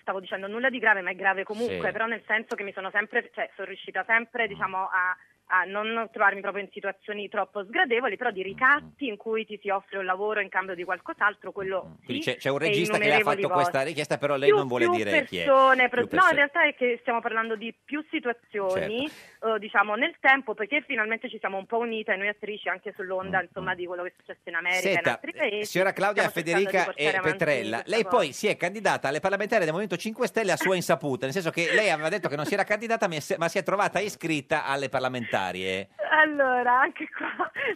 [SPEAKER 3] stavo dicendo nulla di grave, ma è grave comunque,
[SPEAKER 2] Sì. Mm.
[SPEAKER 3] però nel senso che mi sono sempre, cioè sono riuscita sempre diciamo a a non trovarmi proprio in situazioni troppo sgradevoli, però
[SPEAKER 2] Mm,
[SPEAKER 3] di ricatti in cui ti si offre un lavoro in cambio di qualcos'altro, quello
[SPEAKER 2] Quindi
[SPEAKER 3] sì,
[SPEAKER 2] c'è, c'è un
[SPEAKER 3] e
[SPEAKER 2] regista che le ha
[SPEAKER 3] innumerevoli
[SPEAKER 2] fatto
[SPEAKER 3] volte.
[SPEAKER 2] questa richiesta, però lei
[SPEAKER 3] Più-
[SPEAKER 2] non Mm, vuole
[SPEAKER 3] più
[SPEAKER 2] dire chi è.
[SPEAKER 3] persone,
[SPEAKER 2] Più
[SPEAKER 3] pro- No, in
[SPEAKER 2] persone.
[SPEAKER 3] realtà è che stiamo parlando di più situazioni,
[SPEAKER 2] Certo.
[SPEAKER 3] eh, diciamo, nel tempo, perché finalmente ci siamo un po' unite noi attrici anche sull'onda, insomma, di quello che è successo in America e in
[SPEAKER 2] Mm, Senta,
[SPEAKER 3] altri paesi.
[SPEAKER 2] Signora Claudia
[SPEAKER 3] Stiamo cercando di
[SPEAKER 2] Federica
[SPEAKER 3] portare
[SPEAKER 2] e
[SPEAKER 3] avanti
[SPEAKER 2] Petrella,
[SPEAKER 3] questa
[SPEAKER 2] lei
[SPEAKER 3] cosa.
[SPEAKER 2] poi si è candidata alle parlamentari del Movimento 5 Stelle a sua insaputa, nel senso che lei aveva detto che non si era candidata ma si- ma si è trovata iscritta alle eh, parlamentarie.
[SPEAKER 3] Allora, anche qua.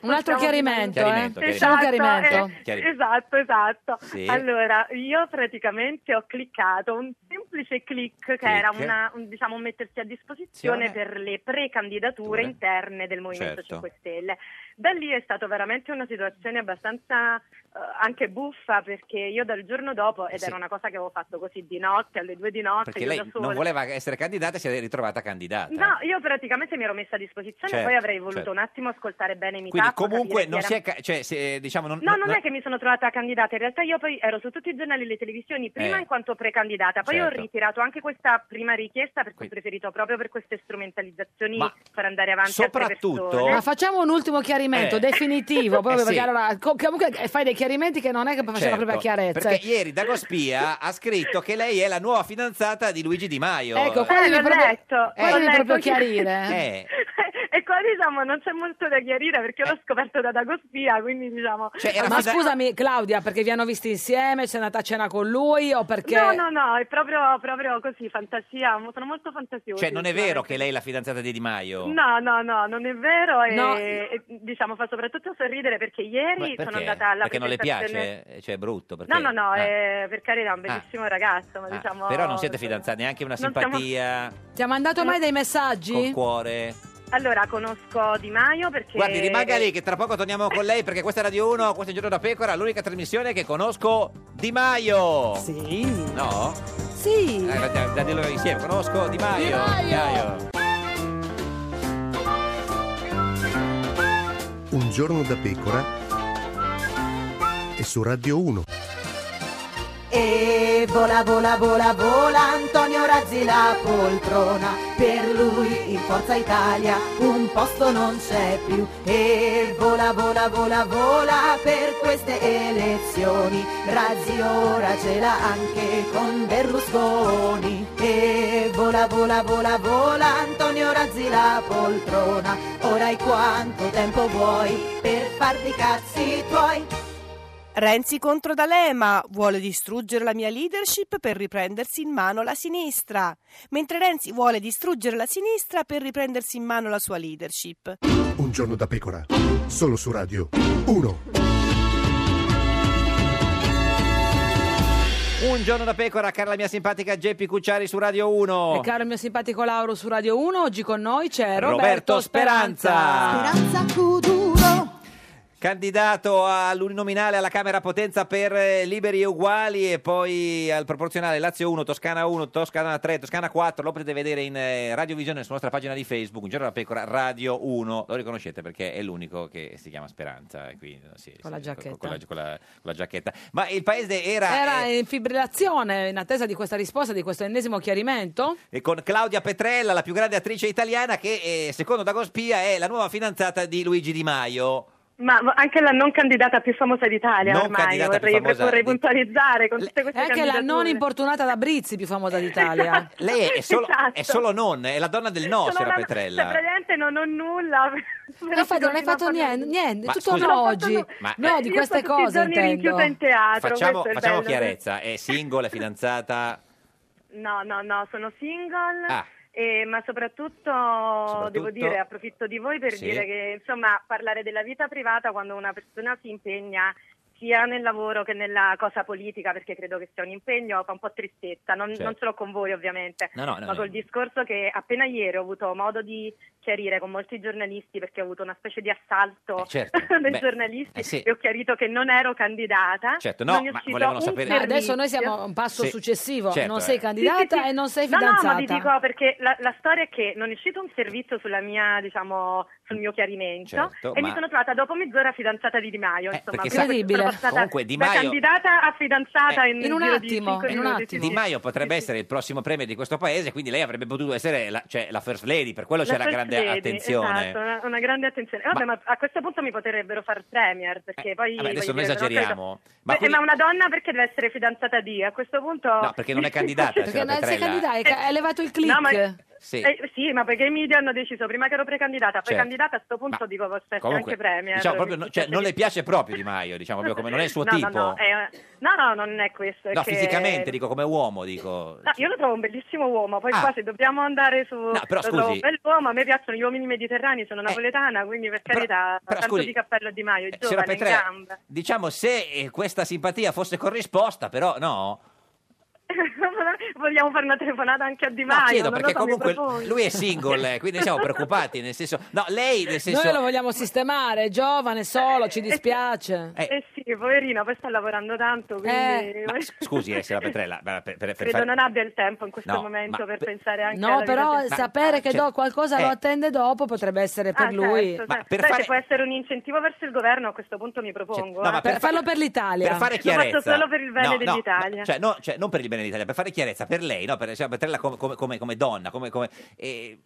[SPEAKER 1] Un altro
[SPEAKER 3] possiamo-
[SPEAKER 1] chiarimento,
[SPEAKER 2] Chiarimento, eh?
[SPEAKER 3] Esatto,
[SPEAKER 1] chiarimento. Solo chiarimento.
[SPEAKER 3] eh,
[SPEAKER 2] Chiarimento.
[SPEAKER 3] esatto, esatto.
[SPEAKER 2] Sì.
[SPEAKER 3] Allora, io praticamente ho cliccato un semplice click che era
[SPEAKER 2] Click.
[SPEAKER 3] una, un, diciamo, un mettersi a disposizione
[SPEAKER 2] Azione.
[SPEAKER 3] per le precandidature
[SPEAKER 2] Ture.
[SPEAKER 3] interne del Movimento
[SPEAKER 2] Certo.
[SPEAKER 3] 5 Stelle. Da lì è stata veramente una situazione abbastanza eh, anche buffa perché io dal giorno dopo, ed
[SPEAKER 2] sì.
[SPEAKER 3] era una cosa che avevo fatto così di notte, alle due di notte,
[SPEAKER 2] Perché
[SPEAKER 3] io
[SPEAKER 2] lei
[SPEAKER 3] da sola.
[SPEAKER 2] non voleva essere candidata e si è ritrovata candidata.
[SPEAKER 3] No, io praticamente mi ero messa a disposizione,
[SPEAKER 2] Ah, Certo,
[SPEAKER 3] poi avrei voluto
[SPEAKER 2] certo.
[SPEAKER 3] un attimo ascoltare bene i
[SPEAKER 2] Quindi
[SPEAKER 3] meetup.
[SPEAKER 2] comunque
[SPEAKER 3] capire chi
[SPEAKER 2] non
[SPEAKER 3] era-
[SPEAKER 2] si è... ca- Cioè, se, diciamo, non,
[SPEAKER 3] No, non è che mi sono trovata candidata, in realtà io poi ero su tutti i giornali e le televisioni, prima
[SPEAKER 2] Eh.
[SPEAKER 3] in quanto precandidata, poi
[SPEAKER 2] Certo.
[SPEAKER 3] ho ritirato anche questa prima richiesta perché ho preferito proprio per queste strumentalizzazioni
[SPEAKER 2] Ma
[SPEAKER 3] per andare avanti
[SPEAKER 2] soprattutto-
[SPEAKER 3] altre persone.
[SPEAKER 1] Ma facciamo un ultimo chiarimento
[SPEAKER 2] Eh.
[SPEAKER 1] definitivo, proprio
[SPEAKER 2] Eh, sì.
[SPEAKER 1] perché allora, co- comunque eh, fai dei chiarimenti che non è che facciamo
[SPEAKER 2] Certo,
[SPEAKER 1] proprio chiarezza. eh.
[SPEAKER 2] Perché ieri Dagospia ha scritto che lei è la nuova fidanzata di Luigi Di Maio.
[SPEAKER 1] Ecco, quello devi
[SPEAKER 3] l'ho
[SPEAKER 1] proprio,
[SPEAKER 3] letto,
[SPEAKER 1] quello
[SPEAKER 3] Certo, ho
[SPEAKER 1] devi
[SPEAKER 3] letto
[SPEAKER 1] eh, proprio
[SPEAKER 3] che-
[SPEAKER 1] chiarire.
[SPEAKER 2] Eh,
[SPEAKER 3] E qua diciamo non c'è molto da chiarire perché l'ho scoperto da Dagospia, quindi diciamo...
[SPEAKER 2] Cioè,
[SPEAKER 1] ma scusami Claudia, perché vi hanno visti insieme, sei andata a cena con lui o perché...
[SPEAKER 3] No, no, no, è proprio, proprio così, fantasia, mo- sono molto fantasiosa.
[SPEAKER 2] cioè, non è vero che lei è la fidanzata di Di Maio?
[SPEAKER 3] No, no, no, non è vero e,
[SPEAKER 2] No.
[SPEAKER 3] e, diciamo fa soprattutto sorridere perché ieri
[SPEAKER 2] Ma perché?
[SPEAKER 3] sono andata alla
[SPEAKER 2] Perché non le
[SPEAKER 3] presentazione-
[SPEAKER 2] piace? Eh, Cioè, è brutto? Perché...
[SPEAKER 3] No, no, no,
[SPEAKER 2] Ah,
[SPEAKER 3] eh, per carità, è un bellissimo ragazzo, ma
[SPEAKER 2] ah,
[SPEAKER 3] diciamo...
[SPEAKER 2] Però non siete fidanzati, neanche una
[SPEAKER 3] non siamo-
[SPEAKER 2] simpatia
[SPEAKER 1] Ti ha mandato mai dei
[SPEAKER 2] col
[SPEAKER 1] messaggi?
[SPEAKER 2] cuore?
[SPEAKER 3] Allora, conosco Di Maio perché...
[SPEAKER 2] Guardi, rimanga lì che tra poco torniamo con lei perché questa è Radio 1, questo è Giorno da Pecora, l'unica trasmissione che conosco Di Maio.
[SPEAKER 1] Sì.
[SPEAKER 2] No?
[SPEAKER 1] Sì.
[SPEAKER 2] Eh, da, da dirlo insieme, conosco Di Maio.
[SPEAKER 1] Di Maio.
[SPEAKER 20] Un giorno da pecora e su Radio 1.
[SPEAKER 19] E vola, vola, vola, vola Antonio Razzi la poltrona. Per lui in Forza Italia un posto non c'è più. E vola, vola, vola, vola per queste elezioni. Razzi ora ce l'ha anche con Berlusconi. E vola, vola, vola, vola Antonio Razzi la poltrona. Ora hai quanto tempo vuoi per farti i cazzi tuoi.
[SPEAKER 21] Renzi contro D'Alema vuole distruggere la mia leadership per riprendersi in mano la sinistra, mentre Renzi vuole distruggere la sinistra per riprendersi in mano la sua leadership.
[SPEAKER 20] Un giorno da pecora. Solo su Radio 1.
[SPEAKER 2] Un giorno da pecora, cara la mia simpatica Geppi Cucciari su Radio 1.
[SPEAKER 1] E Eh, caro mio simpatico Lauro su Radio 1, oggi con noi c'è Roberto,
[SPEAKER 2] Roberto
[SPEAKER 1] Speranza.
[SPEAKER 2] Speranza.
[SPEAKER 19] Cuduro.
[SPEAKER 2] Candidato all'uninominale alla Camera Potenza per eh, Liberi e Uguali e poi al proporzionale Lazio 1, Toscana 1, Toscana 3, Toscana 4. Lo potete vedere in eh, radiovisione sulla nostra pagina di Facebook, Un giorno da pecora, Radio 1. Lo riconoscete perché è l'unico che si chiama Speranza. e Quindi, sì,
[SPEAKER 1] Con la
[SPEAKER 2] sì,
[SPEAKER 1] giacchetta.
[SPEAKER 2] Con la, con la- con la giacchetta. Ma il paese era...
[SPEAKER 1] Era
[SPEAKER 2] eh,
[SPEAKER 1] in fibrillazione in attesa di questa risposta, di questo ennesimo chiarimento.
[SPEAKER 2] e con Claudia Petrella, la più grande attrice italiana, che eh, secondo Dagospia è la nuova fidanzata di Luigi Di Maio.
[SPEAKER 3] Ma anche la non candidata più famosa d'Italia
[SPEAKER 2] Non
[SPEAKER 3] ormai,
[SPEAKER 2] candidata più
[SPEAKER 3] vorrei,
[SPEAKER 2] famosa
[SPEAKER 3] vorrei
[SPEAKER 2] di-
[SPEAKER 3] puntualizzare con tutte
[SPEAKER 1] E
[SPEAKER 3] queste
[SPEAKER 1] anche la
[SPEAKER 3] candidature.
[SPEAKER 1] non importunata da Brizzi più famosa d'Italia.
[SPEAKER 2] Lei è solo,
[SPEAKER 3] Esatto.
[SPEAKER 2] è solo non, è la donna del no,
[SPEAKER 3] Sono
[SPEAKER 2] Sera
[SPEAKER 3] una-
[SPEAKER 2] Petrella.
[SPEAKER 3] cioè, praticamente non ho nulla.
[SPEAKER 1] infatti non hai fatto niente, niente,
[SPEAKER 2] Ma
[SPEAKER 1] tutto
[SPEAKER 2] scusi-
[SPEAKER 1] no
[SPEAKER 2] Non ho
[SPEAKER 3] fatto
[SPEAKER 1] oggi.
[SPEAKER 3] nu-
[SPEAKER 2] Ma-
[SPEAKER 1] no, di
[SPEAKER 3] Io
[SPEAKER 1] queste
[SPEAKER 3] sto tutti i
[SPEAKER 1] cose
[SPEAKER 3] giorni
[SPEAKER 1] intendo.
[SPEAKER 3] rinchiusa in teatro,
[SPEAKER 2] facciamo
[SPEAKER 3] questo è il
[SPEAKER 2] facciamo
[SPEAKER 3] bello.
[SPEAKER 2] chiarezza, è single, è fidanzata.
[SPEAKER 3] No, no, no, sono single.
[SPEAKER 2] Ah.
[SPEAKER 3] e- ma soprattutto, devo dire, approfitto di voi per
[SPEAKER 2] Sì.
[SPEAKER 3] dire che insomma parlare della vita privata quando una persona si impegna sia nel lavoro che nella cosa politica, perché credo che sia un impegno, fa un po' tristezza, non,
[SPEAKER 2] Certo.
[SPEAKER 3] non solo con voi ovviamente,
[SPEAKER 2] No, no, no,
[SPEAKER 3] ma
[SPEAKER 2] no.
[SPEAKER 3] col discorso che appena ieri ho avuto modo di chiarire con molti giornalisti, perché ho avuto una specie di assalto
[SPEAKER 2] Eh, certo.
[SPEAKER 3] dei
[SPEAKER 2] Beh,
[SPEAKER 3] giornalisti
[SPEAKER 2] eh, sì.
[SPEAKER 3] e ho chiarito che non ero candidata.
[SPEAKER 2] Certo, no,
[SPEAKER 3] non mi è
[SPEAKER 2] ma
[SPEAKER 3] uscito
[SPEAKER 2] volevano
[SPEAKER 3] un
[SPEAKER 2] sapere-
[SPEAKER 1] Ma adesso noi siamo a
[SPEAKER 3] servizio.
[SPEAKER 1] un passo
[SPEAKER 2] Sì,
[SPEAKER 1] successivo,
[SPEAKER 2] certo,
[SPEAKER 1] non sei
[SPEAKER 2] eh.
[SPEAKER 1] candidata
[SPEAKER 3] Sì, sì, sì.
[SPEAKER 1] e non sei
[SPEAKER 3] No,
[SPEAKER 1] fidanzata.
[SPEAKER 3] No, ma vi dico perché la, la storia è che non è uscito un servizio sulla mia, diciamo, sul mio chiarimento
[SPEAKER 2] Certo, ma-
[SPEAKER 3] e
[SPEAKER 2] Eh,
[SPEAKER 3] mi sono trovata dopo mezz'ora fidanzata di Di Maio, insomma,
[SPEAKER 2] perché
[SPEAKER 3] sono
[SPEAKER 2] sa- Incredibile.
[SPEAKER 3] passata
[SPEAKER 2] Comunque, Di
[SPEAKER 3] da
[SPEAKER 2] Maio-
[SPEAKER 3] candidata a fidanzata
[SPEAKER 2] Eh,
[SPEAKER 3] in,
[SPEAKER 1] in un
[SPEAKER 3] giro di
[SPEAKER 1] attimo,
[SPEAKER 3] cinque
[SPEAKER 1] in un
[SPEAKER 3] minuti, sì,
[SPEAKER 2] Di
[SPEAKER 3] sì.
[SPEAKER 2] Maio potrebbe essere il prossimo premio di questo paese, quindi lei avrebbe potuto essere la, cioè, la first lady, per quello
[SPEAKER 3] La
[SPEAKER 2] c'era
[SPEAKER 3] first
[SPEAKER 2] grande
[SPEAKER 3] lady,
[SPEAKER 2] attenzione.
[SPEAKER 3] esatto, una, una grande attenzione. Vabbè, ma... a questo punto mi potrebbero far premier perché poi
[SPEAKER 2] Eh, Vabbè, adesso
[SPEAKER 3] voglio
[SPEAKER 2] noi
[SPEAKER 3] dire, non credo-
[SPEAKER 2] esageriamo.
[SPEAKER 3] Beh,
[SPEAKER 2] Ma
[SPEAKER 3] eh,
[SPEAKER 2] quindi-
[SPEAKER 3] ma una donna perché deve essere fidanzata di? A questo punto
[SPEAKER 2] No, perché non è candidata,
[SPEAKER 1] Perché
[SPEAKER 2] signora
[SPEAKER 1] non sei
[SPEAKER 2] Petrella.
[SPEAKER 1] candidata, hai ca- hai elevato il click.
[SPEAKER 3] No, ma-
[SPEAKER 2] Sì.
[SPEAKER 3] Eh, sì, ma perché i media hanno deciso prima che ero precandidata, poi
[SPEAKER 2] Certo.
[SPEAKER 3] candidata a sto punto
[SPEAKER 2] Ma-
[SPEAKER 3] dico posso essere
[SPEAKER 2] Comunque,
[SPEAKER 3] anche eh, premier.
[SPEAKER 2] diciamo, proprio, no- cioè, non le piace proprio Di Maio, diciamo, proprio come non è il suo
[SPEAKER 3] no,
[SPEAKER 2] tipo.
[SPEAKER 3] No, no, eh, no, no, non è questo. è
[SPEAKER 2] No,
[SPEAKER 3] che-
[SPEAKER 2] fisicamente, dico, come uomo, dico.
[SPEAKER 3] No, io lo trovo un bellissimo uomo, poi
[SPEAKER 2] Ah.
[SPEAKER 3] qua se dobbiamo andare su...
[SPEAKER 2] però,
[SPEAKER 3] lo trovo
[SPEAKER 2] scusi. Eh.
[SPEAKER 3] un bell'uomo, a me piacciono gli uomini mediterranei, sono napoletana, quindi per carità,
[SPEAKER 2] però, eh,
[SPEAKER 3] tanto
[SPEAKER 2] scusi,
[SPEAKER 3] di cappello di Maio, è
[SPEAKER 2] Signora
[SPEAKER 3] giovane, in
[SPEAKER 2] Petrella,
[SPEAKER 3] gamba.
[SPEAKER 2] diciamo, se eh, questa simpatia fosse corrisposta, però no.
[SPEAKER 3] Vogliamo fare una telefonata anche a Di
[SPEAKER 2] No,
[SPEAKER 3] Maio?
[SPEAKER 2] chiedo
[SPEAKER 3] Ah, non lo
[SPEAKER 2] perché
[SPEAKER 3] so, mi
[SPEAKER 2] comunque
[SPEAKER 3] proponi.
[SPEAKER 2] lui è single, eh, quindi siamo preoccupati. Nel senso, no, lei Eh, nel senso.
[SPEAKER 1] Noi lo vogliamo sistemare, è giovane, solo, ci dispiace.
[SPEAKER 3] Eh, sì, poverino, poi sta lavorando tanto, quindi...
[SPEAKER 1] Eh,
[SPEAKER 2] Ma s- scusi, eh, signora Petrella, ma per, per- per
[SPEAKER 3] Credo
[SPEAKER 2] fare-
[SPEAKER 3] non abbia il tempo in questo
[SPEAKER 2] No,
[SPEAKER 3] momento
[SPEAKER 2] ma
[SPEAKER 3] per
[SPEAKER 2] per-
[SPEAKER 3] pensare anche alla
[SPEAKER 1] No,
[SPEAKER 3] vita
[SPEAKER 1] però
[SPEAKER 3] sessuale.
[SPEAKER 1] sapere che
[SPEAKER 2] certo.
[SPEAKER 1] do qualcosa lo
[SPEAKER 2] Eh.
[SPEAKER 1] attende dopo potrebbe essere per
[SPEAKER 3] Ah,
[SPEAKER 1] lui.
[SPEAKER 3] certo,
[SPEAKER 2] Ma
[SPEAKER 3] certo.
[SPEAKER 2] per
[SPEAKER 3] Beh, se
[SPEAKER 2] fare-
[SPEAKER 3] può essere un incentivo verso il governo, a questo punto mi propongo.
[SPEAKER 2] Cioè, no, ma
[SPEAKER 3] eh.
[SPEAKER 2] per-
[SPEAKER 1] Per farlo per l'Italia.
[SPEAKER 2] Per fare
[SPEAKER 3] Lo
[SPEAKER 2] chiarezza,
[SPEAKER 3] faccio solo per il bene
[SPEAKER 2] No, no,
[SPEAKER 3] dell'Italia.
[SPEAKER 2] no, cioè, no, cioè, non per il bene dell'Italia, per fare chiarezza per lei, no? per, cioè, per Petrella come, come- come- come donna, come, come- eh,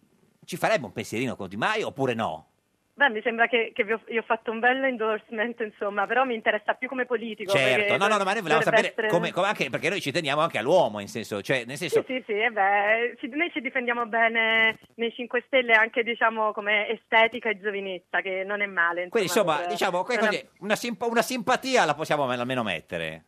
[SPEAKER 2] ci farebbe un pensierino con Di Maio oppure no?
[SPEAKER 3] Beh, mi sembra che, che vi ho, io ho fatto un bello endorsement, insomma, però mi interessa più come politico.
[SPEAKER 2] certo,
[SPEAKER 3] perché
[SPEAKER 2] no, no, no, ma noi volevamo
[SPEAKER 3] dovrebbe
[SPEAKER 2] sapere
[SPEAKER 3] essere-
[SPEAKER 2] come, come anche perché noi ci teniamo anche all'uomo, in senso, cioè, nel senso,
[SPEAKER 3] Sì, sì, sì, eh beh, ci- noi ci difendiamo bene nei 5 Stelle anche, diciamo, come estetica e giovinezza, che non è male. Insomma,
[SPEAKER 2] quindi insomma,
[SPEAKER 3] per-
[SPEAKER 2] diciamo, que-
[SPEAKER 3] non è-
[SPEAKER 2] così, una, simpa- una simpatia la possiamo almeno mettere.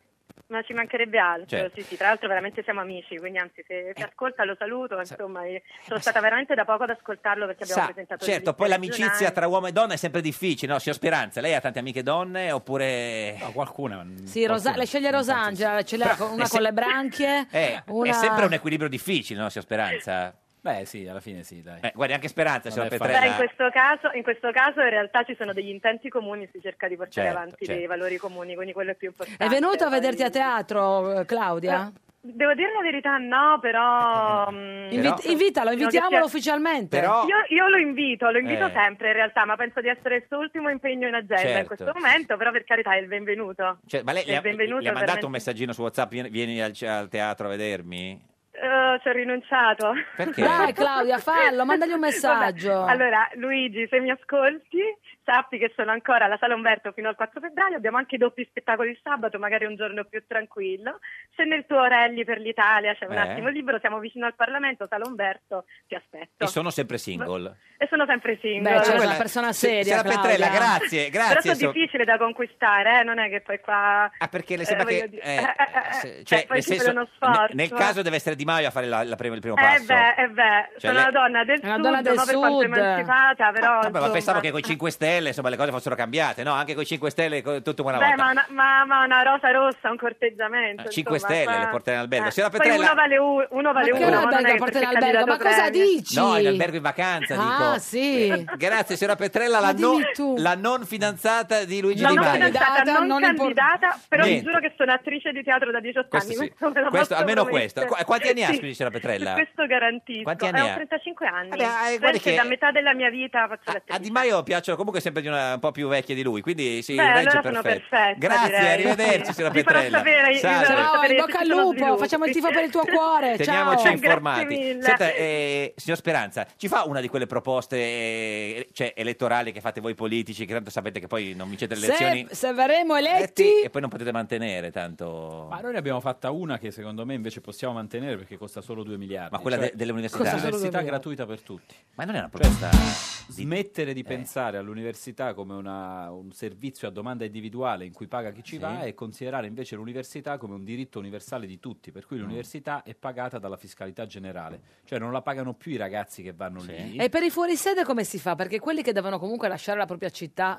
[SPEAKER 3] Ma ci mancherebbe altro,
[SPEAKER 2] Certo.
[SPEAKER 3] sì, sì, tra l'altro veramente siamo amici, quindi anzi
[SPEAKER 2] Eh.
[SPEAKER 3] se ti ascolta lo saluto, insomma, io sono stata veramente da poco ad ascoltarlo perché abbiamo
[SPEAKER 2] Sa,
[SPEAKER 3] presentato le
[SPEAKER 2] certo,
[SPEAKER 3] liste
[SPEAKER 2] poi l'amicizia
[SPEAKER 3] regionali.
[SPEAKER 2] tra uomo e donna è sempre difficile, no? Signor Speranza, lei ha tante amiche donne oppure...
[SPEAKER 9] qualcuna.
[SPEAKER 1] Sì, Rosa- le sceglie Rosangela, ce l'ha
[SPEAKER 2] Però,
[SPEAKER 1] con- una
[SPEAKER 2] eh,
[SPEAKER 1] con
[SPEAKER 2] se-
[SPEAKER 1] le branchie.
[SPEAKER 2] Eh,
[SPEAKER 1] una-
[SPEAKER 2] È sempre un equilibrio difficile, no, signor Speranza?
[SPEAKER 9] Beh, sì, alla fine sì, dai.
[SPEAKER 2] Eh, guarda, anche Speranza,
[SPEAKER 9] Non
[SPEAKER 2] signor
[SPEAKER 9] è
[SPEAKER 2] Petrella.
[SPEAKER 3] Beh, in, questo caso, in questo caso in realtà ci sono degli intenti comuni, si cerca di portare
[SPEAKER 2] Certo,
[SPEAKER 3] avanti
[SPEAKER 2] certo.
[SPEAKER 3] dei valori comuni, quindi quello è più importante.
[SPEAKER 2] eh,
[SPEAKER 1] È venuto a
[SPEAKER 3] Poi-
[SPEAKER 1] vederti a teatro, eh, Claudia?
[SPEAKER 3] Devo dire la verità, no, però...
[SPEAKER 2] Eh,
[SPEAKER 3] mm,
[SPEAKER 1] Invi-
[SPEAKER 3] penso-
[SPEAKER 1] invitalo,
[SPEAKER 3] no, che
[SPEAKER 1] invitiamolo
[SPEAKER 3] sia-
[SPEAKER 1] ufficialmente.
[SPEAKER 3] Io, io lo invito, lo invito
[SPEAKER 2] Eh.
[SPEAKER 3] sempre in realtà, ma penso di essere il suo ultimo impegno in agenda in
[SPEAKER 2] Certo.
[SPEAKER 3] questo momento, però per carità è il benvenuto.
[SPEAKER 2] Cioè, ma lei
[SPEAKER 3] È
[SPEAKER 2] le
[SPEAKER 3] il
[SPEAKER 2] ha,
[SPEAKER 3] benvenuto
[SPEAKER 2] le ha mandato un
[SPEAKER 3] veramente-
[SPEAKER 2] messaggino su WhatsApp, vieni, vieni al, al teatro a vedermi?
[SPEAKER 3] Eh, ci ho rinunciato.
[SPEAKER 2] Perché?
[SPEAKER 1] Dai Claudia, fallo, mandagli un messaggio.
[SPEAKER 3] Vabbè, Allora, Luigi, se mi ascolti, sappi che sono ancora alla Sala Umberto fino al 4 febbraio. Abbiamo anche i doppi spettacoli il sabato, magari un giorno più tranquillo. Se nel tuo rally per l'Italia c'è un
[SPEAKER 2] Eh.
[SPEAKER 3] attimo libero, siamo vicino al Parlamento, Sala Umberto, ti aspetto.
[SPEAKER 2] E sono sempre single.
[SPEAKER 3] E sono sempre single.
[SPEAKER 1] Beh, certo. c'è una persona
[SPEAKER 2] se-
[SPEAKER 1] seria,
[SPEAKER 2] signora Petrella,
[SPEAKER 1] Claudia.
[SPEAKER 2] grazie,
[SPEAKER 3] Però
[SPEAKER 2] grazie.
[SPEAKER 3] sono
[SPEAKER 2] so-
[SPEAKER 3] difficile da conquistare, eh, non è che poi qua...
[SPEAKER 2] Ah, perché le sembra
[SPEAKER 3] voglio
[SPEAKER 2] che...
[SPEAKER 3] dire-
[SPEAKER 2] eh,
[SPEAKER 3] eh, eh,
[SPEAKER 2] se-
[SPEAKER 3] eh,
[SPEAKER 2] cioè,
[SPEAKER 3] poi
[SPEAKER 2] nel
[SPEAKER 3] ci vuole
[SPEAKER 2] senso,
[SPEAKER 3] uno
[SPEAKER 2] ne-
[SPEAKER 3] sforzo,
[SPEAKER 2] nel
[SPEAKER 3] eh.
[SPEAKER 2] caso deve essere Di Maio a fare la- la prima- il primo
[SPEAKER 3] Eh
[SPEAKER 2] passo.
[SPEAKER 3] beh, eh beh,
[SPEAKER 2] Cioè,
[SPEAKER 3] sono
[SPEAKER 2] lei-
[SPEAKER 3] una donna del
[SPEAKER 1] Una
[SPEAKER 3] sud,
[SPEAKER 1] donna del
[SPEAKER 3] ma per quanto
[SPEAKER 1] sud.
[SPEAKER 3] emancipata, però...
[SPEAKER 2] Vabbè, Ah, ma
[SPEAKER 3] insomma.
[SPEAKER 2] pensavo che con i 5 Stelle insomma, le cose fossero cambiate, no? Anche con i 5 Stelle co- tutto una
[SPEAKER 3] Beh,
[SPEAKER 2] volta.
[SPEAKER 3] ma una, ma- ma una rosa rossa, un corteggiamento.
[SPEAKER 2] 5
[SPEAKER 3] insomma,
[SPEAKER 2] Stelle
[SPEAKER 3] ma-
[SPEAKER 2] le porterà in albergo.
[SPEAKER 3] Eh,
[SPEAKER 2] Signora
[SPEAKER 3] poi
[SPEAKER 2] Petrella-
[SPEAKER 3] uno vale u- uno, vale
[SPEAKER 1] Ma che
[SPEAKER 3] uno,
[SPEAKER 1] albergo
[SPEAKER 3] non è che
[SPEAKER 1] porta
[SPEAKER 3] perché
[SPEAKER 1] in albergo?
[SPEAKER 3] il
[SPEAKER 1] Ma
[SPEAKER 3] candidato
[SPEAKER 1] cosa
[SPEAKER 3] premia.
[SPEAKER 1] dici?
[SPEAKER 2] No, in albergo in vacanza, dico.
[SPEAKER 1] Ah, sì.
[SPEAKER 2] Eh, Grazie, signora Petrella, la,
[SPEAKER 1] Ma dimmi
[SPEAKER 2] non-
[SPEAKER 1] tu.
[SPEAKER 2] la non fidanzata di Luigi
[SPEAKER 3] La
[SPEAKER 2] Di
[SPEAKER 3] non
[SPEAKER 2] Maio.
[SPEAKER 3] candidata, non,
[SPEAKER 1] non impor-
[SPEAKER 3] candidata, però vi
[SPEAKER 2] Niente.
[SPEAKER 3] giuro che sono attrice di teatro da 18
[SPEAKER 2] Questo sì.
[SPEAKER 3] anni. questo me lo
[SPEAKER 2] Questo-
[SPEAKER 3] posso
[SPEAKER 2] almeno
[SPEAKER 3] promettere.
[SPEAKER 2] questo. Qu- quanti anni ha,
[SPEAKER 3] Sì,
[SPEAKER 2] scusi, signora Petrella?
[SPEAKER 3] Questo garantisco.
[SPEAKER 2] Quanti anni
[SPEAKER 3] Eh, ho
[SPEAKER 2] ha? Ah,
[SPEAKER 3] 35 anni.
[SPEAKER 2] Vabbè, eh, guardi
[SPEAKER 3] Penso
[SPEAKER 2] che-
[SPEAKER 3] da metà della mia vita faccio l'attrice.
[SPEAKER 2] A Di Maio piacciono comunque sempre di una un po' più vecchia di lui, quindi si
[SPEAKER 3] Beh,
[SPEAKER 2] regge
[SPEAKER 3] allora sono
[SPEAKER 2] perfetto.
[SPEAKER 3] perfetta,
[SPEAKER 2] Grazie,
[SPEAKER 3] direi.
[SPEAKER 2] arrivederci, signora
[SPEAKER 3] Vi farò
[SPEAKER 2] Petrella.
[SPEAKER 3] sapere- vi farò
[SPEAKER 2] Salve.
[SPEAKER 1] Ciao, Oh, in
[SPEAKER 3] sapere
[SPEAKER 1] bocca al
[SPEAKER 3] tutti i
[SPEAKER 1] lupo,
[SPEAKER 3] sviluppi.
[SPEAKER 1] facciamo il tifo per il tuo cuore.
[SPEAKER 2] Teniamoci
[SPEAKER 1] Ciao.
[SPEAKER 2] informati.
[SPEAKER 3] mille.
[SPEAKER 2] Senta, eh, signor Speranza, ci fa una di quelle proposte eh, cioè, elettorali che fate voi politici, che tanto sapete che poi non vincete le elezioni
[SPEAKER 1] Se, se verremo eletti,
[SPEAKER 2] e poi non potete mantenere tanto...
[SPEAKER 9] Ma noi ne abbiamo fatta una che secondo me invece possiamo mantenere perché costa solo 2 miliardi. cioè
[SPEAKER 2] Ma quella de- delle università? Costa solo due
[SPEAKER 9] Università
[SPEAKER 2] miliardi.
[SPEAKER 9] gratuita per tutti.
[SPEAKER 2] Ma non è una proposta...
[SPEAKER 9] Cioè,
[SPEAKER 2] Eh.
[SPEAKER 9] Smettere di pensare all'università come una- un servizio a domanda individuale in cui paga chi ci
[SPEAKER 2] Sì.
[SPEAKER 9] va e considerare invece l'università come un diritto universale di tutti, per cui
[SPEAKER 2] Mm.
[SPEAKER 9] l'università è pagata dalla fiscalità generale, cioè non la pagano più i ragazzi che vanno lì.
[SPEAKER 1] E per i fuorisede come si fa? Perché quelli che devono comunque lasciare la propria città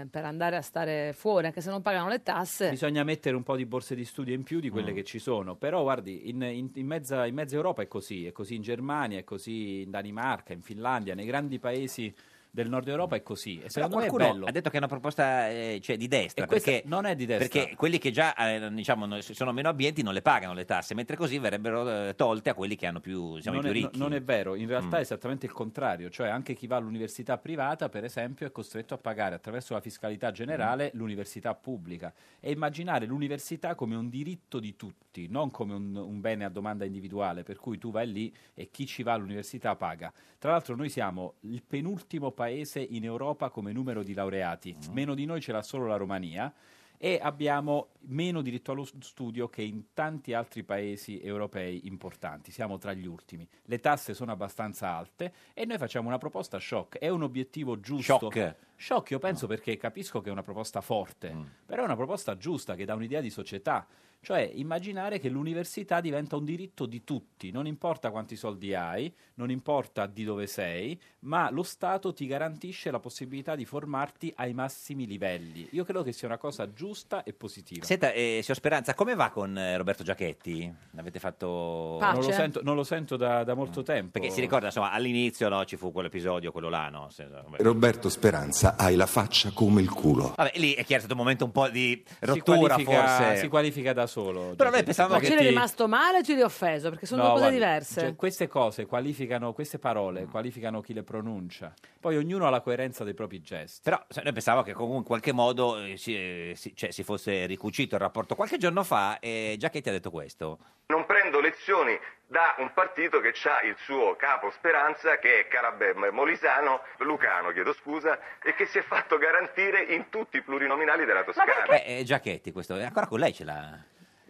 [SPEAKER 1] eh, per andare a stare fuori, anche se non pagano le tasse,
[SPEAKER 9] Bisogna mettere un po' di borse di studio in più di
[SPEAKER 2] Mm.
[SPEAKER 9] quelle che ci sono, però guardi, in, in- in mezza, in mezza Europa è così, è così in Germania, è così in Danimarca, in Finlandia, nei grandi paesi del nord Europa è così. E
[SPEAKER 2] Però
[SPEAKER 9] secondo me è
[SPEAKER 2] qualcuno
[SPEAKER 9] bello.
[SPEAKER 2] ha detto che è una proposta eh, cioè, di destra,
[SPEAKER 9] E questa
[SPEAKER 2] perché,
[SPEAKER 9] non è di destra.
[SPEAKER 2] perché quelli che già eh, diciamo, no- sono meno abbienti non le pagano le tasse, mentre così verrebbero eh, tolte a quelli che hanno più, siamo i più
[SPEAKER 9] non, è,
[SPEAKER 2] ricchi.
[SPEAKER 9] no- non è vero, in realtà
[SPEAKER 2] Mm.
[SPEAKER 9] è esattamente il contrario, cioè anche chi va all'università privata, per esempio, è costretto a pagare attraverso la fiscalità generale
[SPEAKER 2] Mm.
[SPEAKER 9] l'università pubblica e immaginare l'università come un diritto di tutti, non come un, un bene a domanda individuale, per cui tu vai lì e chi ci va all'università paga. Tra l'altro noi siamo il penultimo paese in Europa come numero di laureati,
[SPEAKER 2] Mm.
[SPEAKER 9] meno di noi ce l'ha solo la Romania e abbiamo meno diritto allo studio che in tanti altri paesi europei importanti, siamo tra gli ultimi. Le tasse sono abbastanza alte e noi facciamo una proposta shock, è un obiettivo giusto.
[SPEAKER 2] Shock.
[SPEAKER 9] Shock, io penso perché capisco che è una proposta forte, però è una proposta giusta che dà un'idea di società. Cioè immaginare che l'università diventa un diritto di tutti, non importa quanti soldi hai, non importa di dove sei, ma lo Stato ti garantisce la possibilità di formarti ai massimi livelli. Io credo che sia una cosa giusta e positiva.
[SPEAKER 2] Senta, eh, signor Speranza, come va con eh, Roberto Giachetti? L'avete fatto... Mm.
[SPEAKER 9] Non lo sento, non lo sento da, da molto tempo.
[SPEAKER 2] Perché si ricorda, insomma, all'inizio no, ci fu quell'episodio, quello là, no? Se- vabbè.
[SPEAKER 4] Roberto Speranza, hai la faccia come il culo.
[SPEAKER 2] Vabbè, lì è chiaro, è stato un momento un po' di
[SPEAKER 9] si
[SPEAKER 2] rottura,
[SPEAKER 9] qualifica,
[SPEAKER 2] forse.
[SPEAKER 9] si qualifica da solo.
[SPEAKER 2] Però noi
[SPEAKER 9] Giachetti.
[SPEAKER 2] pensavamo
[SPEAKER 1] ma ci è rimasto male o ti è offeso? Perché sono
[SPEAKER 9] No,
[SPEAKER 1] due cose
[SPEAKER 9] guardi,
[SPEAKER 1] diverse. Mm.
[SPEAKER 9] cioè, queste cose qualificano, queste parole qualificano chi le pronuncia. Poi ognuno ha la coerenza dei propri gesti.
[SPEAKER 2] Però sai, noi pensavo che comunque in qualche modo eh, si, eh, si- cioè, si fosse ricucito il rapporto. Qualche giorno fa eh, Giachetti ha detto questo.
[SPEAKER 5] Non prendo lezioni da un partito che ha il suo capo Speranza, che è Carabè Molisano, Lucano, chiedo scusa, e che si è fatto garantire in tutti i plurinominali della Toscana.
[SPEAKER 2] Beh, eh, Giachetti questo, eh, ancora con lei ce l'ha.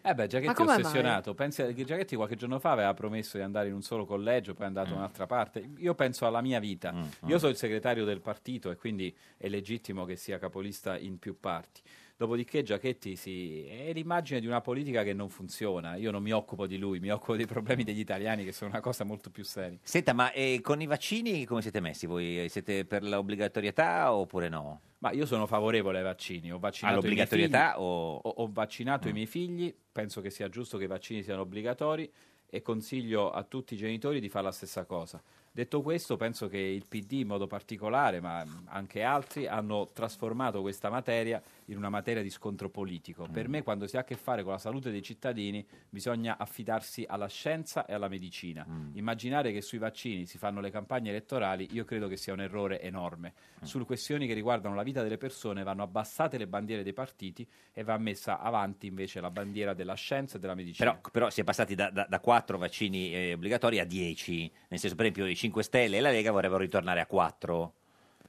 [SPEAKER 9] Eh beh,
[SPEAKER 2] Ma
[SPEAKER 9] Giachetti è
[SPEAKER 2] come mai?
[SPEAKER 9] ossessionato. Pensi che Giachetti qualche giorno fa aveva promesso di andare in un solo collegio, poi è andato in un'altra parte. Io penso alla mia vita. Io sono il segretario del partito e quindi è legittimo che sia capolista in più parti. Dopodiché Giachetti si... è l'immagine di una politica che non funziona. Io non mi occupo di lui, mi occupo dei problemi degli italiani che sono una cosa molto più seria.
[SPEAKER 2] Senta, ma eh, con i vaccini come siete messi voi? eh, Siete per l'obbligatorietà oppure no?
[SPEAKER 9] Ma io sono favorevole ai vaccini. Ho vaccinato
[SPEAKER 2] All'obbligatorietà Mm.
[SPEAKER 9] i miei figli, o... ho vaccinato i miei figli, penso che sia giusto che i vaccini siano obbligatori e consiglio a tutti i genitori di fare la stessa cosa. Detto questo, penso che il PD in modo particolare, ma anche altri, hanno trasformato questa materia in una materia di scontro politico. Per
[SPEAKER 2] Mm.
[SPEAKER 9] me, quando si ha a che fare con la salute dei cittadini, bisogna affidarsi alla scienza e alla medicina.
[SPEAKER 2] Mm.
[SPEAKER 9] Immaginare che sui vaccini si fanno le campagne elettorali, io credo che sia un errore enorme.
[SPEAKER 2] Mm.
[SPEAKER 9] Su questioni che riguardano la vita delle persone vanno abbassate le bandiere dei partiti e va messa avanti invece la bandiera della scienza e della medicina.
[SPEAKER 2] Però, però si è passati da, da, 4 vaccini eh, obbligatori a 10. Nel senso, per esempio, i 5 Stelle e la Lega vorrebbero ritornare a 4.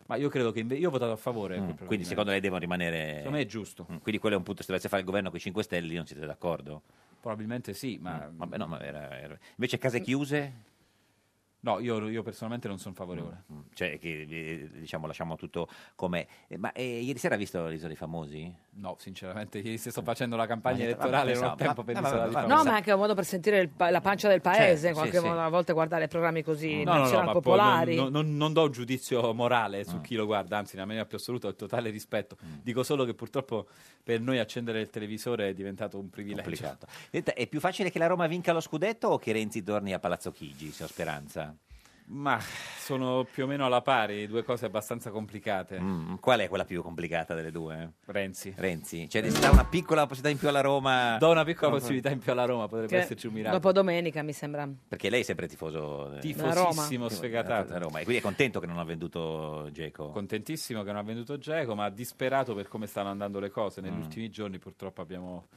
[SPEAKER 9] Ma io credo che inve- io ho votato a favore. quel
[SPEAKER 2] Quindi,
[SPEAKER 9] provvedimento.
[SPEAKER 2] secondo lei, devono rimanere.
[SPEAKER 9] Secondo me è giusto.
[SPEAKER 2] Mm, Quindi, quello è un punto. Se dovesse fare il governo con i 5 Stelle, lì non siete d'accordo?
[SPEAKER 9] Probabilmente sì, ma...
[SPEAKER 2] Mm. Vabbè, no, ma era- era- Invece, case chiuse?
[SPEAKER 9] No, Mm. io, io personalmente non sono favorevole.
[SPEAKER 2] Mm, Cioè, che eh, diciamo, lasciamo tutto com'è. Eh, Ma eh, ieri sera ha visto l'isola dei famosi?
[SPEAKER 9] No, sinceramente, ieri sera sto facendo la campagna
[SPEAKER 2] Ma-
[SPEAKER 9] elettorale, non
[SPEAKER 2] pensavo-
[SPEAKER 9] ho tempo
[SPEAKER 2] ma-
[SPEAKER 9] per
[SPEAKER 2] ma-
[SPEAKER 9] l'isola
[SPEAKER 2] ma-
[SPEAKER 9] di
[SPEAKER 2] ma-
[SPEAKER 9] Paolo.
[SPEAKER 1] No, ma è anche un modo per sentire il pa- la pancia del paese,
[SPEAKER 9] Cioè,
[SPEAKER 1] in qualche
[SPEAKER 9] esatto. sì, sì.
[SPEAKER 1] modo, a volte guardare programmi
[SPEAKER 9] No, no,
[SPEAKER 1] così
[SPEAKER 9] no,
[SPEAKER 1] nazionali
[SPEAKER 9] ma poi
[SPEAKER 1] popolari.
[SPEAKER 9] non, non- non do un giudizio morale
[SPEAKER 2] Mm.
[SPEAKER 9] su chi lo guarda, anzi, nella maniera più assoluta, ho il totale rispetto. Dico solo che purtroppo per noi accendere il televisore è diventato un privilegio.
[SPEAKER 2] Complicato. Senta, è più facile che la Roma vinca lo scudetto o che Renzi torni a Palazzo Chigi, se ho speranza?
[SPEAKER 9] Ma sono più o meno alla pari, due cose abbastanza complicate.
[SPEAKER 2] Mm, qual è quella più complicata delle due?
[SPEAKER 9] Renzi.
[SPEAKER 2] Renzi. Cioè, dà una piccola possibilità in più alla Roma.
[SPEAKER 9] Do una piccola possibilità in più alla Roma, potrebbe
[SPEAKER 1] Che
[SPEAKER 9] esserci un miracolo.
[SPEAKER 1] Dopo domenica, mi sembra.
[SPEAKER 2] Perché lei è sempre tifoso. eh,
[SPEAKER 9] Tifosissimo,
[SPEAKER 2] Roma.
[SPEAKER 9] sfegatato.
[SPEAKER 2] Da Roma. E quindi è contento che non ha venduto Geco.
[SPEAKER 9] Contentissimo che non ha venduto Geco, ma disperato per come stanno andando le cose.
[SPEAKER 2] Mm.
[SPEAKER 9] Negli ultimi giorni, purtroppo, abbiamo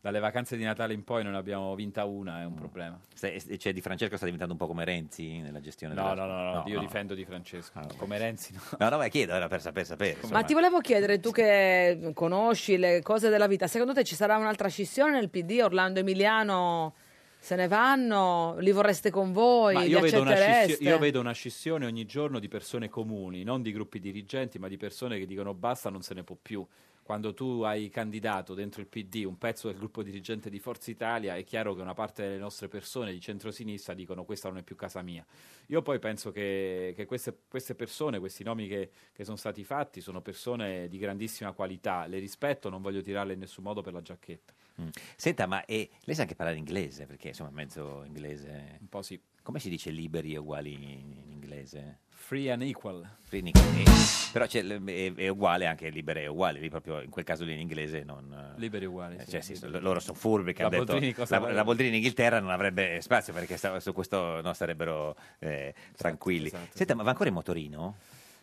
[SPEAKER 9] dalle vacanze di Natale in poi non ne abbiamo vinta una,
[SPEAKER 2] Mm.
[SPEAKER 9] è un problema.
[SPEAKER 2] Se- cioè, Di Francesco sta diventando un po' come Renzi nella gestione
[SPEAKER 9] No,
[SPEAKER 2] della- Ah,
[SPEAKER 9] no, no, no, io difendo Di Francesco. come Renzi, no.
[SPEAKER 2] No, no, ma chiedo, era per sapere, sapere.
[SPEAKER 1] Ma ti volevo chiedere, tu che conosci le cose della vita, secondo te ci sarà un'altra scissione nel PD? Orlando Emiliano se ne vanno? Li vorreste con voi?
[SPEAKER 9] Ma
[SPEAKER 1] Li
[SPEAKER 9] io vedo, una
[SPEAKER 1] accettereste?
[SPEAKER 9] scissione, io vedo una scissione ogni giorno di persone comuni, non di gruppi dirigenti, ma di persone che dicono basta, non se ne può più. Quando tu hai candidato dentro il PD un pezzo del gruppo dirigente di Forza Italia, è chiaro che una parte delle nostre persone di centrosinistra dicono questa non è più casa mia. Io poi penso che, che queste, queste persone, questi nomi che, che sono stati fatti, sono persone di grandissima qualità, le rispetto, non voglio tirarle in nessun modo per la giacchetta.
[SPEAKER 2] Mm. Senta, ma eh, lei sa anche parlare inglese, perché insomma è mezzo inglese. Un
[SPEAKER 9] po' sì.
[SPEAKER 2] Come si dice liberi e uguali in, in inglese?
[SPEAKER 9] Free and equal.
[SPEAKER 2] Free Nick- eh, però c'è l- è, è uguale anche liberi e uguali, lì proprio in quel caso lì in inglese non...
[SPEAKER 9] Liberi e uguali.
[SPEAKER 2] eh, cioè, sì, so- loro sono furbi che
[SPEAKER 9] La
[SPEAKER 2] hanno detto
[SPEAKER 9] Boldrini cosa
[SPEAKER 2] la,
[SPEAKER 9] vuole?
[SPEAKER 2] la Boldrini in Inghilterra non avrebbe spazio perché sta- su questo no, sarebbero eh,
[SPEAKER 9] Esatto,
[SPEAKER 2] tranquilli. Senta, ma va ancora in motorino?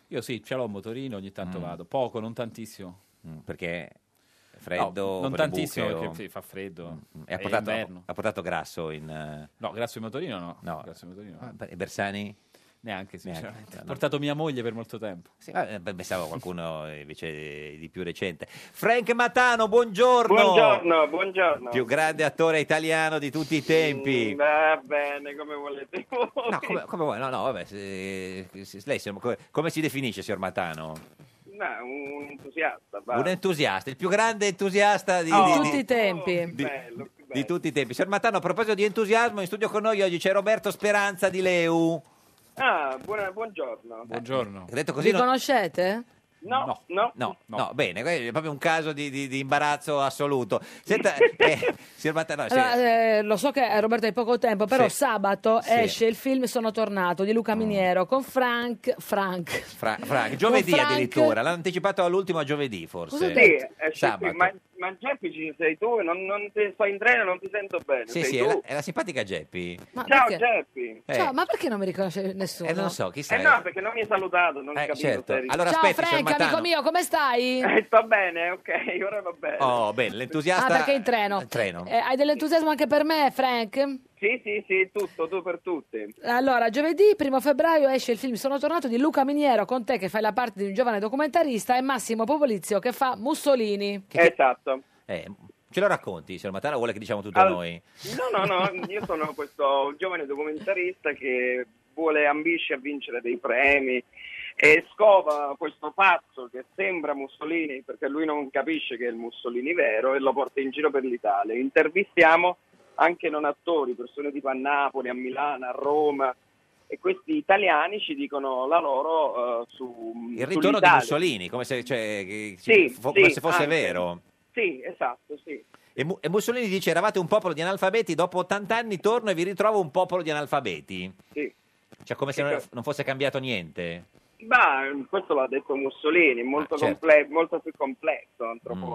[SPEAKER 9] Io sì, ce l'ho un motorino, ogni tanto
[SPEAKER 2] Mm.
[SPEAKER 9] vado. Poco, non tantissimo.
[SPEAKER 2] Mm, Perché è freddo?
[SPEAKER 9] No,
[SPEAKER 2] per
[SPEAKER 9] non
[SPEAKER 2] le
[SPEAKER 9] tantissimo
[SPEAKER 2] buche o-
[SPEAKER 9] perché sì, fa freddo.
[SPEAKER 2] Mm, E
[SPEAKER 9] È
[SPEAKER 2] ha portato,
[SPEAKER 9] inverno.
[SPEAKER 2] ha portato grasso in... eh,
[SPEAKER 9] No, grazie al motorino no.
[SPEAKER 2] No.
[SPEAKER 9] Grazie al motorino. no.
[SPEAKER 2] Ah, E Bersani?
[SPEAKER 9] Neanche, sinceramente.
[SPEAKER 2] Neanche, cioè,
[SPEAKER 9] Ho
[SPEAKER 2] no.
[SPEAKER 9] portato mia moglie per molto tempo.
[SPEAKER 2] Sì, ma, eh, beh, pensavo a qualcuno eh, invece eh, di più recente. Frank Matano, buongiorno.
[SPEAKER 7] Buongiorno, buongiorno. Mm,
[SPEAKER 2] Più grande attore italiano di tutti i tempi.
[SPEAKER 7] Va bene, come volete voi.
[SPEAKER 2] No, come, come vuoi? No, no, vabbè, se- se- lei se- come, come si definisce, signor Matano?
[SPEAKER 7] No, un entusiasta, va. Oh,
[SPEAKER 2] Un entusiasta, il più grande entusiasta di,
[SPEAKER 1] Di
[SPEAKER 2] di-
[SPEAKER 1] tutti
[SPEAKER 2] di-
[SPEAKER 1] i tempi.
[SPEAKER 2] di- di tutti i tempi. Signor Matano, a proposito di entusiasmo, in studio con noi oggi c'è Roberto Speranza di Leu. Eh,
[SPEAKER 7] Ah, buona- buongiorno.
[SPEAKER 9] Buongiorno.
[SPEAKER 2] Detto così,
[SPEAKER 1] Vi
[SPEAKER 2] non-
[SPEAKER 1] conoscete?
[SPEAKER 7] No, no.
[SPEAKER 2] No, no, bene, è proprio un caso di, di- di imbarazzo assoluto. Senta, eh, signor Matano, sì.
[SPEAKER 1] Allora, eh, lo so che eh, Roberto hai poco tempo, però
[SPEAKER 2] Sì.
[SPEAKER 1] sabato
[SPEAKER 2] Sì. Mm.
[SPEAKER 1] esce il film Sono tornato di Luca Miniero con Frank. Frank.
[SPEAKER 2] Fra- Frank, giovedì
[SPEAKER 1] eh, Con Frank-
[SPEAKER 2] addirittura, l'hanno anticipato all'ultimo a giovedì
[SPEAKER 7] Cosa
[SPEAKER 2] forse.
[SPEAKER 7] sì, esci qui,
[SPEAKER 2] Sabato.
[SPEAKER 7] ma, ma Geppi ci sei tu, non, non ti sto in treno, non ti sento bene.
[SPEAKER 2] Sì,
[SPEAKER 7] sei
[SPEAKER 2] sì, eh,
[SPEAKER 7] tu.
[SPEAKER 2] è la, è la simpatica Geppi.
[SPEAKER 1] Ma
[SPEAKER 7] Ciao
[SPEAKER 1] perché?
[SPEAKER 7] Geppi.
[SPEAKER 2] Eh.
[SPEAKER 1] Ciao, ma perché non mi riconosce nessuno?
[SPEAKER 2] Eh, non lo so, chi
[SPEAKER 7] Eh
[SPEAKER 2] sei?
[SPEAKER 7] no, perché non mi hai salutato, non
[SPEAKER 2] Eh,
[SPEAKER 7] capisco.
[SPEAKER 2] certo.
[SPEAKER 7] se eri-
[SPEAKER 2] Allora
[SPEAKER 1] Ciao
[SPEAKER 2] aspetti, signor
[SPEAKER 1] Frank, amico
[SPEAKER 2] Matano.
[SPEAKER 1] mio, come stai?
[SPEAKER 7] Eh, sta bene, ok, ora va bene.
[SPEAKER 2] Oh, bene,
[SPEAKER 1] Ah,
[SPEAKER 2] l'entusiasta...
[SPEAKER 1] perché in treno.
[SPEAKER 2] Il treno.
[SPEAKER 1] Eh, hai dell'entusiasmo anche per me, Frank?
[SPEAKER 7] Sì, sì, sì, tutto, tu per tutti.
[SPEAKER 1] Allora, giovedì 1 febbraio esce il film Sono tornato di Luca Miniero con te che fai la parte di un giovane documentarista e Massimo Popolizio che fa Mussolini.
[SPEAKER 7] Esatto.
[SPEAKER 2] Eh, ce lo racconti, signor Matano, o vuole che diciamo tutto
[SPEAKER 7] Al-
[SPEAKER 2] noi?
[SPEAKER 7] No, no, no, io sono questo giovane documentarista che vuole, ambisce a vincere dei premi e scova questo pazzo che sembra Mussolini perché lui non capisce che è il Mussolini vero e lo porta in giro per l'Italia. Intervistiamo anche non attori, persone tipo a Napoli, a Milano, a Roma e questi italiani ci dicono la loro eh, su
[SPEAKER 2] Il ritorno di
[SPEAKER 7] sull'Italia.
[SPEAKER 2] Mussolini, come se, cioè, che-
[SPEAKER 7] Sì,
[SPEAKER 2] fo-
[SPEAKER 7] sì,
[SPEAKER 2] come se fosse
[SPEAKER 7] anche.
[SPEAKER 2] vero.
[SPEAKER 7] Sì, esatto, sì.
[SPEAKER 2] E, Mu- e Mussolini dice: Eravate un popolo di analfabeti, dopo 80 anni torno e vi ritrovo un popolo di analfabeti.
[SPEAKER 7] Sì.
[SPEAKER 2] Cioè, come se non, non fosse cambiato niente.
[SPEAKER 7] Ma questo l'ha detto Mussolini, molto,
[SPEAKER 2] Ah, certo. Mm.
[SPEAKER 7] comple- molto più complesso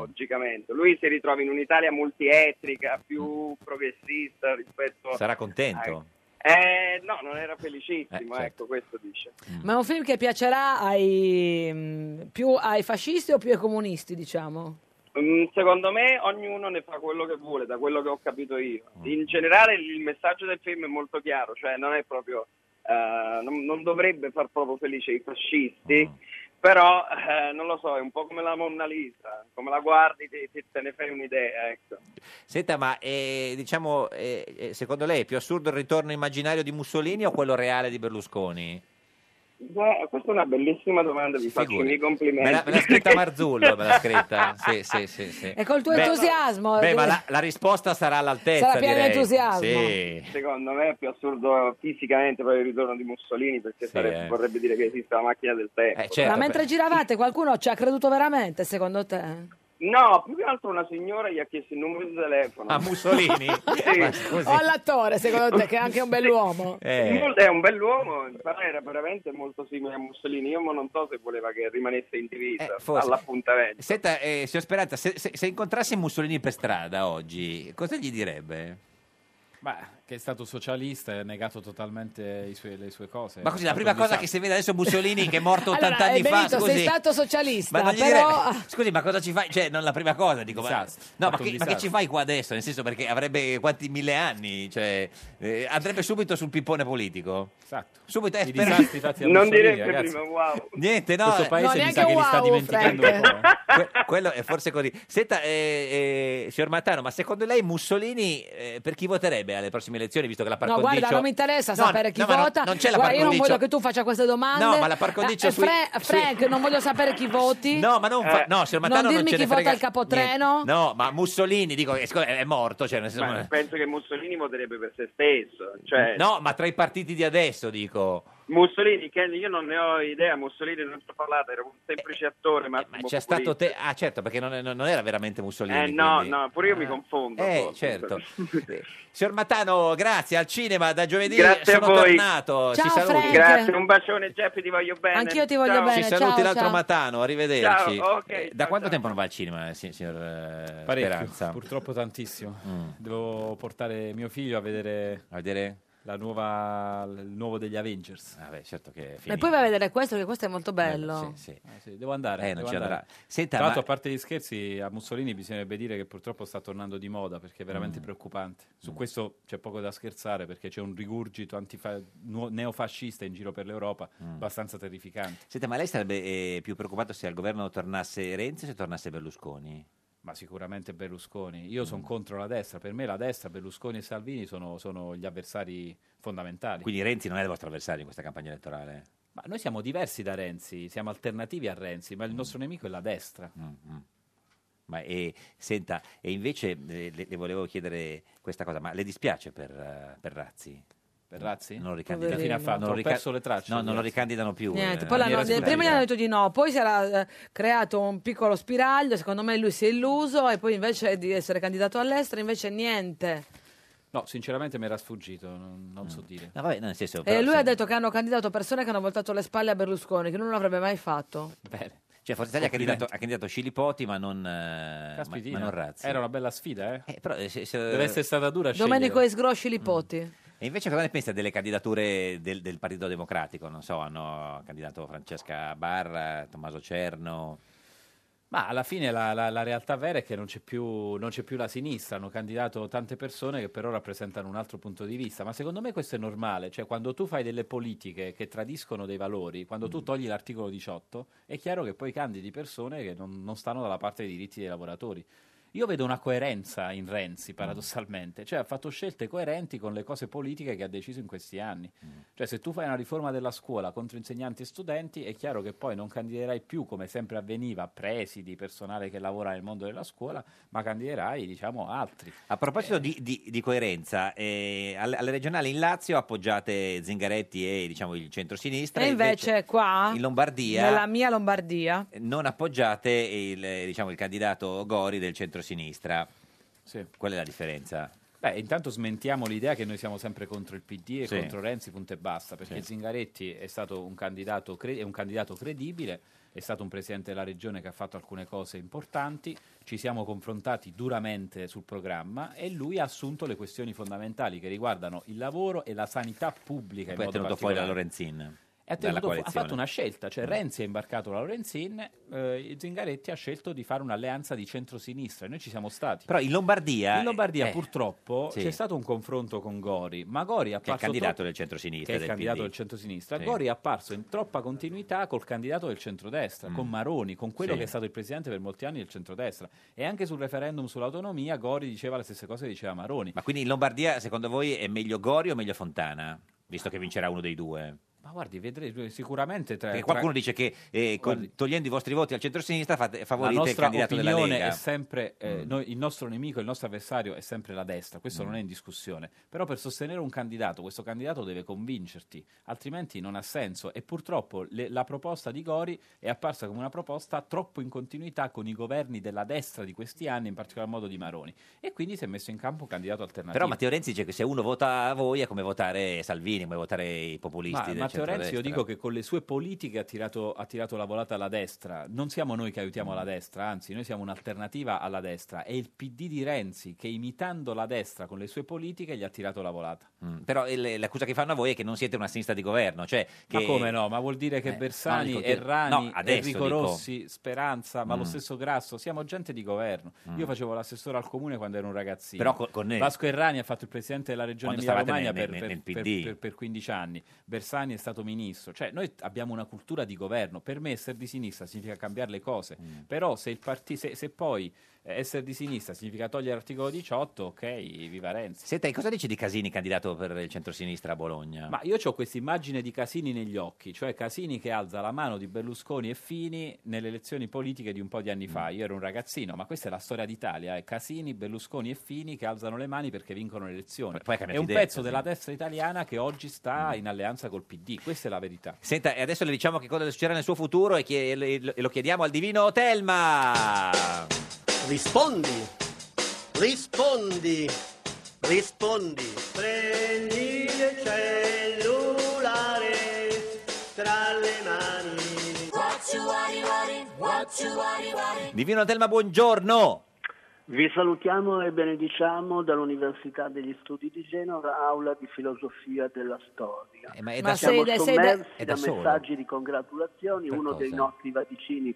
[SPEAKER 7] antropologicamente. Lui si ritrova in un'Italia multietnica, più progressista rispetto
[SPEAKER 2] Sarà contento.
[SPEAKER 7] Eh, no, non era felicissimo,
[SPEAKER 2] Eh, certo.
[SPEAKER 7] ecco, questo dice.
[SPEAKER 1] Ma è un film che piacerà ai, mm, più ai fascisti o più ai comunisti, diciamo?
[SPEAKER 7] Mm, Secondo me ognuno ne fa quello che vuole, da quello che ho capito io.
[SPEAKER 2] Mm.
[SPEAKER 7] In generale il messaggio del film è molto chiaro, cioè non è proprio eh, non, non dovrebbe far proprio felice i fascisti, però eh, non lo so, è un po' come la Monna Lisa, come la guardi ti- ti- te ne fai un'idea, ecco.
[SPEAKER 2] Senta, ma eh, diciamo, eh, eh, secondo lei è più assurdo il ritorno immaginario di Mussolini o quello reale di Berlusconi?
[SPEAKER 7] Beh, questa è una bellissima domanda, vi faccio i
[SPEAKER 2] Figuri.
[SPEAKER 7] miei
[SPEAKER 2] Me
[SPEAKER 7] complimenti.
[SPEAKER 2] l'ha, me l'ha scritta Marzullo, me l'ha scritta. Sì, sì, sì, sì.
[SPEAKER 1] E col tuo
[SPEAKER 2] Beh,
[SPEAKER 1] entusiasmo.
[SPEAKER 2] Beh,
[SPEAKER 1] eh,
[SPEAKER 2] ma la, la risposta sarà all'altezza.
[SPEAKER 1] Sarà piena di
[SPEAKER 2] direi.
[SPEAKER 1] entusiasmo.
[SPEAKER 2] Sì.
[SPEAKER 7] Secondo me è più assurdo fisicamente proprio il ritorno di Mussolini perché
[SPEAKER 2] Sì,
[SPEAKER 7] sarebbe-
[SPEAKER 2] eh. certo,
[SPEAKER 7] vorrebbe dire che esiste la macchina del tempo.
[SPEAKER 1] Ma mentre giravate qualcuno ci ha creduto veramente, secondo te?
[SPEAKER 7] No, più che altro una signora gli ha chiesto il numero di telefono.
[SPEAKER 2] A Ah, Mussolini? Eh,
[SPEAKER 7] sì.
[SPEAKER 2] Ma scusi.
[SPEAKER 1] O all'attore, secondo te, che è anche un bell'uomo?
[SPEAKER 2] Eh.
[SPEAKER 7] Molto- È un bell'uomo, però era veramente molto simile a Mussolini. Io mo non so se voleva che rimanesse in divisa
[SPEAKER 2] Eh, forse.
[SPEAKER 7] all'appuntamento.
[SPEAKER 2] Senta, eh, signor Speranza, se, se- se incontrasse Mussolini per strada oggi, cosa gli direbbe?
[SPEAKER 9] Ma che è stato socialista e ha negato totalmente i suoi- le sue cose.
[SPEAKER 2] Ma così, la
[SPEAKER 9] È stato
[SPEAKER 2] prima
[SPEAKER 9] un
[SPEAKER 2] cosa
[SPEAKER 9] disastro.
[SPEAKER 2] che si vede adesso è Mussolini che è morto 80
[SPEAKER 1] Allora,
[SPEAKER 2] anni
[SPEAKER 1] eh, Benito,
[SPEAKER 2] fa. Scusi.
[SPEAKER 1] sei stato socialista,
[SPEAKER 2] Ma non gli
[SPEAKER 1] però...
[SPEAKER 2] direbbe, scusi, ma cosa ci fai? Cioè, non la prima cosa, dico, ma,
[SPEAKER 9] Disastro,
[SPEAKER 2] no, ma,
[SPEAKER 9] fatto un
[SPEAKER 2] che, ma che
[SPEAKER 9] disastro.
[SPEAKER 2] ci fai qua adesso? Nel senso, perché avrebbe quanti mille anni? Cioè, eh, andrebbe subito sul pippone politico.
[SPEAKER 9] Esatto.
[SPEAKER 2] Subito, eh,
[SPEAKER 9] I
[SPEAKER 2] spero-
[SPEAKER 9] disastri fatti da
[SPEAKER 2] Non
[SPEAKER 9] Mussolini,
[SPEAKER 2] direbbe
[SPEAKER 9] ragazzi.
[SPEAKER 2] prima,
[SPEAKER 7] wow.
[SPEAKER 2] Niente, no.
[SPEAKER 9] Questo
[SPEAKER 2] eh.
[SPEAKER 9] paese No, mi sa neanche che li sta wow, dimenticando Frank. un eh.
[SPEAKER 2] Que- quello è forse così. Senta, eh, eh, signor Mattano, ma secondo lei Mussolini eh, per chi voterebbe alle prossime elezioni, visto che la par
[SPEAKER 1] No, guarda,
[SPEAKER 2] condicio-
[SPEAKER 1] non mi interessa
[SPEAKER 2] No,
[SPEAKER 1] sapere chi
[SPEAKER 2] no, ma non-
[SPEAKER 1] vota.
[SPEAKER 2] Non, c'è la
[SPEAKER 1] Guarda,
[SPEAKER 2] par
[SPEAKER 1] io non
[SPEAKER 2] condicio.
[SPEAKER 1] voglio che tu faccia queste domande.
[SPEAKER 2] No, ma la par condicio
[SPEAKER 1] Eh,
[SPEAKER 2] sui-
[SPEAKER 1] Fra-
[SPEAKER 2] sui-
[SPEAKER 1] Frank, non voglio sapere chi voti.
[SPEAKER 2] No, ma non fa- no, signor Mattano
[SPEAKER 1] Eh, non
[SPEAKER 2] non
[SPEAKER 1] dirmi
[SPEAKER 2] ce
[SPEAKER 1] chi
[SPEAKER 2] ne
[SPEAKER 1] vota
[SPEAKER 2] frega
[SPEAKER 1] il capotreno.
[SPEAKER 2] niente. No, ma Mussolini, dico, è, è morto, cioè, nel senso-
[SPEAKER 7] Ma penso che Mussolini voterebbe per se stesso. Cioè,
[SPEAKER 2] No, ma tra i partiti di adesso, dico.
[SPEAKER 7] Mussolini, che io non ne ho idea, Mussolini non ci ho parlato, era un semplice attore, ma
[SPEAKER 2] Eh, C'è stato te... Ah, certo, perché non, non era veramente Mussolini.
[SPEAKER 7] Eh no,
[SPEAKER 2] quindi.
[SPEAKER 7] no, pure io mi confondo. un
[SPEAKER 2] Eh,
[SPEAKER 7] po'.
[SPEAKER 2] certo. Eh, Signor Mattano, grazie. Al cinema da giovedì
[SPEAKER 7] Grazie a
[SPEAKER 2] sono
[SPEAKER 7] voi.
[SPEAKER 2] tornato.
[SPEAKER 7] Ciao,
[SPEAKER 2] Ci saluti.
[SPEAKER 7] Frank. Grazie, un bacione, Geppi, ti voglio bene.
[SPEAKER 1] Anch'io ti voglio
[SPEAKER 2] Ci
[SPEAKER 1] bene.
[SPEAKER 2] saluti
[SPEAKER 1] ciao,
[SPEAKER 2] l'altro
[SPEAKER 1] ciao.
[SPEAKER 2] Matano, arrivederci.
[SPEAKER 7] Ciao, ok,
[SPEAKER 2] Eh, da quanto tempo non va al cinema, eh, si- signor eh,
[SPEAKER 9] Parecchio,
[SPEAKER 2] Speranza?
[SPEAKER 9] purtroppo tantissimo.
[SPEAKER 2] Mm.
[SPEAKER 9] Devo portare mio figlio a vedere, La nuova, il nuovo degli Avengers.
[SPEAKER 2] Ah, beh, certo che è
[SPEAKER 1] E poi vai a vedere questo, che questo è molto bello.
[SPEAKER 9] devo andare.
[SPEAKER 2] Eh, non
[SPEAKER 9] devo
[SPEAKER 2] ci
[SPEAKER 9] andare.
[SPEAKER 2] andrà. Senta,
[SPEAKER 9] Tra l'altro,
[SPEAKER 2] ma-
[SPEAKER 9] a parte gli scherzi, a Mussolini bisognerebbe dire che purtroppo sta tornando di moda perché è veramente
[SPEAKER 2] Mm.
[SPEAKER 9] preoccupante. Su
[SPEAKER 2] Mm.
[SPEAKER 9] questo c'è poco da scherzare perché c'è un rigurgito antifa- nuo- neofascista in giro per l'Europa
[SPEAKER 2] Mm.
[SPEAKER 9] abbastanza terrificante.
[SPEAKER 2] Senta, ma lei sarebbe eh, più preoccupato se al governo tornasse Renzi o se tornasse Berlusconi?
[SPEAKER 9] Ma sicuramente Berlusconi. Io
[SPEAKER 2] Mm.
[SPEAKER 9] sono contro la destra. Per me la destra, Berlusconi e Salvini sono, sono gli avversari fondamentali.
[SPEAKER 2] Quindi Renzi non è il vostro avversario in questa campagna elettorale?
[SPEAKER 9] Ma noi siamo diversi da Renzi, siamo alternativi a Renzi,
[SPEAKER 2] Mm.
[SPEAKER 9] ma il nostro nemico è la destra.
[SPEAKER 2] Ma e, senta, e invece eh, le, le volevo chiedere questa cosa, ma le dispiace per, eh, per Razzi?
[SPEAKER 9] Per Razzi?
[SPEAKER 2] Non lo
[SPEAKER 9] Che
[SPEAKER 2] ricandidano
[SPEAKER 9] fine ha fatto?
[SPEAKER 2] non lo
[SPEAKER 9] Ho perso le tracce
[SPEAKER 2] No,
[SPEAKER 9] di
[SPEAKER 2] non lo
[SPEAKER 9] Razzi.
[SPEAKER 2] ricandidano più.
[SPEAKER 1] Niente,
[SPEAKER 2] eh,
[SPEAKER 1] poi l'hanno-
[SPEAKER 2] maniera
[SPEAKER 1] prima gli
[SPEAKER 2] sicura.
[SPEAKER 1] hanno detto di no, poi si era eh, creato un piccolo spiraglio, secondo me lui si è illuso e poi invece di essere candidato all'estero invece niente.
[SPEAKER 9] No, sinceramente mi era sfuggito, non, non so dire.
[SPEAKER 2] Mm. No, vabbè, nel senso,
[SPEAKER 1] E Eh, lui ha detto che hanno candidato persone che hanno voltato le spalle a Berlusconi, che lui non l'avrebbe mai fatto.
[SPEAKER 2] Cioè, Forza Italia ha candidato, ha candidato Scilipoti, ma non, eh, ma,
[SPEAKER 9] Caspitina,
[SPEAKER 2] ma non Razzi.
[SPEAKER 9] Era una bella sfida, eh?
[SPEAKER 2] però, eh, se- se-
[SPEAKER 9] Deve essere stata dura a
[SPEAKER 1] Domenico
[SPEAKER 9] scegliere.
[SPEAKER 1] Esgrosci
[SPEAKER 2] Mm.
[SPEAKER 1] Lipoti.
[SPEAKER 2] E invece cosa ne pensa delle candidature del, del Partito Democratico? Non so, hanno candidato Francesca Barra, Tommaso Cerno...
[SPEAKER 9] Ma alla fine la, la- la realtà vera è che non c'è, più, non c'è più la sinistra, hanno candidato tante persone che però rappresentano un altro punto di vista, ma secondo me questo è normale, cioè quando tu fai delle politiche che tradiscono dei valori, quando tu togli l'articolo 18, è chiaro che poi candidi persone che non, non stanno dalla parte dei diritti dei lavoratori. Io vedo una coerenza in Renzi, paradossalmente, cioè ha fatto scelte coerenti con le cose politiche che ha deciso in questi anni. Cioè, se tu fai una riforma della scuola contro insegnanti e studenti, è chiaro che poi non candiderai più, come sempre avveniva, presidi, personale che lavora nel mondo della scuola, ma candiderai, diciamo, altri.
[SPEAKER 2] A proposito di, di- di coerenza, eh, alle, alle regionali in Lazio appoggiate Zingaretti e diciamo, il centrosinistra,
[SPEAKER 1] E invece qua,
[SPEAKER 2] in Lombardia
[SPEAKER 1] nella mia Lombardia,
[SPEAKER 2] non appoggiate il, eh, diciamo, il candidato Gori del centrosinistra. Qual è la differenza?
[SPEAKER 9] Beh, intanto smentiamo l'idea che noi siamo sempre contro il PD e
[SPEAKER 2] Sì.
[SPEAKER 9] contro Renzi, punto e basta, perché
[SPEAKER 2] Sì.
[SPEAKER 9] Zingaretti è stato un candidato, cre- è un candidato credibile, è stato un presidente della regione che ha fatto alcune cose importanti, ci siamo confrontati duramente sul programma e lui ha assunto le questioni fondamentali che riguardano il lavoro e la sanità pubblica. in
[SPEAKER 2] Poi è
[SPEAKER 9] modo
[SPEAKER 2] tenuto fuori la
[SPEAKER 9] particolare.
[SPEAKER 2] Lorenzin.
[SPEAKER 9] E ha,
[SPEAKER 2] dalla
[SPEAKER 9] tenuto fu- ha
[SPEAKER 2] coalizione.
[SPEAKER 9] fatto una scelta, cioè
[SPEAKER 2] Mm.
[SPEAKER 9] Renzi ha imbarcato la Lorenzin, eh, Zingaretti ha scelto di fare un'alleanza di centrosinistra e noi ci siamo stati.
[SPEAKER 2] Però in Lombardia...
[SPEAKER 9] In Lombardia
[SPEAKER 2] eh,
[SPEAKER 9] purtroppo
[SPEAKER 2] sì.
[SPEAKER 9] c'è stato un confronto con Gori, ma
[SPEAKER 2] Che è
[SPEAKER 9] Gori è
[SPEAKER 2] il
[SPEAKER 9] apparso
[SPEAKER 2] candidato
[SPEAKER 9] tro-
[SPEAKER 2] del centrosinistra.
[SPEAKER 9] che è il
[SPEAKER 2] del
[SPEAKER 9] candidato
[SPEAKER 2] PD.
[SPEAKER 9] del centrosinistra.
[SPEAKER 2] Sì.
[SPEAKER 9] Gori è apparso in troppa continuità col candidato del centrodestra, con Maroni, con
[SPEAKER 2] Mm.
[SPEAKER 9] quello
[SPEAKER 2] Sì.
[SPEAKER 9] che è stato il presidente per molti anni del centrodestra. E anche sul referendum sull'autonomia Gori diceva le stesse cose che diceva Maroni.
[SPEAKER 2] Ma quindi in Lombardia, secondo voi, è meglio Gori o meglio Fontana? Visto che vincerà uno dei due.
[SPEAKER 9] Ma guardi, vedrete sicuramente Cioè, tra...
[SPEAKER 2] Perché
[SPEAKER 9] tra-
[SPEAKER 2] qualcuno dice che eh, con- togliendo i vostri voti al centrosinistra fate,
[SPEAKER 9] la
[SPEAKER 2] favorite il
[SPEAKER 9] nostra
[SPEAKER 2] candidato della
[SPEAKER 9] opinione
[SPEAKER 2] Lega.
[SPEAKER 9] è sempre eh,
[SPEAKER 2] Mm.
[SPEAKER 9] noi- il nostro nemico, il nostro avversario è sempre la destra, questo
[SPEAKER 2] Mm.
[SPEAKER 9] non è in discussione. Però per sostenere un candidato, questo candidato deve convincerti, altrimenti non ha senso e purtroppo le- la proposta di Gori è apparsa come una proposta troppo in continuità con i governi della destra di questi anni, in particolar modo di Maroni e quindi si è messo in campo un candidato alternativo.
[SPEAKER 2] Però Matteo Renzi dice che se uno vota a voi è come votare Salvini, come votare i populisti.
[SPEAKER 9] Ma
[SPEAKER 2] del
[SPEAKER 9] Matteo Renzi io
[SPEAKER 2] centrodestra.
[SPEAKER 9] dico che con le sue politiche ha tirato, ha tirato la volata alla destra. Non siamo noi che aiutiamo la destra, anzi noi siamo un'alternativa alla destra. È il PD di Renzi che imitando la destra con le sue politiche gli ha tirato la volata.
[SPEAKER 2] Mm, Però il- l'accusa che fanno a voi è che non siete una sinistra di governo. Cioè che...
[SPEAKER 9] Ma come no? Ma vuol dire che
[SPEAKER 2] Eh,
[SPEAKER 9] Bersani,
[SPEAKER 2] no, dico che-
[SPEAKER 9] Errani,
[SPEAKER 2] no, adesso
[SPEAKER 9] Enrico
[SPEAKER 2] dico.
[SPEAKER 9] Rossi, Speranza, ma
[SPEAKER 2] Mm.
[SPEAKER 9] lo stesso Grasso, siamo gente di governo.
[SPEAKER 2] Mm.
[SPEAKER 9] Io facevo l'assessore al comune quando ero un ragazzino.
[SPEAKER 2] Però co- con-
[SPEAKER 9] Vasco Errani ha fatto il presidente della regione
[SPEAKER 2] Quando
[SPEAKER 9] Emilia
[SPEAKER 2] stavate
[SPEAKER 9] Romagna
[SPEAKER 2] nel-
[SPEAKER 9] per,
[SPEAKER 2] nel-
[SPEAKER 9] per-
[SPEAKER 2] nel
[SPEAKER 9] per-
[SPEAKER 2] PD.
[SPEAKER 9] per- per 15 anni. Bersani è stato ministro. Cioè, noi abbiamo una cultura di governo. Per me essere di sinistra significa cambiare le cose.
[SPEAKER 2] Mm.
[SPEAKER 9] Però se, il parti- se, se poi eh, essere di sinistra significa togliere l'articolo 18, ok, viva Renzi.
[SPEAKER 2] Senta, e cosa dici di Casini, candidato per il centrosinistra a Bologna?
[SPEAKER 9] Ma io ho questa immagine di Casini negli occhi, cioè Casini che alza la mano di Berlusconi e Fini nelle elezioni politiche di un po' di anni fa. Io ero un ragazzino, ma questa è la storia d'Italia: è Casini, Berlusconi e Fini che alzano le mani perché vincono le elezioni.
[SPEAKER 2] poi è
[SPEAKER 9] è
[SPEAKER 2] cambiato
[SPEAKER 9] un
[SPEAKER 2] idea,
[SPEAKER 9] pezzo
[SPEAKER 2] Casini. Mm.
[SPEAKER 9] della destra italiana che oggi sta in alleanza col PD. Questa è la verità.
[SPEAKER 2] Senta, e adesso le diciamo che cosa le succederà nel suo futuro e, chie- e lo- e lo chiediamo al divino Telma.
[SPEAKER 24] Rispondi, rispondi, rispondi. Prendi il cellulare tra le mani. What you worry, worry, what you worry, worry.
[SPEAKER 2] Divino Telma, buongiorno.
[SPEAKER 25] Vi salutiamo e benediciamo dall'Università degli Studi di Genova, aula di filosofia della storia.
[SPEAKER 2] Eh, ma è
[SPEAKER 25] Siamo
[SPEAKER 2] da solo?
[SPEAKER 25] sommersi
[SPEAKER 2] Sei da- è
[SPEAKER 25] da,
[SPEAKER 2] da solo?
[SPEAKER 25] messaggi di congratulazioni,
[SPEAKER 2] Per
[SPEAKER 25] uno
[SPEAKER 2] cosa?
[SPEAKER 25] dei nostri vaticini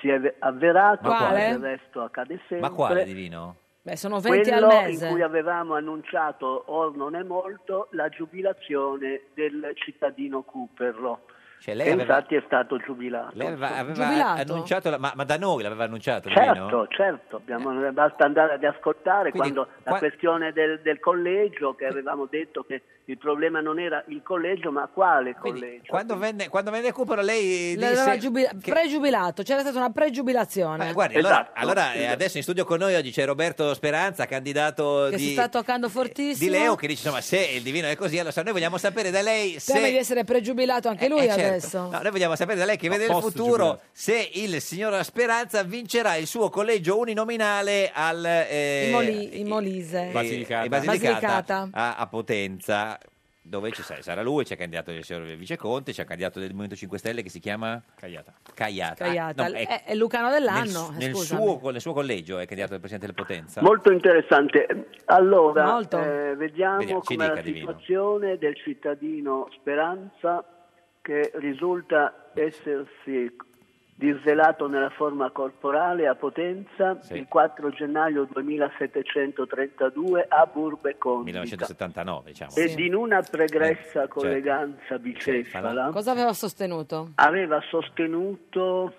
[SPEAKER 25] si è ve- avverato,
[SPEAKER 1] Ma quale?
[SPEAKER 25] come del resto accade sempre.
[SPEAKER 2] Ma quale divino?
[SPEAKER 1] Beh, sono 20
[SPEAKER 25] Quello
[SPEAKER 1] al
[SPEAKER 25] in
[SPEAKER 1] mese.
[SPEAKER 25] cui avevamo annunciato, or non è molto, la giubilazione del cittadino Cooperlo.
[SPEAKER 2] Cioè, lei
[SPEAKER 25] che
[SPEAKER 2] aveva-
[SPEAKER 25] infatti è stato giubilato.
[SPEAKER 2] Lei aveva, aveva
[SPEAKER 25] Giubilato?
[SPEAKER 2] annunciato, la- ma, ma da noi l'aveva annunciato?
[SPEAKER 25] Certo,
[SPEAKER 2] divino?
[SPEAKER 25] certo, abbiamo- basta andare ad ascoltare
[SPEAKER 2] Quindi,
[SPEAKER 25] quando la
[SPEAKER 2] qua-
[SPEAKER 25] questione del, del collegio, che avevamo detto che il problema non era il collegio, ma quale collegio?
[SPEAKER 2] Quando venne, quando venne Cooper lei
[SPEAKER 1] L'aveva
[SPEAKER 2] disse...
[SPEAKER 1] giubila- pregiubilato, c'era stata una pregiubilazione.
[SPEAKER 2] Ma guardi, allora, allora, eh, adesso in studio con noi oggi c'è Roberto Speranza, candidato
[SPEAKER 1] che si
[SPEAKER 2] di, eh,
[SPEAKER 1] sta toccando
[SPEAKER 2] di
[SPEAKER 1] fortissimo.
[SPEAKER 2] Leo, che dice insomma se il divino è così, allora noi vogliamo sapere da lei se...
[SPEAKER 1] Teme di essere pregiubilato anche lui
[SPEAKER 2] Eh, certo.
[SPEAKER 1] adesso.
[SPEAKER 2] No, noi vogliamo sapere da lei che vede il
[SPEAKER 9] post
[SPEAKER 2] futuro
[SPEAKER 9] giubilato.
[SPEAKER 2] se il signor Speranza vincerà il suo collegio uninominale al eh,
[SPEAKER 1] in, Moli- in Molise.
[SPEAKER 2] eh,
[SPEAKER 9] Basilicata.
[SPEAKER 2] in Basilicata, Ah,
[SPEAKER 1] Basilicata.
[SPEAKER 2] A, a Potenza dove ci sa- sarà lui, c'è il candidato del signor Viceconte, c'è il candidato del Movimento 5 Stelle che si chiama
[SPEAKER 9] Cagliata.
[SPEAKER 2] Cagliata.
[SPEAKER 1] Cagliata.
[SPEAKER 2] Ah, no, è-
[SPEAKER 1] Eh, è, è Lucano dell'anno.
[SPEAKER 2] nel, nel
[SPEAKER 1] scusami.
[SPEAKER 2] suo, nel suo collegio è candidato del presidente del Potenza.
[SPEAKER 25] Molto interessante. Allora,
[SPEAKER 2] Molto.
[SPEAKER 25] eh, vediamo
[SPEAKER 2] Vediamo, ci
[SPEAKER 25] com'è
[SPEAKER 2] dica,
[SPEAKER 25] la
[SPEAKER 2] Divino.
[SPEAKER 25] situazione del cittadino Speranza che risulta essersi disvelato nella forma corporale a Potenza
[SPEAKER 2] Sì.
[SPEAKER 25] il 4 gennaio 2732 a Burbe Condita
[SPEAKER 2] 1979, diciamo.
[SPEAKER 25] ed in una pregressa colleganza
[SPEAKER 2] Eh, certo. fa
[SPEAKER 25] bicefala
[SPEAKER 1] Cosa aveva sostenuto?
[SPEAKER 25] aveva sostenuto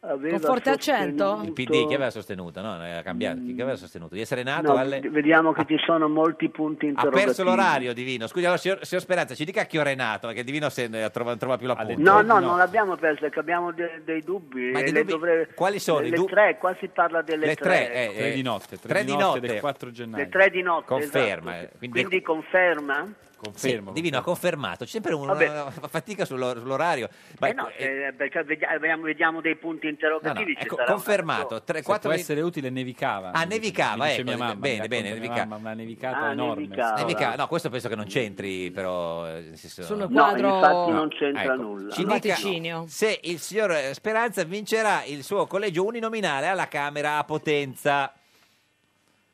[SPEAKER 25] aveva
[SPEAKER 1] Con forte
[SPEAKER 25] sostenuto-
[SPEAKER 1] accento?
[SPEAKER 2] Il PD che aveva sostenuto, no, era cambiato, chi che aveva sostenuto di essere nato
[SPEAKER 25] No,
[SPEAKER 2] alle-
[SPEAKER 25] vediamo che ci sono molti punti
[SPEAKER 2] ha
[SPEAKER 25] interrogativi
[SPEAKER 2] perso l'orario Divino. Scusi, allora signor, signor Speranza, ci dica a che ora è nato, perché Divino se ne trova, non trova più la punta.
[SPEAKER 25] No, no, non l'abbiamo perso, perché abbiamo de- dei dubbi.
[SPEAKER 2] Ma
[SPEAKER 25] e
[SPEAKER 2] dei
[SPEAKER 25] le
[SPEAKER 2] dubbi-
[SPEAKER 25] dovre-
[SPEAKER 2] quali sono
[SPEAKER 25] Le,
[SPEAKER 2] i
[SPEAKER 25] le
[SPEAKER 2] dubbi?
[SPEAKER 25] tre, qua si parla delle
[SPEAKER 2] Le tre, eh,
[SPEAKER 25] ecco.
[SPEAKER 9] Tre di notte, tre, di notte del 4 gennaio.
[SPEAKER 25] Le tre di notte.
[SPEAKER 2] Conferma,
[SPEAKER 25] esatto.
[SPEAKER 2] eh, quindi-
[SPEAKER 25] Quindi, conferma?
[SPEAKER 9] Confermo.
[SPEAKER 2] Sì, Divino ha confermato. C'è sempre una
[SPEAKER 6] Vabbè.
[SPEAKER 2] fatica sull'or- sull'orario. Ma-
[SPEAKER 6] Eh no, eh, perché vediamo, vediamo- vediamo dei punti
[SPEAKER 2] no, no,
[SPEAKER 6] interrogativi. ci
[SPEAKER 2] ecco,
[SPEAKER 6] sarà una-
[SPEAKER 2] confermato. Tre,
[SPEAKER 9] Se
[SPEAKER 2] quattro
[SPEAKER 9] può
[SPEAKER 2] min-
[SPEAKER 9] essere utile nevicava.
[SPEAKER 2] Ah, nevicava,
[SPEAKER 9] Mi dice
[SPEAKER 2] ecco,
[SPEAKER 9] mia mamma,
[SPEAKER 2] bene,
[SPEAKER 9] mi
[SPEAKER 2] bene,
[SPEAKER 9] racconta mia
[SPEAKER 2] nevicava.
[SPEAKER 9] mamma, una nevicata
[SPEAKER 6] Ah,
[SPEAKER 9] enorme.
[SPEAKER 6] nevicava.
[SPEAKER 2] Nevica- no, questo penso che non c'entri, però. eh, nel senso-
[SPEAKER 1] Sul No, quadro- infatti non
[SPEAKER 6] c'entra
[SPEAKER 2] ecco.
[SPEAKER 6] nulla.
[SPEAKER 2] Ci
[SPEAKER 1] Al
[SPEAKER 2] dica
[SPEAKER 1] vaticinio.
[SPEAKER 2] se il signor eh, Speranza vincerà il suo collegio uninominale alla Camera a Potenza.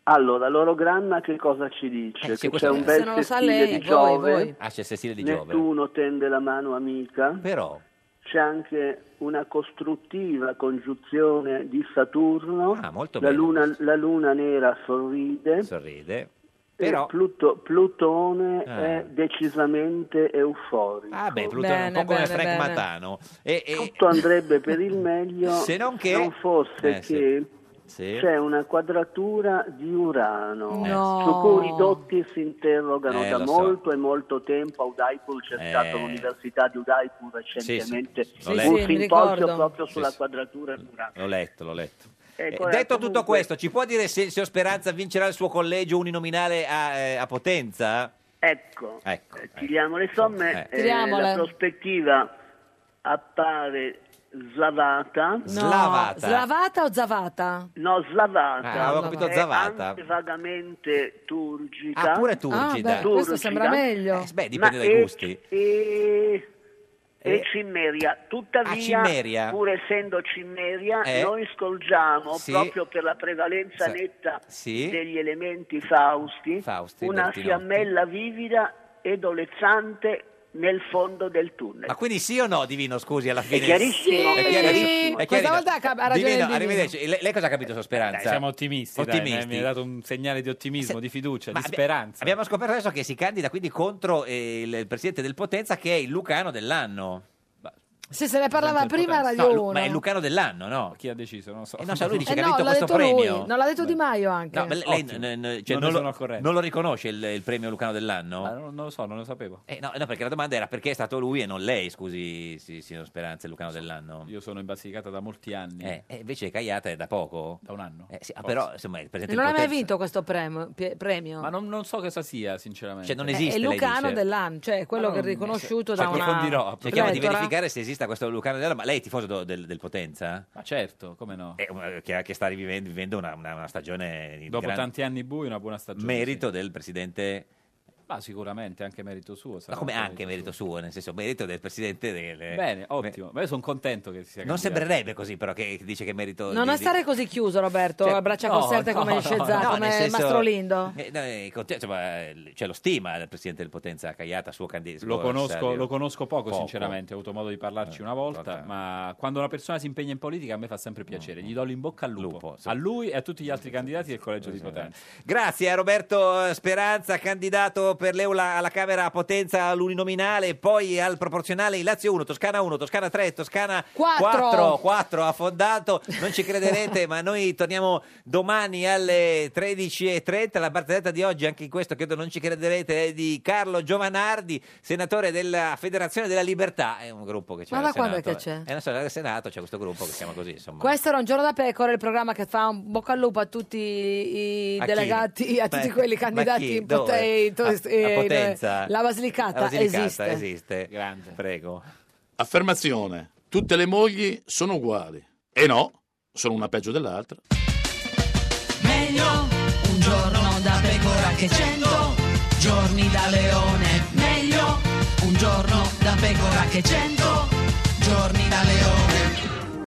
[SPEAKER 25] Allora, l'orogramma che cosa ci dice?
[SPEAKER 2] Eh, sì,
[SPEAKER 25] che
[SPEAKER 2] questo
[SPEAKER 25] c'è
[SPEAKER 2] è-
[SPEAKER 25] un
[SPEAKER 2] Se
[SPEAKER 25] bel
[SPEAKER 2] non
[SPEAKER 1] lo sa
[SPEAKER 25] sestile
[SPEAKER 1] lei,
[SPEAKER 25] di
[SPEAKER 1] voi,
[SPEAKER 25] Giove,
[SPEAKER 1] voi.
[SPEAKER 2] Ah, c'è Sestile di Giove.
[SPEAKER 25] Nettuno tende la mano amica,
[SPEAKER 2] Però.
[SPEAKER 25] c'è anche una costruttiva congiunzione di Saturno,
[SPEAKER 2] Ah,
[SPEAKER 25] la,
[SPEAKER 2] bello
[SPEAKER 25] luna, la luna nera sorride,
[SPEAKER 2] sorride.
[SPEAKER 25] però...
[SPEAKER 2] però-
[SPEAKER 25] e Pluto- Plutone
[SPEAKER 2] Ah.
[SPEAKER 25] è decisamente euforico.
[SPEAKER 2] Ah, beh, Plutone è un po' come Frank Matano. E, e-
[SPEAKER 25] Tutto andrebbe per il meglio
[SPEAKER 2] Se non che-
[SPEAKER 25] non fosse
[SPEAKER 2] Eh, sì.
[SPEAKER 25] che
[SPEAKER 2] Sì.
[SPEAKER 25] c'è una quadratura di Urano
[SPEAKER 2] No.
[SPEAKER 25] su cui i dotti si interrogano
[SPEAKER 2] Eh,
[SPEAKER 25] da
[SPEAKER 2] lo so.
[SPEAKER 25] molto e molto tempo a Udaipur c'è
[SPEAKER 2] Eh.
[SPEAKER 25] stato l'università di Udaipur recentemente
[SPEAKER 2] Sì, sì. Sì,
[SPEAKER 25] un
[SPEAKER 2] sì, mi
[SPEAKER 25] simposio
[SPEAKER 2] ricordo.
[SPEAKER 25] proprio
[SPEAKER 2] Sì,
[SPEAKER 25] sulla
[SPEAKER 2] sì.
[SPEAKER 25] quadratura di Urano
[SPEAKER 2] L'ho letto, l'ho letto.
[SPEAKER 25] Eh,
[SPEAKER 2] Eh,
[SPEAKER 25] guarda,
[SPEAKER 2] detto tutto
[SPEAKER 25] comunque-
[SPEAKER 2] questo, ci può dire se il signor Speranza vincerà il suo collegio uninominale a, eh, a Potenza?
[SPEAKER 25] ecco
[SPEAKER 2] Ecco.
[SPEAKER 25] tiriamo le somme
[SPEAKER 2] Eh.
[SPEAKER 25] eh,
[SPEAKER 1] Tiriamole.
[SPEAKER 25] la prospettiva appare slavata
[SPEAKER 1] No, Slavata o zavata?
[SPEAKER 25] No, slavata.
[SPEAKER 2] Ah, avevo capito
[SPEAKER 25] È
[SPEAKER 2] Zavata.
[SPEAKER 25] anche vagamente turgida.
[SPEAKER 2] Ah, pure turgida.
[SPEAKER 1] Ah, beh, questo sembra meglio.
[SPEAKER 2] Eh, beh, dipende
[SPEAKER 25] Ma
[SPEAKER 2] dai
[SPEAKER 25] è-
[SPEAKER 2] gusti.
[SPEAKER 25] E, e
[SPEAKER 2] Eh.
[SPEAKER 25] Cimmeria. Tuttavia,
[SPEAKER 2] Ah, Cimmeria.
[SPEAKER 25] pur essendo Cimmeria,
[SPEAKER 2] Eh.
[SPEAKER 25] noi scorgiamo,
[SPEAKER 2] Sì.
[SPEAKER 25] proprio per la prevalenza
[SPEAKER 2] Sa-
[SPEAKER 25] netta
[SPEAKER 2] sì.
[SPEAKER 25] degli elementi fausti,
[SPEAKER 2] Fausti,
[SPEAKER 25] una
[SPEAKER 2] Bertinotti.
[SPEAKER 25] fiammella vivida ed olezzante nel fondo del tunnel.
[SPEAKER 2] Ma quindi sì o no, Divino, scusi, alla fine? È
[SPEAKER 25] chiarissimo, è
[SPEAKER 2] chiarissimo.
[SPEAKER 25] chiarissimo.
[SPEAKER 2] È
[SPEAKER 1] Questa
[SPEAKER 2] chiarissimo.
[SPEAKER 1] volta ha cap- ha ragione il
[SPEAKER 2] Divino,
[SPEAKER 1] Divino.
[SPEAKER 2] arrivederci. Lei, lei cosa ha capito, Sor Speranza?
[SPEAKER 9] Eh, Dai, siamo ottimisti, dai, eh,
[SPEAKER 2] Ottimisti.
[SPEAKER 9] mi ha dato un segnale di ottimismo, di fiducia,
[SPEAKER 2] Ma
[SPEAKER 9] di
[SPEAKER 2] abbi-
[SPEAKER 9] speranza.
[SPEAKER 2] Abbiamo scoperto adesso che si candida quindi contro eh, il, il presidente del Potenza che è il Lucano dell'anno.
[SPEAKER 1] Sì, se ne parlava prima a
[SPEAKER 2] No,
[SPEAKER 1] Radio
[SPEAKER 2] Lu-
[SPEAKER 1] 1.
[SPEAKER 2] ma è il Lucano dell'anno, no? Chi ha deciso? Non lo so. no, sa, lui dice
[SPEAKER 1] Eh
[SPEAKER 2] che ha
[SPEAKER 1] no,
[SPEAKER 2] vinto
[SPEAKER 1] l'ha
[SPEAKER 2] questo
[SPEAKER 1] detto
[SPEAKER 2] premio.
[SPEAKER 1] lui, non l'ha detto Di Maio anche.
[SPEAKER 2] No, ma lei- lei n- n- cioè,
[SPEAKER 9] Non ne
[SPEAKER 2] non,
[SPEAKER 9] sono al
[SPEAKER 2] lo,
[SPEAKER 9] corrente.
[SPEAKER 2] non lo riconosce il, il premio Lucano dell'anno?
[SPEAKER 9] Ah, non, non lo so, non lo sapevo.
[SPEAKER 2] Eh, no, no, perché la domanda era perché è stato lui e non lei, scusi, si- signor Speranza, il Lucano dell'anno.
[SPEAKER 9] Io sono in Basilicata da molti anni.
[SPEAKER 2] Eh, eh, invece Caiata è da poco? Da
[SPEAKER 9] un anno.
[SPEAKER 2] però, insomma, il presidente
[SPEAKER 1] E non
[SPEAKER 2] del
[SPEAKER 1] ha mai
[SPEAKER 2] Potenza-
[SPEAKER 1] vinto questo premio. pie- premio.
[SPEAKER 9] Ma non, non so cosa sia, sinceramente.
[SPEAKER 2] Cioè, non
[SPEAKER 1] Eh,
[SPEAKER 2] esiste,
[SPEAKER 1] è il
[SPEAKER 2] lei
[SPEAKER 1] Lucano
[SPEAKER 2] dice.
[SPEAKER 1] dell'anno, cioè è quello
[SPEAKER 9] Ma
[SPEAKER 1] che è
[SPEAKER 9] non-
[SPEAKER 1] riconosciuto
[SPEAKER 9] cioè,
[SPEAKER 1] da una eh?
[SPEAKER 9] approfondirò,
[SPEAKER 2] Cerchiamo di
[SPEAKER 1] pletora.
[SPEAKER 2] verificare se esista questo Lucano dell'anno, ma lei è tifoso do- del, del Potenza?
[SPEAKER 9] Ma certo, come no?
[SPEAKER 2] Eh, um, che, che sta rivivendo vivendo una, una- una stagione di
[SPEAKER 9] Dopo
[SPEAKER 2] gran
[SPEAKER 9] tanti anni bui, una buona stagione.
[SPEAKER 2] merito del presidente...
[SPEAKER 9] sì. Ma sicuramente anche merito suo.
[SPEAKER 2] Ma
[SPEAKER 9] sarà
[SPEAKER 2] come
[SPEAKER 9] merito
[SPEAKER 2] anche merito suo, nel senso merito del presidente del...
[SPEAKER 9] suo. Bene, ottimo. Ma io sono contento che si sia
[SPEAKER 2] Non
[SPEAKER 9] cambiato.
[SPEAKER 2] sembrerebbe così però che che dice che merito...
[SPEAKER 1] Non
[SPEAKER 2] di-
[SPEAKER 1] è
[SPEAKER 2] di-
[SPEAKER 1] stare così chiuso, Roberto,
[SPEAKER 2] Cioè,
[SPEAKER 1] a braccia
[SPEAKER 2] no,
[SPEAKER 1] conserte
[SPEAKER 2] no,
[SPEAKER 1] come
[SPEAKER 2] no,
[SPEAKER 1] Scezzà,
[SPEAKER 2] no,
[SPEAKER 1] come
[SPEAKER 2] nel senso-
[SPEAKER 1] Mastro Lindo.
[SPEAKER 2] Eh, no, eh, con te, insomma, eh, c'è lo stima del presidente del Potenza Caiata, suo candidato.
[SPEAKER 9] Lo conosco, lo conosco Eh, poco, Eh, sinceramente, ho avuto modo di parlarci una volta, ma quando una persona si impegna in politica a me fa sempre piacere, gli do l'imbocca al Mm, lupo, a lui e a tutti gli altri candidati del collegio di Potenza.
[SPEAKER 2] Grazie a Roberto eh, Speranza, candidato per l'Eula alla Camera a Potenza all'uninominale, poi al proporzionale in Lazio 1, Toscana 1, Toscana 3, Toscana
[SPEAKER 1] Quattro.
[SPEAKER 2] 4, 4 affondato. Non ci crederete, ma noi torniamo domani alle 13.30. La barzelletta di oggi, anche in questo credo non ci crederete, è di Carlo Giovanardi, senatore della Federazione della Libertà. È un gruppo che c'è
[SPEAKER 1] Ma
[SPEAKER 2] al
[SPEAKER 1] da quando
[SPEAKER 2] Senato. eh.
[SPEAKER 1] è che c'è?
[SPEAKER 2] È una storia del Senato, c'è questo gruppo che si chiama così, insomma.
[SPEAKER 1] Questo era un giorno da pecora, il programma che fa un bocca al lupo a tutti i
[SPEAKER 2] A chi?
[SPEAKER 1] delegati, a
[SPEAKER 2] Ma-
[SPEAKER 1] tutti quelli
[SPEAKER 2] ma
[SPEAKER 1] candidati
[SPEAKER 2] chi?
[SPEAKER 1] in pote-
[SPEAKER 2] Dove?
[SPEAKER 1] in to-
[SPEAKER 2] A- a
[SPEAKER 1] eh, in-
[SPEAKER 2] Potenza?
[SPEAKER 1] La Basilicata,
[SPEAKER 2] La Basilicata
[SPEAKER 1] esiste.
[SPEAKER 2] esiste. Grande. Prego.
[SPEAKER 12] Affermazione. Tutte le mogli sono uguali. E no, sono una peggio dell'altra.
[SPEAKER 26] Meglio un giorno da pecora che cento giorni da leone. Meglio un giorno da pecora che cento giorni da leone.